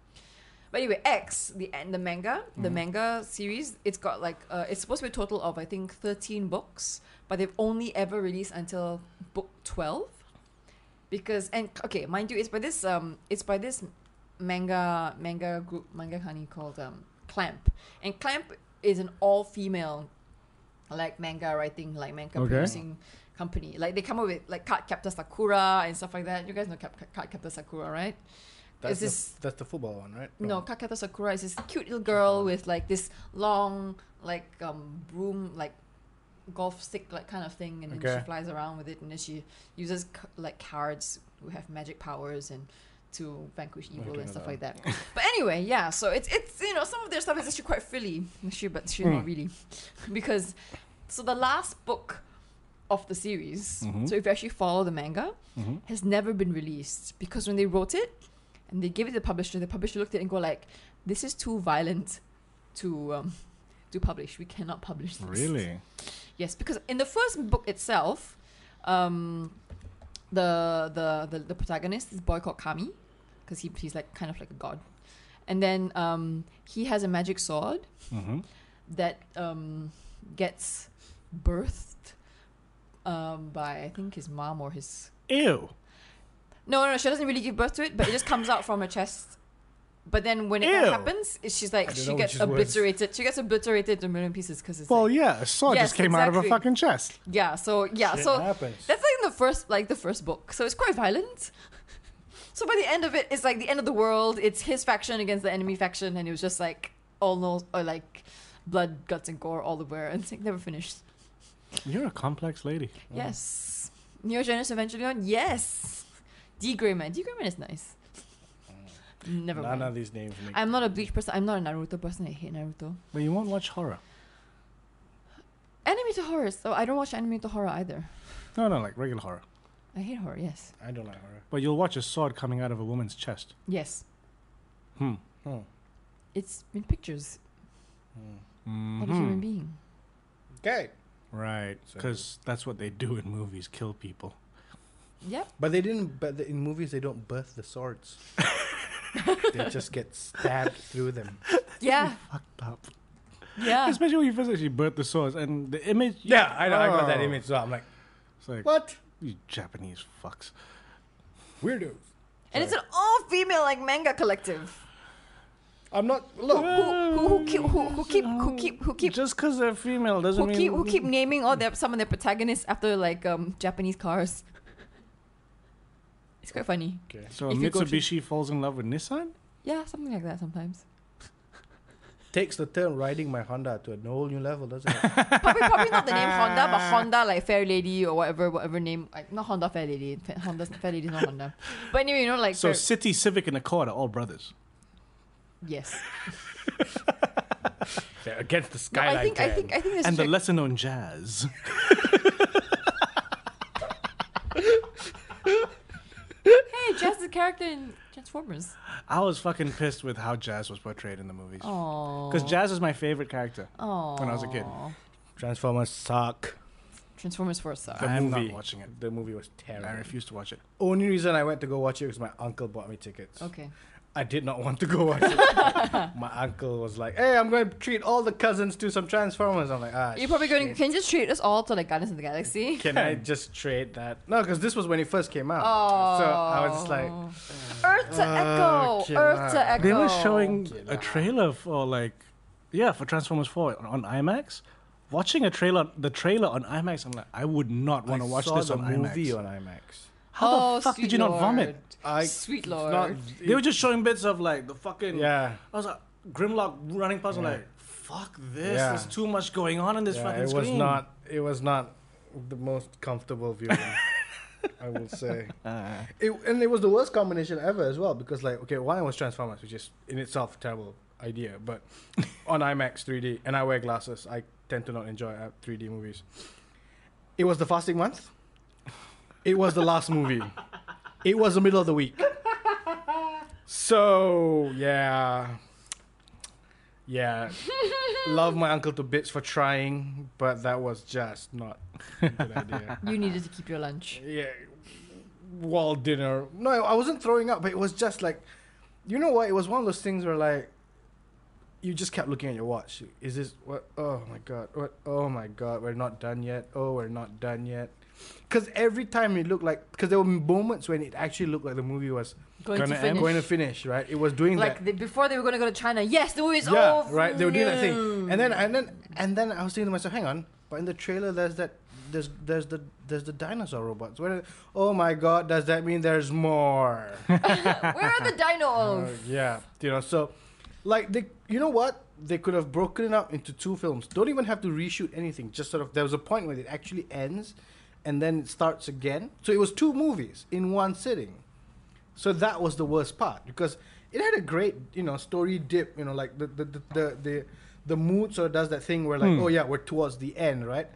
[SPEAKER 1] But anyway, X the and the manga, the manga series, it's got like uh, it's supposed to be a total of I think thirteen books, but they've only ever released until book twelve, because and okay, mind you, it's by this um it's by this manga manga group manga honey called um Clamp, and Clamp is an all female like manga writing like manga
[SPEAKER 5] Okay.
[SPEAKER 1] producing company. Like they come up with like Card Captor Sakura and stuff like that. You guys know Cap- Card Captor Sakura, right?
[SPEAKER 4] That's
[SPEAKER 1] Is
[SPEAKER 4] the,
[SPEAKER 1] this-
[SPEAKER 4] that's the football one, right?
[SPEAKER 1] No, Kakata Sakura is this cute little girl with like this long, like um broom, like golf stick, like kind of thing, and then
[SPEAKER 5] Okay.
[SPEAKER 1] she flies around with it, and then she uses c- like cards who have magic powers and to vanquish evil
[SPEAKER 4] don't
[SPEAKER 1] and
[SPEAKER 4] know
[SPEAKER 1] stuff
[SPEAKER 4] that
[SPEAKER 1] like that. but anyway, yeah. So it's it's you know some of their stuff is actually quite frilly, actually, but she not really, because so the last book of the series, so if you actually follow the manga,
[SPEAKER 2] Mm-hmm.
[SPEAKER 1] has never been released because when they wrote it and they gave it to the publisher, the publisher looked at it and go like, "This is too violent to um, to publish. We cannot publish this."
[SPEAKER 2] Really?
[SPEAKER 1] Yes, because in the first book itself, um, the, the the the protagonist is a boy called Kami, because he, he's like kind of like a god, and then um, he has a magic sword
[SPEAKER 2] Mm-hmm.
[SPEAKER 1] that um, gets birthed um, by I think his mom or his
[SPEAKER 2] Ew.
[SPEAKER 1] no no no she doesn't really give birth to it but it just comes out from her chest. But then when it
[SPEAKER 2] Ew.
[SPEAKER 1] happens, it- she's
[SPEAKER 5] I
[SPEAKER 1] like
[SPEAKER 5] don't
[SPEAKER 1] she
[SPEAKER 5] know
[SPEAKER 1] gets
[SPEAKER 5] which is worse.
[SPEAKER 1] obliterated. She gets obliterated to a million pieces because it's
[SPEAKER 2] Well,
[SPEAKER 1] like,
[SPEAKER 2] yeah, a sword
[SPEAKER 1] Yes,
[SPEAKER 2] just came out of a
[SPEAKER 1] exactly.
[SPEAKER 2] fucking chest.
[SPEAKER 1] yeah. So yeah. so
[SPEAKER 5] happens.
[SPEAKER 1] That's like in the first, like the first book. So it's quite violent. so by the end of it, it's like the end of the world. It's his faction against the enemy faction, and it was just like all no, or like blood, guts, and gore all over, and it's like never finished.
[SPEAKER 2] You're a complex lady.
[SPEAKER 1] Yes, Neo Genesis Evangelion. Yes, D Greyman. D Greyman is nice. Never
[SPEAKER 4] None
[SPEAKER 1] mind.
[SPEAKER 4] of these names make
[SPEAKER 1] I'm not a Bleach person. I'm not a Naruto person. I hate Naruto.
[SPEAKER 2] But you won't watch horror.
[SPEAKER 1] Anime to horror. So I don't watch anime to horror either.
[SPEAKER 2] No, no, like regular horror.
[SPEAKER 1] I hate horror. Yes.
[SPEAKER 4] I don't like horror.
[SPEAKER 2] But you'll watch a sword coming out of a woman's chest.
[SPEAKER 1] Yes.
[SPEAKER 2] Hmm.
[SPEAKER 4] Hmm.
[SPEAKER 1] It's in pictures of a human
[SPEAKER 2] Mhm.
[SPEAKER 1] being.
[SPEAKER 4] Mm. Okay.
[SPEAKER 2] Mm-hmm. Right,
[SPEAKER 4] So-
[SPEAKER 2] because that's what they do in movies: kill people.
[SPEAKER 1] Yep.
[SPEAKER 4] But they didn't. But the, in movies, they don't birth the swords. they just get stabbed through them.
[SPEAKER 1] Yeah.
[SPEAKER 2] Fucked up.
[SPEAKER 1] Yeah.
[SPEAKER 2] Especially when you first actually birth the swords and the image.
[SPEAKER 4] Yeah, I, know, I got that
[SPEAKER 2] Oh.
[SPEAKER 4] image. So I'm like,
[SPEAKER 2] It's like
[SPEAKER 4] what
[SPEAKER 2] you Japanese fucks.
[SPEAKER 4] weirdos?
[SPEAKER 1] And it's an all-female like manga collective.
[SPEAKER 4] I'm not.
[SPEAKER 1] Who,
[SPEAKER 4] Look,
[SPEAKER 1] who, who, keep, who, who keep who keep who keep
[SPEAKER 2] Just because they're female doesn't
[SPEAKER 1] who
[SPEAKER 2] mean
[SPEAKER 1] keep who keep naming all their some of their protagonists after like um Japanese cars. It's quite funny.
[SPEAKER 4] okay.
[SPEAKER 2] So
[SPEAKER 1] if you go to-
[SPEAKER 2] Mitsubishi falls in love with Nissan.
[SPEAKER 1] Yeah, something like that sometimes.
[SPEAKER 4] takes the turn riding my Honda to a whole new level, doesn't it?
[SPEAKER 1] Probably probably not the name Honda, but Honda like Fair Lady or whatever whatever name like not Honda Fair Lady. Fa- Honda Fair Lady is not Honda. But anyway, you know like
[SPEAKER 2] So
[SPEAKER 1] Fair-
[SPEAKER 2] City, Civic, and Accord are all brothers.
[SPEAKER 1] yes.
[SPEAKER 5] They're against the
[SPEAKER 1] No,
[SPEAKER 5] skyline.
[SPEAKER 1] I think I think I think this
[SPEAKER 2] and the
[SPEAKER 1] chick-
[SPEAKER 2] lesser known jazz.
[SPEAKER 1] hey Jess is a character in Transformers.
[SPEAKER 2] I was fucking pissed with how jazz was portrayed in the movies.
[SPEAKER 1] Oh.
[SPEAKER 2] Because jazz is my favorite character.
[SPEAKER 1] Aww.
[SPEAKER 2] when I was a kid.
[SPEAKER 4] Transformers suck.
[SPEAKER 1] Transformers for a suck.
[SPEAKER 4] The
[SPEAKER 2] I'm
[SPEAKER 4] movie.
[SPEAKER 2] not watching it.
[SPEAKER 4] The movie was
[SPEAKER 2] I
[SPEAKER 4] terrible.
[SPEAKER 2] refuse to watch it.
[SPEAKER 4] Only reason I went to go watch it was my uncle bought me tickets.
[SPEAKER 1] Okay.
[SPEAKER 4] I did not want to go watch it. my uncle was like, "Hey, I'm going to treat all the cousins to some Transformers." I'm like, "Ah,
[SPEAKER 1] You're probably going to.
[SPEAKER 4] shit.
[SPEAKER 1] Can you just treat us all to like Guardians of the Galaxy?
[SPEAKER 4] Can I just trade that? No, because this was when it first came out.
[SPEAKER 1] Oh.
[SPEAKER 4] So I was just like,
[SPEAKER 1] Earth to
[SPEAKER 4] Oh,
[SPEAKER 1] Echo.
[SPEAKER 4] can
[SPEAKER 1] Earth to
[SPEAKER 4] I?
[SPEAKER 1] Echo.
[SPEAKER 2] They were showing
[SPEAKER 4] Okay,
[SPEAKER 2] a
[SPEAKER 4] nah.
[SPEAKER 2] trailer for like, yeah, for Transformers 4 on, on IMAX. Watching a trailer, the trailer on IMAX, I'm like, I would not want
[SPEAKER 4] I
[SPEAKER 2] to watch
[SPEAKER 4] saw
[SPEAKER 2] this
[SPEAKER 4] the
[SPEAKER 2] on
[SPEAKER 4] movie
[SPEAKER 2] IMAX.
[SPEAKER 4] on IMAX.
[SPEAKER 2] How
[SPEAKER 1] oh,
[SPEAKER 2] the fuck
[SPEAKER 1] sweet
[SPEAKER 2] did you not
[SPEAKER 1] Lord.
[SPEAKER 2] vomit?
[SPEAKER 4] I
[SPEAKER 1] Sweet
[SPEAKER 4] it's
[SPEAKER 1] Lord.
[SPEAKER 2] They were just showing bits of like the fucking.
[SPEAKER 4] yeah.
[SPEAKER 2] I was like, Grimlock running past, I'm
[SPEAKER 4] Yeah.
[SPEAKER 2] like, fuck this.
[SPEAKER 4] Yeah.
[SPEAKER 2] There's too much going on in this
[SPEAKER 4] yeah
[SPEAKER 2] fucking
[SPEAKER 4] it was
[SPEAKER 2] screen.
[SPEAKER 4] not. It was not the most comfortable viewing. I will say. It, and it was the worst combination ever as well because like okay one was Transformers which is in itself a terrible idea but on IMAX 3D and I wear glasses I tend to not enjoy uh, 3D movies It was the fasting month. It was the last movie. It was the middle of the week.
[SPEAKER 5] So yeah, yeah.
[SPEAKER 4] Love my uncle to bits for trying, but that was just not a good idea.
[SPEAKER 1] You needed to keep your lunch.
[SPEAKER 4] Yeah. While dinner. No, I wasn't throwing up, but it was just like, you know what? It was one of those things where like, you just kept looking at your watch. Is this what? Oh my god! What? Oh my god! We're not done yet. Oh, we're not done yet. Because every time it looked like, because there were moments when it actually looked like the movie was
[SPEAKER 1] Going
[SPEAKER 5] Gonna
[SPEAKER 1] to
[SPEAKER 5] end-
[SPEAKER 1] finish.
[SPEAKER 4] going to finish, right? It was doing that
[SPEAKER 1] like the, before they were going to go to China. Yes, the movie's
[SPEAKER 4] yeah,
[SPEAKER 1] over.
[SPEAKER 4] right. They were doing that thing, and then and then and then I was thinking to myself, hang on, but in the trailer there's that there's there's the there's the dinosaur robots. Where, oh my god, does that mean there's more?
[SPEAKER 1] Where are the
[SPEAKER 4] Uh,
[SPEAKER 1] dinos?
[SPEAKER 4] yeah, you know. So, like they, you know what? They could have broken it up into two films. Don't even have to reshoot anything. Just sort of there was a point where it actually ends, and then it starts again. So it was two movies in one sitting. So that was the worst part because it had a great, you know, story dip. You know, like the the the the the, the mood sort of does that thing where like,
[SPEAKER 1] Hmm.
[SPEAKER 4] oh yeah, we're towards the end, right?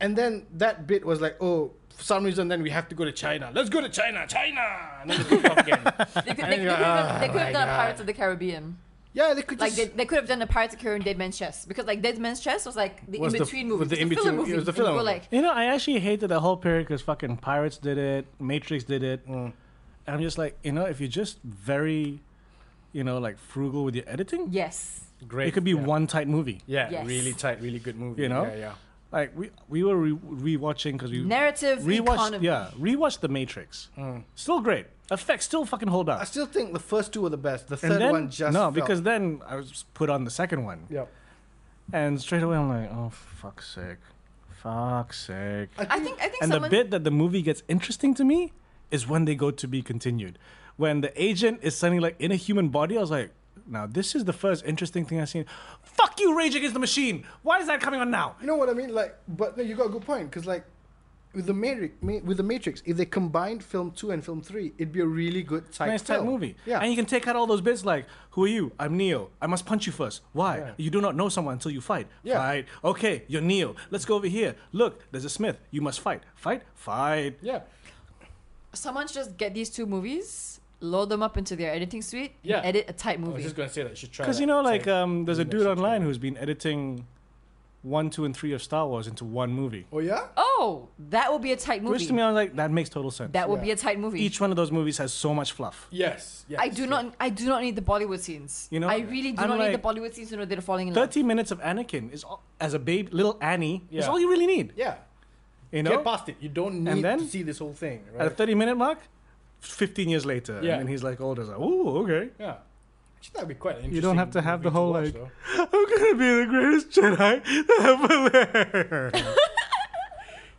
[SPEAKER 4] And then that bit was like, oh, for some reason, then we have to go to China. Let's go to China, China, and then they took off again.
[SPEAKER 1] They could,
[SPEAKER 5] I
[SPEAKER 1] they,
[SPEAKER 5] think,
[SPEAKER 1] they could have, they
[SPEAKER 5] oh
[SPEAKER 1] could have done a
[SPEAKER 5] my God.
[SPEAKER 1] Pirates of the Caribbean.
[SPEAKER 4] Yeah, they could
[SPEAKER 1] Like
[SPEAKER 4] just
[SPEAKER 1] they, they could have done a Pirates of the Caribbean Dead Man's Chest because like Dead Man's Chest was like the
[SPEAKER 4] Was
[SPEAKER 1] in
[SPEAKER 4] the-
[SPEAKER 1] between movie.
[SPEAKER 4] was the
[SPEAKER 1] It was a
[SPEAKER 4] in-between-
[SPEAKER 1] filler
[SPEAKER 4] it
[SPEAKER 1] movie.
[SPEAKER 4] was the
[SPEAKER 1] And you
[SPEAKER 4] filler
[SPEAKER 1] go
[SPEAKER 4] movie.
[SPEAKER 1] like
[SPEAKER 2] You know, I actually hated that whole period because fucking Pirates did it, Matrix did it.
[SPEAKER 4] Mm.
[SPEAKER 2] And I'm just like, you know, if you're just very, you know, like frugal with your editing,
[SPEAKER 1] yes,
[SPEAKER 4] great.
[SPEAKER 2] it could be
[SPEAKER 4] yeah.
[SPEAKER 2] one tight movie.
[SPEAKER 4] Yeah,
[SPEAKER 1] Yes.
[SPEAKER 4] really tight, really good movie.
[SPEAKER 2] You know?
[SPEAKER 4] yeah, yeah.
[SPEAKER 2] Like we we were re- rewatching because we
[SPEAKER 1] narrative
[SPEAKER 2] rewatched
[SPEAKER 1] economy.
[SPEAKER 2] yeah rewatched the Matrix.
[SPEAKER 4] Mm.
[SPEAKER 2] Still great. Effects still fucking hold
[SPEAKER 4] I
[SPEAKER 2] up.
[SPEAKER 4] still think the first two were the best. The
[SPEAKER 2] And
[SPEAKER 4] third
[SPEAKER 2] then
[SPEAKER 4] one just
[SPEAKER 2] no
[SPEAKER 4] felt-
[SPEAKER 2] because then I was put on the second one
[SPEAKER 4] yeah.
[SPEAKER 2] and straight away I'm like oh fuck's sake, fuck's sake.
[SPEAKER 1] I think I think
[SPEAKER 2] and
[SPEAKER 1] someone
[SPEAKER 2] the bit that the movie gets interesting to me is when they go to be continued. When the agent is suddenly like in a human body, I was like, now this is the first interesting thing I've seen. Fuck you, Rage Against the Machine. Why is that coming on now?
[SPEAKER 4] You know what I mean? Like, but no, you got a good point because like. With the Matrix, ma- with the Matrix, if they combined film two and film three, it'd be a really good tight
[SPEAKER 2] Nice type
[SPEAKER 4] film.
[SPEAKER 2] movie.
[SPEAKER 4] oh, Yeah,
[SPEAKER 2] And you can take out all those bits like, who are you? I'm Neo. I must punch you first. Why? You do not know someone until you fight.
[SPEAKER 4] Yeah.
[SPEAKER 2] Fight. Okay, you're Neo. Let's go over here. Look, there's a Smith. You must fight. Fight. Fight.
[SPEAKER 4] yeah,
[SPEAKER 1] someone should just get these two movies, load them up into their editing suite, and
[SPEAKER 5] Yeah.
[SPEAKER 1] edit a tight
[SPEAKER 5] I was
[SPEAKER 1] movie.
[SPEAKER 5] just gonna say that you should try.
[SPEAKER 2] Because you
[SPEAKER 5] that.
[SPEAKER 2] know,
[SPEAKER 5] It's
[SPEAKER 2] like, um, there's a
[SPEAKER 5] Maybe
[SPEAKER 2] dude
[SPEAKER 5] that's
[SPEAKER 2] online who's been editing one, two, and three of Star Wars into one movie.
[SPEAKER 4] oh yeah.
[SPEAKER 1] oh, that would be a tight movie.
[SPEAKER 2] Which to me, I was like, that makes total sense.
[SPEAKER 1] that would be
[SPEAKER 4] Yeah.
[SPEAKER 1] a tight movie.
[SPEAKER 2] Each one of those movies has so much fluff.
[SPEAKER 5] yes, yes.
[SPEAKER 1] I do not. I do not need the Bollywood scenes.
[SPEAKER 2] You know?
[SPEAKER 1] I really do
[SPEAKER 2] I'm
[SPEAKER 1] not need the
[SPEAKER 2] like-
[SPEAKER 1] Bollywood scenes to know they're falling in love.
[SPEAKER 2] Thirty minutes of Anakin is all, as a babe, little Annie. Is
[SPEAKER 5] Yeah.
[SPEAKER 2] all you really need.
[SPEAKER 4] Yeah,
[SPEAKER 2] You
[SPEAKER 4] get
[SPEAKER 2] know,
[SPEAKER 4] past it. You don't need
[SPEAKER 2] then-
[SPEAKER 4] to see this whole thing,
[SPEAKER 2] at
[SPEAKER 4] right?
[SPEAKER 2] a thirty-minute mark, fifteen years later,
[SPEAKER 5] Yeah.
[SPEAKER 2] and he's like older. Like, oh, okay.
[SPEAKER 5] Yeah. Actually, that'd be quite interesting.
[SPEAKER 2] You don't have to have the
[SPEAKER 5] movie
[SPEAKER 2] whole,
[SPEAKER 5] watch,
[SPEAKER 2] like-
[SPEAKER 5] though.
[SPEAKER 2] I'm gonna be the greatest Jedi ever.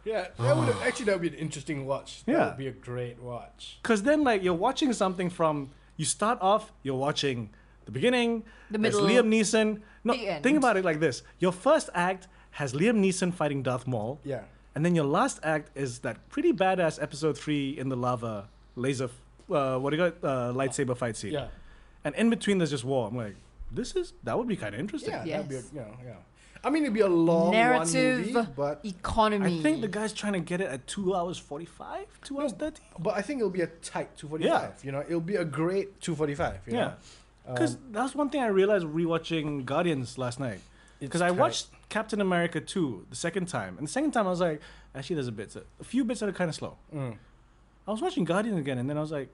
[SPEAKER 5] Yeah, that would actually that would be an interesting watch. That
[SPEAKER 2] Yeah.
[SPEAKER 5] would be a great watch.
[SPEAKER 2] Because then, like, you're watching something from. You start off, you're watching the beginning.
[SPEAKER 1] The
[SPEAKER 2] there's
[SPEAKER 1] middle,
[SPEAKER 2] Liam Neeson. No,
[SPEAKER 1] the end.
[SPEAKER 2] think about it like this: your first act has Liam Neeson fighting Darth Maul.
[SPEAKER 4] Yeah.
[SPEAKER 2] And then your last act is that pretty badass episode three in the lava laser, f- uh, what do you got? Uh, lightsaber fight scene.
[SPEAKER 5] Yeah,
[SPEAKER 2] And in between, there's just war. I'm like, this is that would be kind of interesting.
[SPEAKER 4] Yeah, that'd be a,
[SPEAKER 1] Yes.
[SPEAKER 4] you know, yeah. I mean, it'd be a long
[SPEAKER 1] Narrative
[SPEAKER 4] one movie, but
[SPEAKER 1] economy.
[SPEAKER 2] I think the guy's trying to get it at two hours forty-five, two hours thirty.
[SPEAKER 4] but I think it'll be a tight two forty-five. You know, it'll be a great two forty-five. You
[SPEAKER 2] Yeah.
[SPEAKER 4] know? Um,
[SPEAKER 2] Because that's one thing I realized rewatching Guardians last night.
[SPEAKER 4] It's
[SPEAKER 2] Because I
[SPEAKER 4] tight.
[SPEAKER 2] watched Captain America 2 the second time. And the second time I was like, actually, there's a bit, a few bits that are kind of slow.
[SPEAKER 4] Mm.
[SPEAKER 2] I was watching Guardians again, and then I was like,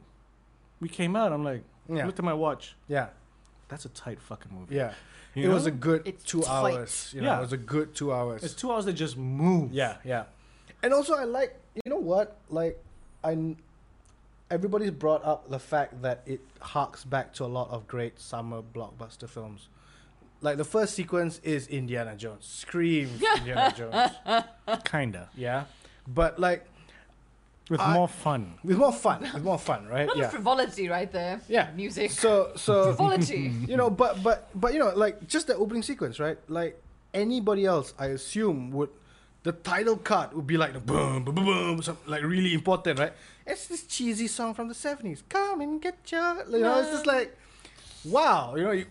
[SPEAKER 2] we came out. I'm like,
[SPEAKER 4] Yeah.
[SPEAKER 2] looked at my watch.
[SPEAKER 4] yeah.
[SPEAKER 2] That's a tight fucking movie.
[SPEAKER 4] Yeah.
[SPEAKER 2] You
[SPEAKER 4] it was
[SPEAKER 2] know?
[SPEAKER 4] a good
[SPEAKER 1] It's
[SPEAKER 4] two
[SPEAKER 1] tight.
[SPEAKER 4] hours. You know,
[SPEAKER 2] Yeah.
[SPEAKER 4] it was a good two hours.
[SPEAKER 2] It's two hours that just move.
[SPEAKER 4] yeah, yeah. And also, I like, you know what? Like, I, everybody's brought up the fact that it harks back to a lot of great summer blockbuster films. Like, the first sequence is Indiana Jones. Screams Indiana Jones.
[SPEAKER 2] Kinda.
[SPEAKER 5] yeah.
[SPEAKER 4] But, like,
[SPEAKER 2] With
[SPEAKER 4] I-
[SPEAKER 2] more fun.
[SPEAKER 4] with more fun. With more fun, right?
[SPEAKER 1] Not the
[SPEAKER 4] Yeah.
[SPEAKER 1] frivolity right there.
[SPEAKER 4] Yeah.
[SPEAKER 1] Music.
[SPEAKER 4] So, so.
[SPEAKER 1] frivolity.
[SPEAKER 4] you know, but but but you know, like just the opening sequence, right? Like anybody else, I assume would the title card would be like the boom, boom, boom, boom some, like really important, right? It's this cheesy song from the seventies. Come and get your, you know, it's just like wow, you know, you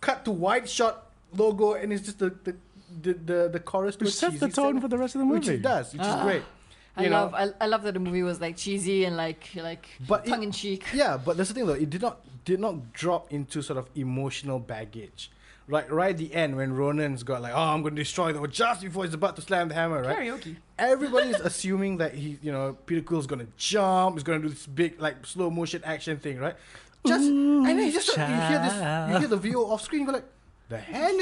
[SPEAKER 4] cut to wide shot logo, and it's just the the, the the, the chorus to
[SPEAKER 2] Which
[SPEAKER 4] a
[SPEAKER 2] sets the
[SPEAKER 4] cheesy
[SPEAKER 2] tone
[SPEAKER 4] song,
[SPEAKER 2] for the rest of the movie.
[SPEAKER 4] which it does, which
[SPEAKER 1] Ah.
[SPEAKER 4] is great.
[SPEAKER 1] I
[SPEAKER 4] You
[SPEAKER 1] love,
[SPEAKER 4] know.
[SPEAKER 1] I, I love that the movie was like cheesy and like like
[SPEAKER 4] But it-
[SPEAKER 1] tongue in cheek.
[SPEAKER 4] Yeah, but that's the thing though. It did not did not drop into sort of emotional baggage. Right, right at the end when Ronan's got like, oh, I'm going to destroy the world just before he's about to slam the hammer, right?
[SPEAKER 1] Karaoke.
[SPEAKER 4] Everybody's assuming that he, you know, Peter Quill's going to jump, he's going to do this big like slow motion action thing, right? Just and then you just you hear this, you hear the VO off screen, you go like, the hell,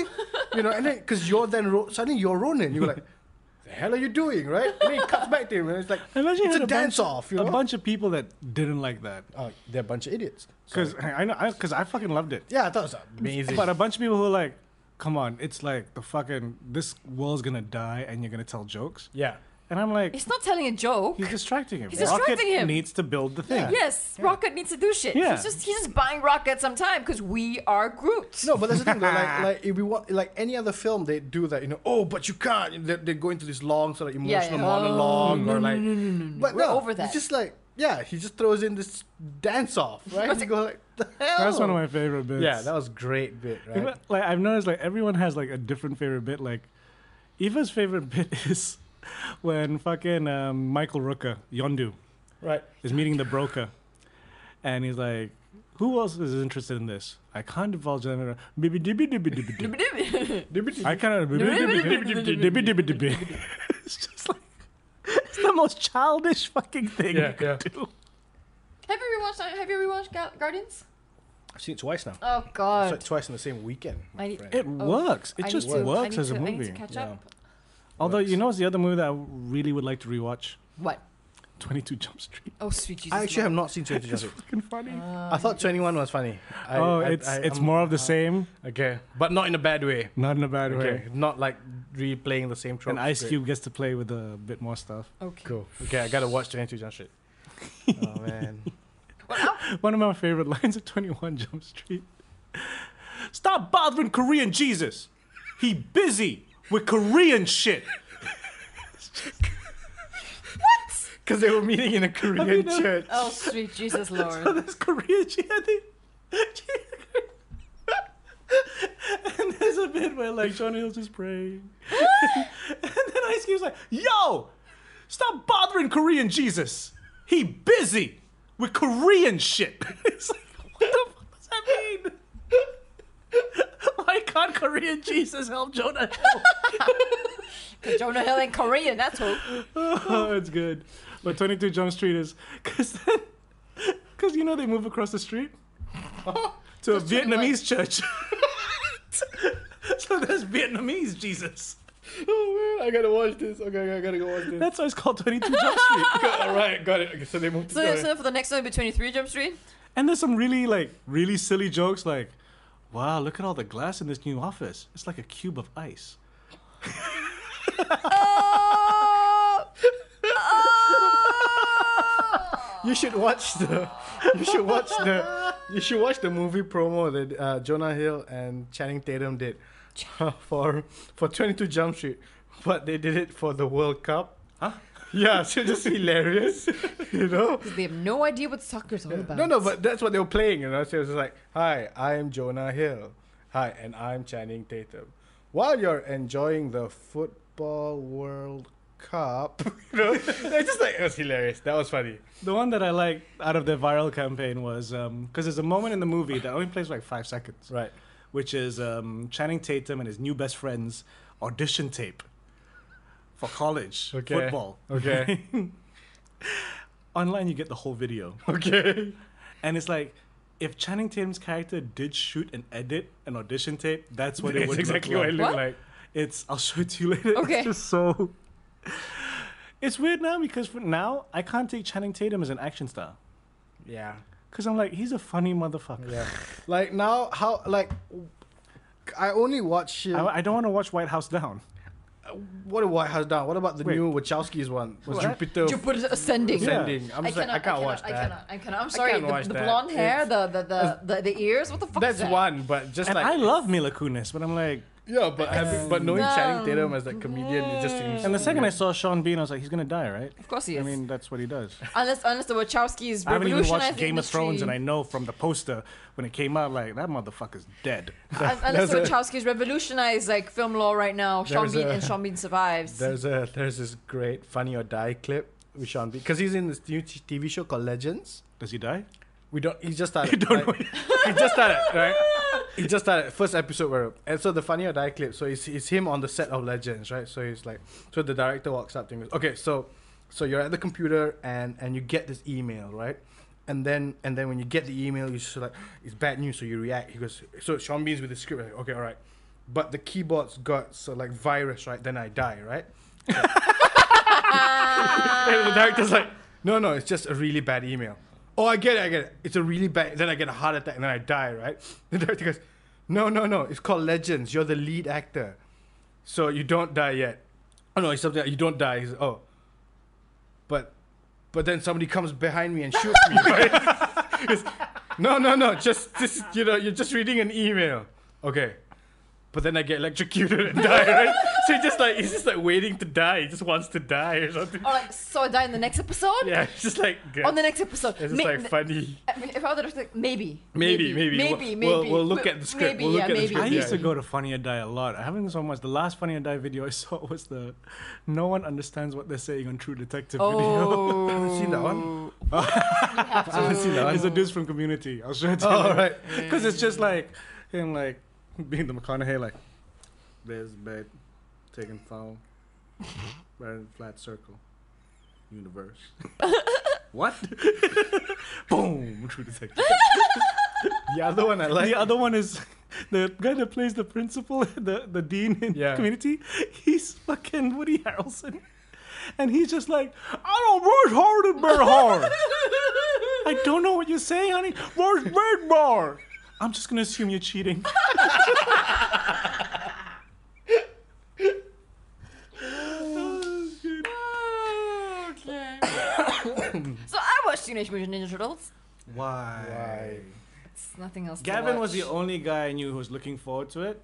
[SPEAKER 4] you know, and then because you're then Ro- suddenly you're Ronan, you're like, the hell are you doing, right? And then it cuts back to him, and it's like,
[SPEAKER 2] Imagine you
[SPEAKER 4] it's
[SPEAKER 2] had
[SPEAKER 4] a,
[SPEAKER 2] a bunch-
[SPEAKER 4] dance off, you know?
[SPEAKER 2] A bunch of people that didn't like that
[SPEAKER 4] oh, they're a bunch of idiots. Sorry.
[SPEAKER 2] because I know because I fucking loved it.
[SPEAKER 4] Yeah, I thought uh, it was amazing.
[SPEAKER 2] But a bunch of people who are like, come on, it's like the fucking this world's gonna die and you're gonna tell jokes.
[SPEAKER 4] yeah.
[SPEAKER 2] And I'm like,
[SPEAKER 1] It's not telling a joke.
[SPEAKER 2] he's distracting him.
[SPEAKER 1] He's
[SPEAKER 2] Rocket
[SPEAKER 1] distracting him.
[SPEAKER 2] needs to build the thing.
[SPEAKER 4] Yeah.
[SPEAKER 1] Yes, Rocket needs to do shit.
[SPEAKER 2] Yeah.
[SPEAKER 1] He's just he's just buying Rocket sometime because we are Groot.
[SPEAKER 4] No, but that's the thing. Though, like, like if we want, like any other film, they do that. You know, oh, but you can't. They, they go into this long sort of
[SPEAKER 1] Yeah,
[SPEAKER 4] emotional
[SPEAKER 1] yeah.
[SPEAKER 4] monologue or like. But
[SPEAKER 1] We're
[SPEAKER 4] no,
[SPEAKER 1] over that.
[SPEAKER 4] It's just like yeah, he just throws in this dance off, right? you go like the hell.
[SPEAKER 2] That's one of my favorite bits.
[SPEAKER 4] Yeah, that was great bit,
[SPEAKER 2] Even-
[SPEAKER 4] right?
[SPEAKER 2] like I've noticed like everyone has like a different favorite bit. Like Eva's favorite bit is when fucking um, Michael Rooker, Yondu,
[SPEAKER 5] Right.
[SPEAKER 2] is meeting the broker. And he's like, Who else is interested in this? I can't divulge them. Bibby dibby dibby dibby dibby. I can't dibby dibby dibby dibby dibby dibby dibby. It's just like it's the most childish fucking thing
[SPEAKER 5] Yeah,
[SPEAKER 2] you could
[SPEAKER 5] yeah.
[SPEAKER 2] do.
[SPEAKER 1] Have you rewatched? uh, Have you rewatched Ga- Guardians?
[SPEAKER 4] I've seen it twice now.
[SPEAKER 1] Oh
[SPEAKER 4] It's
[SPEAKER 1] God.
[SPEAKER 4] like twice in the same weekend. my
[SPEAKER 1] I need-
[SPEAKER 4] friend.
[SPEAKER 2] It works. It
[SPEAKER 1] Oh, I
[SPEAKER 2] just
[SPEAKER 1] need to- I
[SPEAKER 2] works
[SPEAKER 1] need
[SPEAKER 2] as a
[SPEAKER 1] to- I need
[SPEAKER 2] movie.
[SPEAKER 1] to catch
[SPEAKER 4] Yeah.
[SPEAKER 1] up.
[SPEAKER 2] Although you
[SPEAKER 4] Works.
[SPEAKER 2] know what's the other movie that I really would like to rewatch?
[SPEAKER 1] What?
[SPEAKER 2] Twenty two Jump Street.
[SPEAKER 1] Oh sweet Jesus.
[SPEAKER 4] I actually have not seen Twenty Jump Street.
[SPEAKER 2] Fucking funny.
[SPEAKER 4] I thought Twenty One was funny. I,
[SPEAKER 2] oh,
[SPEAKER 4] Uh, I-
[SPEAKER 2] it's
[SPEAKER 4] I-
[SPEAKER 2] it's
[SPEAKER 4] I'm- uh,
[SPEAKER 2] more of the same,
[SPEAKER 5] Okay. But not in a bad way.
[SPEAKER 2] not in a bad
[SPEAKER 4] Okay,
[SPEAKER 2] way.
[SPEAKER 4] not like replaying the same trope.
[SPEAKER 2] And Ice Cube gets to play with a bit more stuff.
[SPEAKER 1] Okay.
[SPEAKER 4] Cool. Okay, I gotta watch 22 Jump Street. oh man.
[SPEAKER 2] One of my favorite lines of 21 Jump Street. Stop bothering Korean Jesus. He busy with Korean shit.
[SPEAKER 4] Because they were meeting in a Korean
[SPEAKER 2] you know-
[SPEAKER 4] church.
[SPEAKER 1] Oh sweet Jesus
[SPEAKER 2] So
[SPEAKER 1] Lord.
[SPEAKER 2] there's Korean shit. I think. and there's a bit where like John Hill's just praying. and then Ice Cube's like, yo, stop bothering Korean Jesus. He busy with Korean shit. it's like, what the fuck does that mean? Why can't Korean Jesus help Jonah? Hill?
[SPEAKER 1] Jonah Hill in Korean. That's all.
[SPEAKER 2] oh, it's good. But 22 Jump Street is because then, because you know they move across the street to a
[SPEAKER 1] Just 21.
[SPEAKER 2] Vietnamese church. so there's Vietnamese Jesus.
[SPEAKER 5] Oh man, I gotta watch this. Okay, I gotta go watch this.
[SPEAKER 2] That's why it's called 22 Jump Street.
[SPEAKER 5] All right, got it. Okay, so they moved to.
[SPEAKER 1] So,
[SPEAKER 5] Sorry.
[SPEAKER 1] so for the next one, it'll be 23 Jump Street.
[SPEAKER 2] And there's some really like really silly jokes like, "Wow, look at all the glass in this new office. It's like a cube of ice."
[SPEAKER 1] Oh!
[SPEAKER 4] You should watch the you should watch the you should watch the movie promo that uh, Jonah Hill and Channing Tatum did for for 22 Jump Street. But they did it for the World Cup. Huh? Yeah, so just hilarious. You know?
[SPEAKER 1] They have no idea what soccer's all about.
[SPEAKER 4] No, no, but that's what they were playing, you know. So it was like, "Hi, I'm Jonah Hill. Hi, and I'm Channing Tatum. While you're enjoying the football World Cup, you know, it's just like it was hilarious. That was funny.
[SPEAKER 2] The one that I liked out of the viral campaign was because there's a moment in the movie that only plays for like five seconds.
[SPEAKER 4] Right.
[SPEAKER 2] which is um, Channing Tatum and his new best friend's audition tape for college
[SPEAKER 5] Okay.
[SPEAKER 2] football.
[SPEAKER 5] Okay.
[SPEAKER 2] Online, you get the whole video,
[SPEAKER 5] Okay.
[SPEAKER 2] and it's like if Channing Tatum's character did shoot and edit an audition tape, that's what it
[SPEAKER 5] That's
[SPEAKER 2] would
[SPEAKER 5] exactly
[SPEAKER 2] look
[SPEAKER 5] what
[SPEAKER 2] like.
[SPEAKER 5] it looked
[SPEAKER 1] What?
[SPEAKER 5] like.
[SPEAKER 2] It's I'll show it to you later.
[SPEAKER 1] Okay.
[SPEAKER 2] It's just so. It's weird now because for now I can't take Channing Tatum as an action star
[SPEAKER 4] Yeah.
[SPEAKER 2] because I'm like he's a funny motherfucker.
[SPEAKER 4] Yeah. like now, how like I only watch uh,
[SPEAKER 2] I, I don't want to watch White House Down.
[SPEAKER 4] what a White House down. What about the
[SPEAKER 2] Wait.
[SPEAKER 4] new Wachowski's one? Was
[SPEAKER 2] What?
[SPEAKER 4] Jupiter
[SPEAKER 1] Jupiter's ascending.
[SPEAKER 2] Yeah.
[SPEAKER 4] sending? I'm just like, I can't watch
[SPEAKER 1] I
[SPEAKER 4] that.
[SPEAKER 1] cannot. I cannot. I'm sorry.
[SPEAKER 5] can't
[SPEAKER 1] the,
[SPEAKER 5] watch
[SPEAKER 1] the
[SPEAKER 5] that.
[SPEAKER 1] blonde hair, the the, the the the ears. What the fuck?
[SPEAKER 4] That's
[SPEAKER 1] is that?
[SPEAKER 4] one, but just
[SPEAKER 2] and
[SPEAKER 4] like
[SPEAKER 2] I love Mila Kunis, but I'm like,
[SPEAKER 5] Yeah, but having, but knowing Channing
[SPEAKER 1] Um,
[SPEAKER 5] Tatum as that comedian, it just seems.
[SPEAKER 2] And the second I saw Sean Bean, I was like, he's gonna die, right?
[SPEAKER 1] Of course he
[SPEAKER 2] I
[SPEAKER 1] is.
[SPEAKER 2] mean, that's what he does.
[SPEAKER 1] unless unless the Wachowski is
[SPEAKER 2] I haven't even watched
[SPEAKER 1] revolutionized
[SPEAKER 2] Game of Thrones, and I
[SPEAKER 1] industry.
[SPEAKER 2] know from the poster when it came out, like that motherfucker's dead.
[SPEAKER 1] Un- unless the
[SPEAKER 5] There's a-
[SPEAKER 1] Wachowski's revolutionized like film law right now, Sean
[SPEAKER 4] There's
[SPEAKER 1] Bean
[SPEAKER 4] a-
[SPEAKER 1] and Sean Bean survives.
[SPEAKER 4] There's a there's this great funny or die clip with Sean B because he's in this new t- TV show called Legends.
[SPEAKER 2] Does he die?
[SPEAKER 4] We don't. He just started.
[SPEAKER 2] You don't
[SPEAKER 4] right? he just started, right? He just started. First episode where, and so the funny or die clip. So it's, it's him on the set of Legends, right? So he's like, so the director walks up to him. and goes, Okay, so, so you're at the computer and and you get this email, right? And then and then when you get the email, you just like it's bad news, so you react. He goes, so Sean Bean's with the script. Like, okay, all right, but the keyboard's got so like virus, right? Then I die, right?
[SPEAKER 5] and the director's like,
[SPEAKER 4] No, no, it's just a really bad email. Oh, I get it, I get it. It's a really bad. Then I get a heart attack and then I die, right? The director goes, No, no, no. It's called Legends. You're the lead actor, so you don't die yet. Oh no, it's something. like, You don't die. He's oh, but, but then somebody comes behind me and shoots me. right? He goes, no, no, no. Just, just you know, you're just reading an email. Okay. But then I get electrocuted and die, right?
[SPEAKER 5] so he just like he's just like waiting to die. He just wants to die or something.
[SPEAKER 1] or like so I die in the next episode.
[SPEAKER 5] Yeah, it's just like good.
[SPEAKER 1] On the next episode,
[SPEAKER 5] it's just
[SPEAKER 1] May-
[SPEAKER 5] like funny.
[SPEAKER 1] I mean, if I was like maybe,
[SPEAKER 5] Maybe, maybe.
[SPEAKER 1] maybe, maybe.
[SPEAKER 5] We'll- we'll look
[SPEAKER 1] But
[SPEAKER 5] at the script.
[SPEAKER 1] Maybe,
[SPEAKER 5] We'll look
[SPEAKER 1] yeah,
[SPEAKER 5] at the
[SPEAKER 1] maybe.
[SPEAKER 5] script,
[SPEAKER 2] I
[SPEAKER 5] yeah.
[SPEAKER 2] used to go to Funny or Die a lot. I haven't so much. The last Funny or Die video I saw was the no one understands what they're saying on True Detective video.
[SPEAKER 1] Oh,
[SPEAKER 4] haven't seen that one.
[SPEAKER 1] you have to.
[SPEAKER 2] It's the dudes from Community. I'll show it to you.
[SPEAKER 4] Oh, right.
[SPEAKER 2] Because it's just like him, like being the McConaughey, like
[SPEAKER 4] There's bed, taken foul, right in flat circle, universe.
[SPEAKER 2] what? Boom. True Detective.
[SPEAKER 4] The other one I like.
[SPEAKER 2] the other one is the guy that plays the principal, the, the dean in
[SPEAKER 4] Yeah.
[SPEAKER 2] community. He's fucking Woody Harrelson. And he's just like, I don't work hard and burn hard. I don't know what you're saying, honey. Where's Red Bar? I'm just gonna assume you're cheating.
[SPEAKER 1] okay. so I watched Teenage Mutant Ninja Turtles.
[SPEAKER 4] Why?
[SPEAKER 1] It's nothing else. to
[SPEAKER 2] Gavin was
[SPEAKER 1] watch.
[SPEAKER 2] the only guy I knew who was looking forward to it.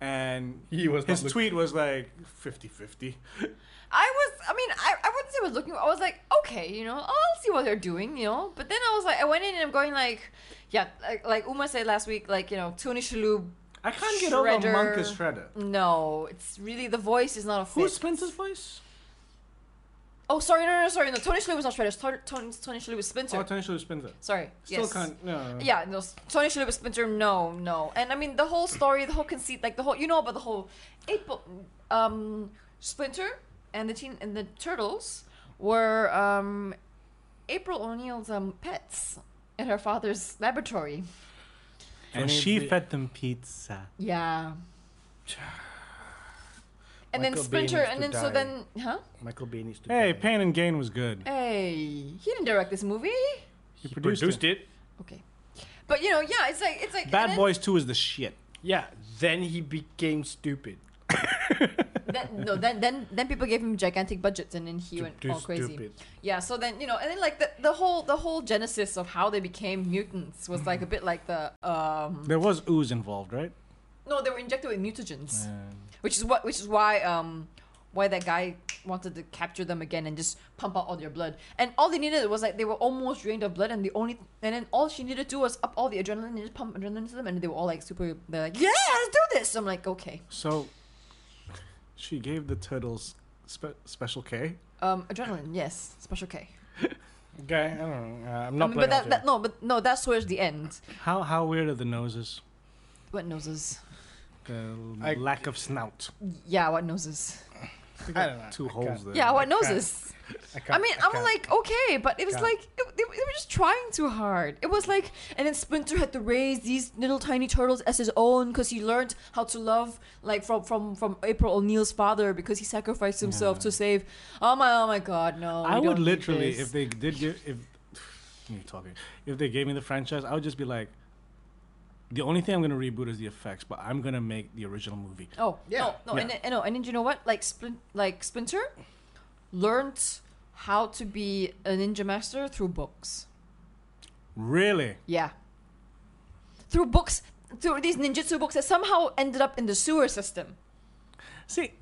[SPEAKER 2] And
[SPEAKER 4] He was
[SPEAKER 2] his
[SPEAKER 4] not look-
[SPEAKER 2] tweet was like 50 50.
[SPEAKER 1] I was, I mean, I, I wouldn't say I was looking, I was like, okay, you know, I'll see what they're doing, you know. But then I was like, I went in and I'm going like, yeah, like, like Uma said last week, like, you know, Tony Shalhoub,
[SPEAKER 2] I can't get over
[SPEAKER 1] Shredder.
[SPEAKER 2] Monk as Shredder.
[SPEAKER 1] no, it's really, the voice is not a fit.
[SPEAKER 2] Who's Spencer's voice?
[SPEAKER 1] oh, sorry, no, no, no, sorry, no, Tony Shalhoub was not Shredder, Tony, Tony, Tony Shalhoub was Splinter.
[SPEAKER 2] Oh, Tony Shalhoub Spencer.
[SPEAKER 1] sorry,
[SPEAKER 2] Still
[SPEAKER 1] yes.
[SPEAKER 2] can't. No.
[SPEAKER 1] Yeah, no, s- Tony Shalhoub was Splinter, no, no. And I mean, the whole story, the whole conceit, like the whole, you know about the whole, April, um, Splinter and the teen and the turtles were um, April O'Neil's um, pets in her father's laboratory.
[SPEAKER 2] And she fed them pizza.
[SPEAKER 1] Yeah. And
[SPEAKER 4] Michael
[SPEAKER 1] then
[SPEAKER 4] Bay
[SPEAKER 1] Splinter,
[SPEAKER 4] needs
[SPEAKER 1] and
[SPEAKER 4] to
[SPEAKER 1] then so
[SPEAKER 4] die.
[SPEAKER 1] then, huh?
[SPEAKER 4] Michael Bay needs to.
[SPEAKER 2] Hey,
[SPEAKER 4] die.
[SPEAKER 2] Pain and Gain was good.
[SPEAKER 1] Hey, he didn't direct this movie.
[SPEAKER 2] He
[SPEAKER 5] it.
[SPEAKER 1] Okay, but you know, yeah, it's like it's like and
[SPEAKER 2] Bad
[SPEAKER 1] then-
[SPEAKER 2] Boys 2 is the shit.
[SPEAKER 4] Yeah, then he became stupid.
[SPEAKER 1] Then, no, then then then people gave him gigantic budgets, and then he
[SPEAKER 4] Stu-
[SPEAKER 1] went
[SPEAKER 4] too
[SPEAKER 1] all crazy.
[SPEAKER 4] stupid.
[SPEAKER 1] Yeah, so then you know, and then like the, the whole the whole genesis of how they became mutants was like a bit like the um
[SPEAKER 2] There was ooze involved, right?
[SPEAKER 1] no, they were injected with mutagens, which is what which is why um why that guy wanted to capture them again and just pump out all their blood. And all they needed was like they were almost drained of blood, and the only and then all she needed to do was up all the adrenaline and just pump adrenaline into them, and they were all like super. They're like, yeah, let's do this. I'm like, okay,
[SPEAKER 2] So, she gave the turtles spe- special K.
[SPEAKER 1] um, adrenaline, yes, special K.
[SPEAKER 5] Okay, I don't know. Uh, I'm
[SPEAKER 1] I
[SPEAKER 5] not
[SPEAKER 1] mean, Um,
[SPEAKER 5] playing
[SPEAKER 1] but that, that no, but no, that's towards the end.
[SPEAKER 2] How how weird are the noses?
[SPEAKER 1] What noses?
[SPEAKER 2] The
[SPEAKER 4] I-
[SPEAKER 2] lack of snout.
[SPEAKER 1] Yeah, what noses?
[SPEAKER 4] I don't know.
[SPEAKER 2] Two
[SPEAKER 4] I
[SPEAKER 2] holes
[SPEAKER 4] can't-
[SPEAKER 2] there.
[SPEAKER 1] Yeah, what
[SPEAKER 4] I can't-
[SPEAKER 1] noses?
[SPEAKER 4] I,
[SPEAKER 1] I
[SPEAKER 4] can't,
[SPEAKER 1] mean, I'm
[SPEAKER 4] can't.
[SPEAKER 1] like okay, but it was
[SPEAKER 4] Can't.
[SPEAKER 1] like it, they, they were just trying too hard. It was like, and then Splinter had to raise these little tiny turtles as his own because he learned how to love like from from from April O'Neil's father because he sacrificed himself to save. Oh my, oh my God, no!
[SPEAKER 2] I
[SPEAKER 1] we
[SPEAKER 2] would
[SPEAKER 1] don't need
[SPEAKER 2] literally,
[SPEAKER 1] this.
[SPEAKER 2] if they did give, if you talking, if they gave me the franchise, I would just be like, the only thing I'm gonna reboot is the effects, but I'm gonna make the original movie.
[SPEAKER 1] Oh
[SPEAKER 4] Yeah.
[SPEAKER 1] no, no,
[SPEAKER 2] Yeah.
[SPEAKER 1] and then, and no, and then you know what? Like Splin- like Splinter learned how to be a ninja master through books.
[SPEAKER 2] Really?
[SPEAKER 1] Yeah, through books. through these ninjutsu books that somehow ended up in the sewer system.
[SPEAKER 2] See,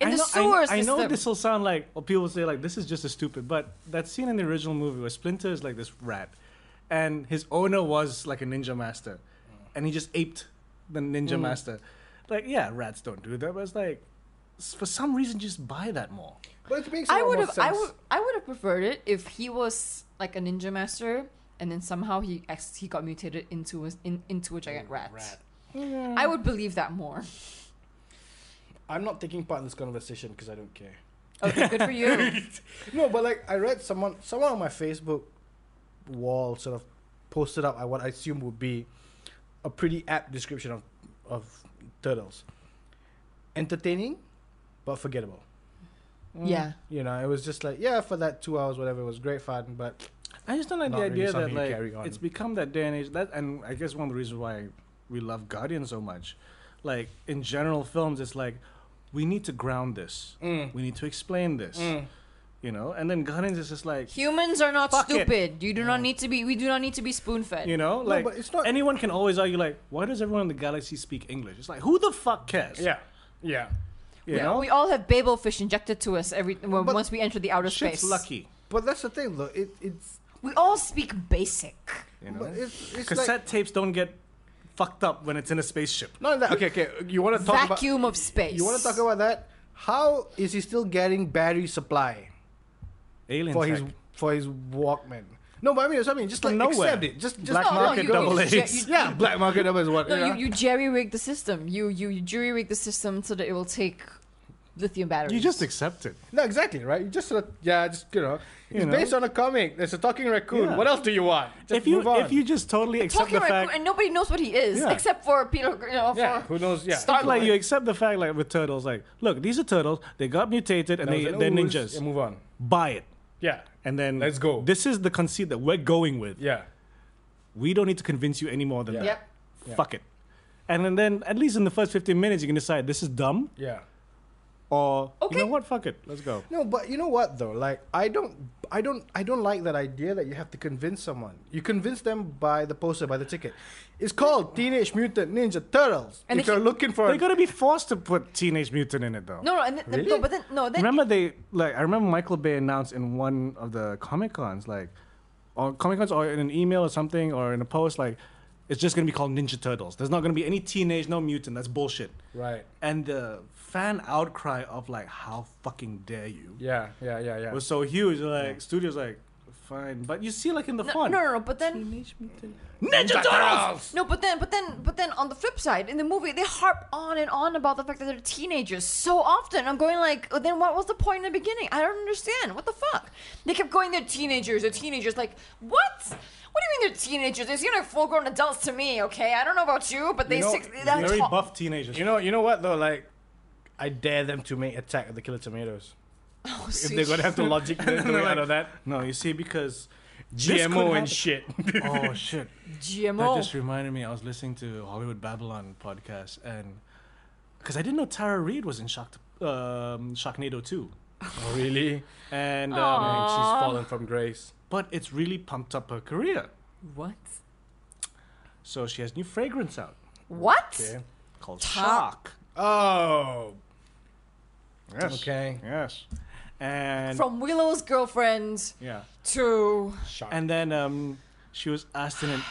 [SPEAKER 1] In
[SPEAKER 2] I
[SPEAKER 1] the
[SPEAKER 2] know,
[SPEAKER 1] sewer
[SPEAKER 2] I, I know
[SPEAKER 1] system.
[SPEAKER 2] this will sound like well, people say like this is just a stupid, but that scene in the original movie where Splinter is like this rat, and his owner was like a ninja master, and he just aped the ninja
[SPEAKER 4] Mm.
[SPEAKER 2] master. Like, yeah, rats don't do that, but it's like s- for some reason just buy that more.
[SPEAKER 4] But it makes a
[SPEAKER 1] I
[SPEAKER 4] lot
[SPEAKER 1] would
[SPEAKER 4] more
[SPEAKER 1] have, I
[SPEAKER 4] sense.
[SPEAKER 1] would, I would have preferred it if he was like a ninja master, and then somehow he ex- he got mutated into a, in, into a giant rat. I would believe that more.
[SPEAKER 4] I'm not taking part in this conversation because I don't care.
[SPEAKER 1] Okay, good for you.
[SPEAKER 4] No, but like I read someone someone on my Facebook wall sort of posted up uh, what I assume would be a pretty apt description of of turtles. Entertaining, but forgettable.
[SPEAKER 1] yeah,
[SPEAKER 4] You know, it was just like yeah, for that two hours, whatever, it was great fun. But
[SPEAKER 2] I just don't like
[SPEAKER 4] Not
[SPEAKER 2] the
[SPEAKER 4] really
[SPEAKER 2] idea that
[SPEAKER 4] something you
[SPEAKER 2] like
[SPEAKER 4] carry on.
[SPEAKER 2] it's become that day and age. That and I guess one of the reasons why we love Guardian so much, like in general films, it's like we need to ground this.
[SPEAKER 4] Mm,
[SPEAKER 2] We need to explain this. You know, and then Guardians is just like
[SPEAKER 1] humans are not
[SPEAKER 2] Fuck it.
[SPEAKER 1] stupid. You do not need to be. We do not need to be spoon fed.
[SPEAKER 2] you know, like
[SPEAKER 4] but it's not-
[SPEAKER 2] anyone can always argue like, why does everyone in the galaxy speak English? It's like who the fuck cares?
[SPEAKER 5] Yeah. Yeah.
[SPEAKER 2] you
[SPEAKER 1] we,
[SPEAKER 2] know,
[SPEAKER 1] we all have babel fish injected to us every well,
[SPEAKER 4] But-
[SPEAKER 1] once we enter the outer
[SPEAKER 2] shit's
[SPEAKER 1] space.
[SPEAKER 2] lucky.
[SPEAKER 4] but that's the thing though. It it's
[SPEAKER 1] We all speak basic.
[SPEAKER 2] You know,
[SPEAKER 4] but it's, it's
[SPEAKER 2] cassette
[SPEAKER 4] like
[SPEAKER 2] tapes don't get fucked up when it's in a spaceship.
[SPEAKER 4] not that. Okay, okay. You want to talk about
[SPEAKER 1] Vacuum of space.
[SPEAKER 4] you want to talk about that? How is he still getting battery supply?
[SPEAKER 2] Alien
[SPEAKER 4] for
[SPEAKER 2] tech.
[SPEAKER 4] his for his Walkman. No, but I mean, it's- I mean, just
[SPEAKER 2] From
[SPEAKER 4] like
[SPEAKER 2] nowhere.
[SPEAKER 4] accept it. Just, just
[SPEAKER 2] Black
[SPEAKER 1] No, no,
[SPEAKER 2] market
[SPEAKER 1] you- you-
[SPEAKER 2] double
[SPEAKER 1] you-
[SPEAKER 2] A's.
[SPEAKER 1] you-
[SPEAKER 4] yeah, black market number is what.
[SPEAKER 1] No,
[SPEAKER 4] you know?
[SPEAKER 1] you, you jerry rig the system. You you, you jerry rig the system so that it will take lithium batteries.
[SPEAKER 2] You just accept it.
[SPEAKER 4] no, exactly right. You just sort of, yeah, just you know, it's
[SPEAKER 2] know.
[SPEAKER 4] based on a comic. There's a talking raccoon.
[SPEAKER 2] Yeah.
[SPEAKER 4] What else do you want? Just
[SPEAKER 2] if you
[SPEAKER 4] move on.
[SPEAKER 2] if you just totally accept
[SPEAKER 1] talking
[SPEAKER 2] the
[SPEAKER 1] raccoon,
[SPEAKER 2] fact
[SPEAKER 1] and nobody knows what he is
[SPEAKER 2] Yeah.
[SPEAKER 1] except for Peter. You know,
[SPEAKER 4] yeah,
[SPEAKER 1] for
[SPEAKER 4] who knows? Yeah,
[SPEAKER 1] Star-
[SPEAKER 2] like you accept the fact like with turtles like look these are turtles they got mutated and
[SPEAKER 4] That was
[SPEAKER 2] they
[SPEAKER 4] an
[SPEAKER 2] they're
[SPEAKER 4] ooze,
[SPEAKER 2] ninjas
[SPEAKER 4] And move on.
[SPEAKER 2] buy it
[SPEAKER 5] Yeah.
[SPEAKER 2] and then
[SPEAKER 5] Let's go.
[SPEAKER 2] this is the conceit that we're going with
[SPEAKER 5] Yeah.
[SPEAKER 2] we don't need to convince you any more than
[SPEAKER 4] Yeah.
[SPEAKER 2] that
[SPEAKER 1] yep.
[SPEAKER 2] fuck it and then, then at least in the first 15 minutes you can decide this is dumb
[SPEAKER 4] Yeah.
[SPEAKER 2] or
[SPEAKER 1] Okay.
[SPEAKER 2] you know what fuck it let's go
[SPEAKER 4] No, but you know what though? Like, I don't, I don't, I don't like that idea that you have to convince someone. You convince them by the poster, by the ticket. It's called Teenage Mutant Ninja Turtles.
[SPEAKER 1] And
[SPEAKER 4] if
[SPEAKER 1] they-
[SPEAKER 4] you're looking for,
[SPEAKER 2] they're gonna be forced to put teenage mutant in it though
[SPEAKER 1] No, no, and then, no, but then no, then
[SPEAKER 2] remember they like I remember Michael Bay announced in one of the Comic Cons like or Comic Cons or in an email or something or in a post like it's just gonna be called Ninja Turtles. There's not gonna be any teenage, no mutant. That's bullshit.
[SPEAKER 5] Right.
[SPEAKER 2] And the fan outcry of like how fucking dare you
[SPEAKER 5] Yeah. Yeah. Yeah. Yeah.
[SPEAKER 2] was so huge. Like studios like fine, but you see like in the
[SPEAKER 1] no, no,
[SPEAKER 2] font
[SPEAKER 1] no, no, but then
[SPEAKER 2] Teenage Mutant Ninja Turtles.
[SPEAKER 1] No, but then, but then, but then, on the flip side, in the movie, they harp on and on about the fact that they're teenagers so often. I'm going like, "Oh, then what was the point in the beginning? I don't understand. What the fuck? They kept going, they're teenagers, they're teenagers. Like, what? What do you mean they're teenagers? They seem like full-grown adults to me. Okay, I don't know about you, but they
[SPEAKER 4] know,
[SPEAKER 1] six. They're
[SPEAKER 2] Very
[SPEAKER 1] tall-
[SPEAKER 2] buff teenagers.
[SPEAKER 4] you know, you know what though? Like, I dare them to make Attack of the Killer Tomatoes.
[SPEAKER 1] Oh,
[SPEAKER 4] if
[SPEAKER 1] sweet.
[SPEAKER 4] they're gonna have to logic the the way out of that.
[SPEAKER 2] No, you see because this could
[SPEAKER 5] GMO
[SPEAKER 2] happen-
[SPEAKER 5] and shit.
[SPEAKER 2] Oh shit. That
[SPEAKER 1] GMO.
[SPEAKER 2] just reminded me, I was listening to Hollywood Babylon podcast, and because I didn't know Tara Reid was in Shark, um, Sharknado 2.
[SPEAKER 5] oh, really?
[SPEAKER 2] And
[SPEAKER 1] Aw.
[SPEAKER 2] um,
[SPEAKER 5] And she's fallen from grace.
[SPEAKER 2] but it's really pumped up her career.
[SPEAKER 1] what?
[SPEAKER 2] So she has new fragrance out
[SPEAKER 1] What?
[SPEAKER 5] Okay.
[SPEAKER 2] called
[SPEAKER 1] Ta-
[SPEAKER 2] Shark.
[SPEAKER 5] Oh.
[SPEAKER 2] Yes.
[SPEAKER 5] Okay.
[SPEAKER 2] Yes. And
[SPEAKER 1] From Willow's girlfriend
[SPEAKER 2] yeah.
[SPEAKER 1] to
[SPEAKER 5] Shark.
[SPEAKER 2] And then um, she was asked in a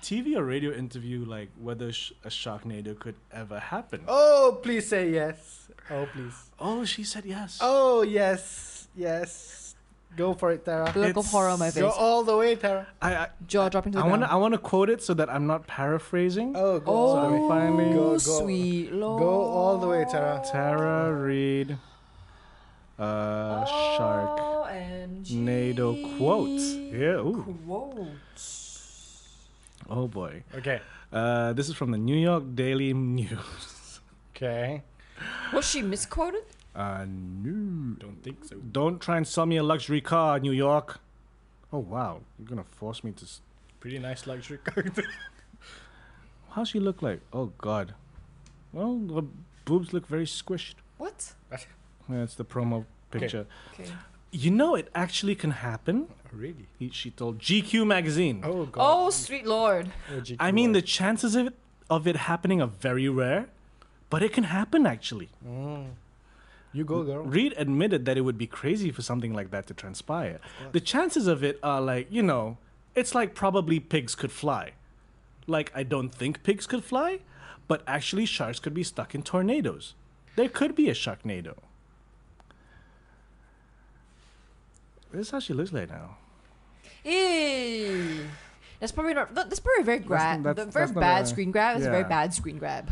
[SPEAKER 2] TV or radio interview like whether sh- a Sharknado could ever happen. Oh,
[SPEAKER 4] Oh, please say yes. Oh, please.
[SPEAKER 2] she said yes.
[SPEAKER 4] Oh, yes. Yes. Go for it, Tara.
[SPEAKER 1] political
[SPEAKER 2] It's
[SPEAKER 1] horror on my face.
[SPEAKER 4] Go all the way, Tara.
[SPEAKER 2] I I,
[SPEAKER 1] Jaw dropping to the
[SPEAKER 2] I want to I
[SPEAKER 1] ground.
[SPEAKER 2] want to quote it so that I'm not paraphrasing.
[SPEAKER 4] Oh, go.
[SPEAKER 1] Oh,
[SPEAKER 4] all the way.
[SPEAKER 2] finally-
[SPEAKER 4] go, go.
[SPEAKER 1] sweet lord.
[SPEAKER 4] Go all the way, Tara.
[SPEAKER 2] Tara Reid. Uh,
[SPEAKER 5] Oh.
[SPEAKER 2] Shark. NATO quote. Yeah. Ooh.
[SPEAKER 1] Quote.
[SPEAKER 2] Oh boy.
[SPEAKER 5] Okay.
[SPEAKER 2] Uh, this is from the New York Daily News.
[SPEAKER 5] Okay.
[SPEAKER 1] Was she misquoted?
[SPEAKER 2] Uh, no.
[SPEAKER 5] Don't think so.
[SPEAKER 2] Don't try and sell me a luxury car, New York. Oh wow, you're gonna force me to. S-
[SPEAKER 5] Pretty nice luxury.
[SPEAKER 2] How's she look like? Oh god. Well, the boobs look very squished.
[SPEAKER 1] What?
[SPEAKER 2] That's the promo picture.
[SPEAKER 1] Okay.
[SPEAKER 2] You know, it actually can happen.
[SPEAKER 5] really?
[SPEAKER 2] He, she told GQ magazine.
[SPEAKER 5] Oh god.
[SPEAKER 1] Oh, sweet lord.
[SPEAKER 5] Oh, GQ.
[SPEAKER 2] I mean, the chances of it of it happening are very rare, but it can happen actually.
[SPEAKER 4] You go, girl.
[SPEAKER 2] Reed admitted that it would be crazy for something like that to transpire. The chances of it are like, you know, it's like probably pigs could fly. Like, I don't think pigs could fly, but actually, sharks could be stuck in tornadoes. There could be a sharknado. This is how she looks like now.
[SPEAKER 1] Eee. That's probably not. that- That's probably a very grab.
[SPEAKER 2] that's-
[SPEAKER 1] very
[SPEAKER 2] that's not
[SPEAKER 1] bad
[SPEAKER 2] a-
[SPEAKER 1] screen grab. It's a very
[SPEAKER 2] yeah.
[SPEAKER 1] bad screen grab.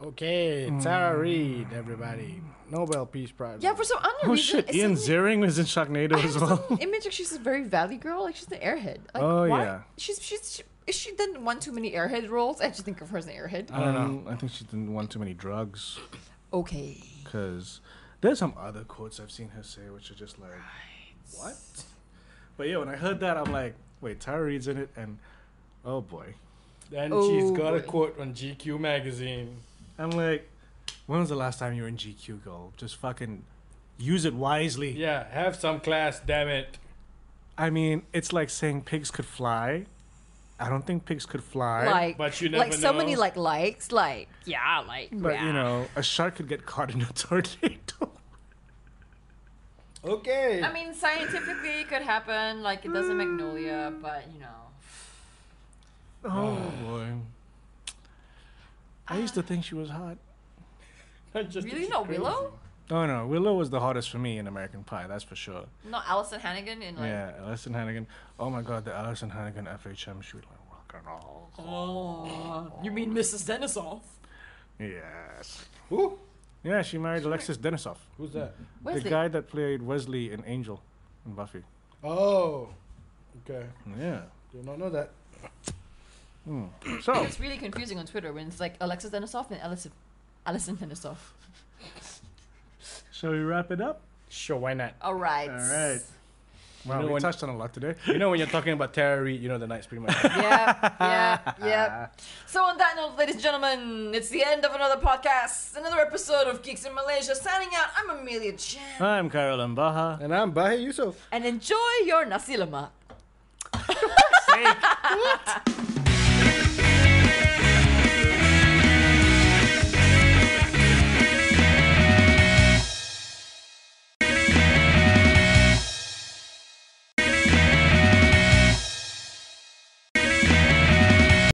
[SPEAKER 5] Okay, Tara Reid, everybody.
[SPEAKER 4] Nobel Peace Prize.
[SPEAKER 1] Yeah, for some unknown
[SPEAKER 2] Oh
[SPEAKER 1] reason.
[SPEAKER 2] shit,
[SPEAKER 1] it's
[SPEAKER 2] Ian
[SPEAKER 1] suddenly-
[SPEAKER 2] Ziering was in Sharknado
[SPEAKER 1] I
[SPEAKER 2] as
[SPEAKER 1] have
[SPEAKER 2] well.
[SPEAKER 1] some image like she's a very valley girl. Like she's an airhead. Like,
[SPEAKER 2] Oh,
[SPEAKER 1] why?
[SPEAKER 2] yeah.
[SPEAKER 1] She's she's she, is she done one too many airhead roles? I just think of her as an airhead.
[SPEAKER 2] I don't know. I think she didn't want too many drugs
[SPEAKER 1] Okay.
[SPEAKER 2] because there's some other quotes I've seen her say which are just like, what? But yeah, when I heard that, I'm like, wait, Tara Reid's in it, and oh boy.
[SPEAKER 5] Then
[SPEAKER 1] Oh,
[SPEAKER 5] she's got a
[SPEAKER 1] boy.
[SPEAKER 5] quote on GQ magazine.
[SPEAKER 2] I'm like, when was the last time you were in GQ, girl? Just fucking use it wisely.
[SPEAKER 5] Yeah, have some class, damn it.
[SPEAKER 2] I mean, it's like saying pigs could fly. I don't think pigs could fly.
[SPEAKER 1] Like
[SPEAKER 5] But you
[SPEAKER 1] like
[SPEAKER 5] never
[SPEAKER 1] so many
[SPEAKER 5] know.
[SPEAKER 1] like likes. Like yeah, like
[SPEAKER 2] But
[SPEAKER 1] yeah.
[SPEAKER 2] you know, a shark could get caught in a tornado.
[SPEAKER 5] Okay.
[SPEAKER 1] I mean, scientifically, it could happen. Like it does in Magnolia, but you know.
[SPEAKER 2] Oh boy. I used to think she was hot.
[SPEAKER 5] I'm just
[SPEAKER 1] Really, not Willow?
[SPEAKER 2] Oh no, Willow was the hottest for me in American Pie, that's for sure.
[SPEAKER 1] Not Allison Hannigan in like.
[SPEAKER 2] yeah, Alison Hannigan. Oh my god, the Alison Hannigan FHM, she was like rock and roll.
[SPEAKER 1] Oh, you mean Mrs. Denisoff?
[SPEAKER 2] Yes.
[SPEAKER 5] Who?
[SPEAKER 2] Yeah, she married Alexis Denisov,
[SPEAKER 5] Who's that?
[SPEAKER 1] Wesley.
[SPEAKER 2] the guy that played Wesley in Angel and Buffy.
[SPEAKER 5] Oh. Okay.
[SPEAKER 2] Yeah.
[SPEAKER 5] Did not know that.
[SPEAKER 2] Hmm. So,
[SPEAKER 1] It's really confusing on Twitter when it's like Alexis Denisoff and Allison, Allison Denisoff.
[SPEAKER 2] shall we wrap it up?
[SPEAKER 5] Sure, why not?
[SPEAKER 1] All right.
[SPEAKER 2] All right. Wow,
[SPEAKER 5] know
[SPEAKER 2] we
[SPEAKER 5] when-
[SPEAKER 2] touched on a lot today.
[SPEAKER 5] You know when you're talking about Tara Reid, you know the night's pretty much.
[SPEAKER 1] yeah, yeah, yeah. So on that note, ladies and gentlemen, it's the end of another podcast, another episode of Geeks in Malaysia. Signing out. I'm Amelia Chan,
[SPEAKER 2] I'm Carol Mbaha.
[SPEAKER 4] And I'm Bahe Yusuf.
[SPEAKER 1] and enjoy your nasi lemak.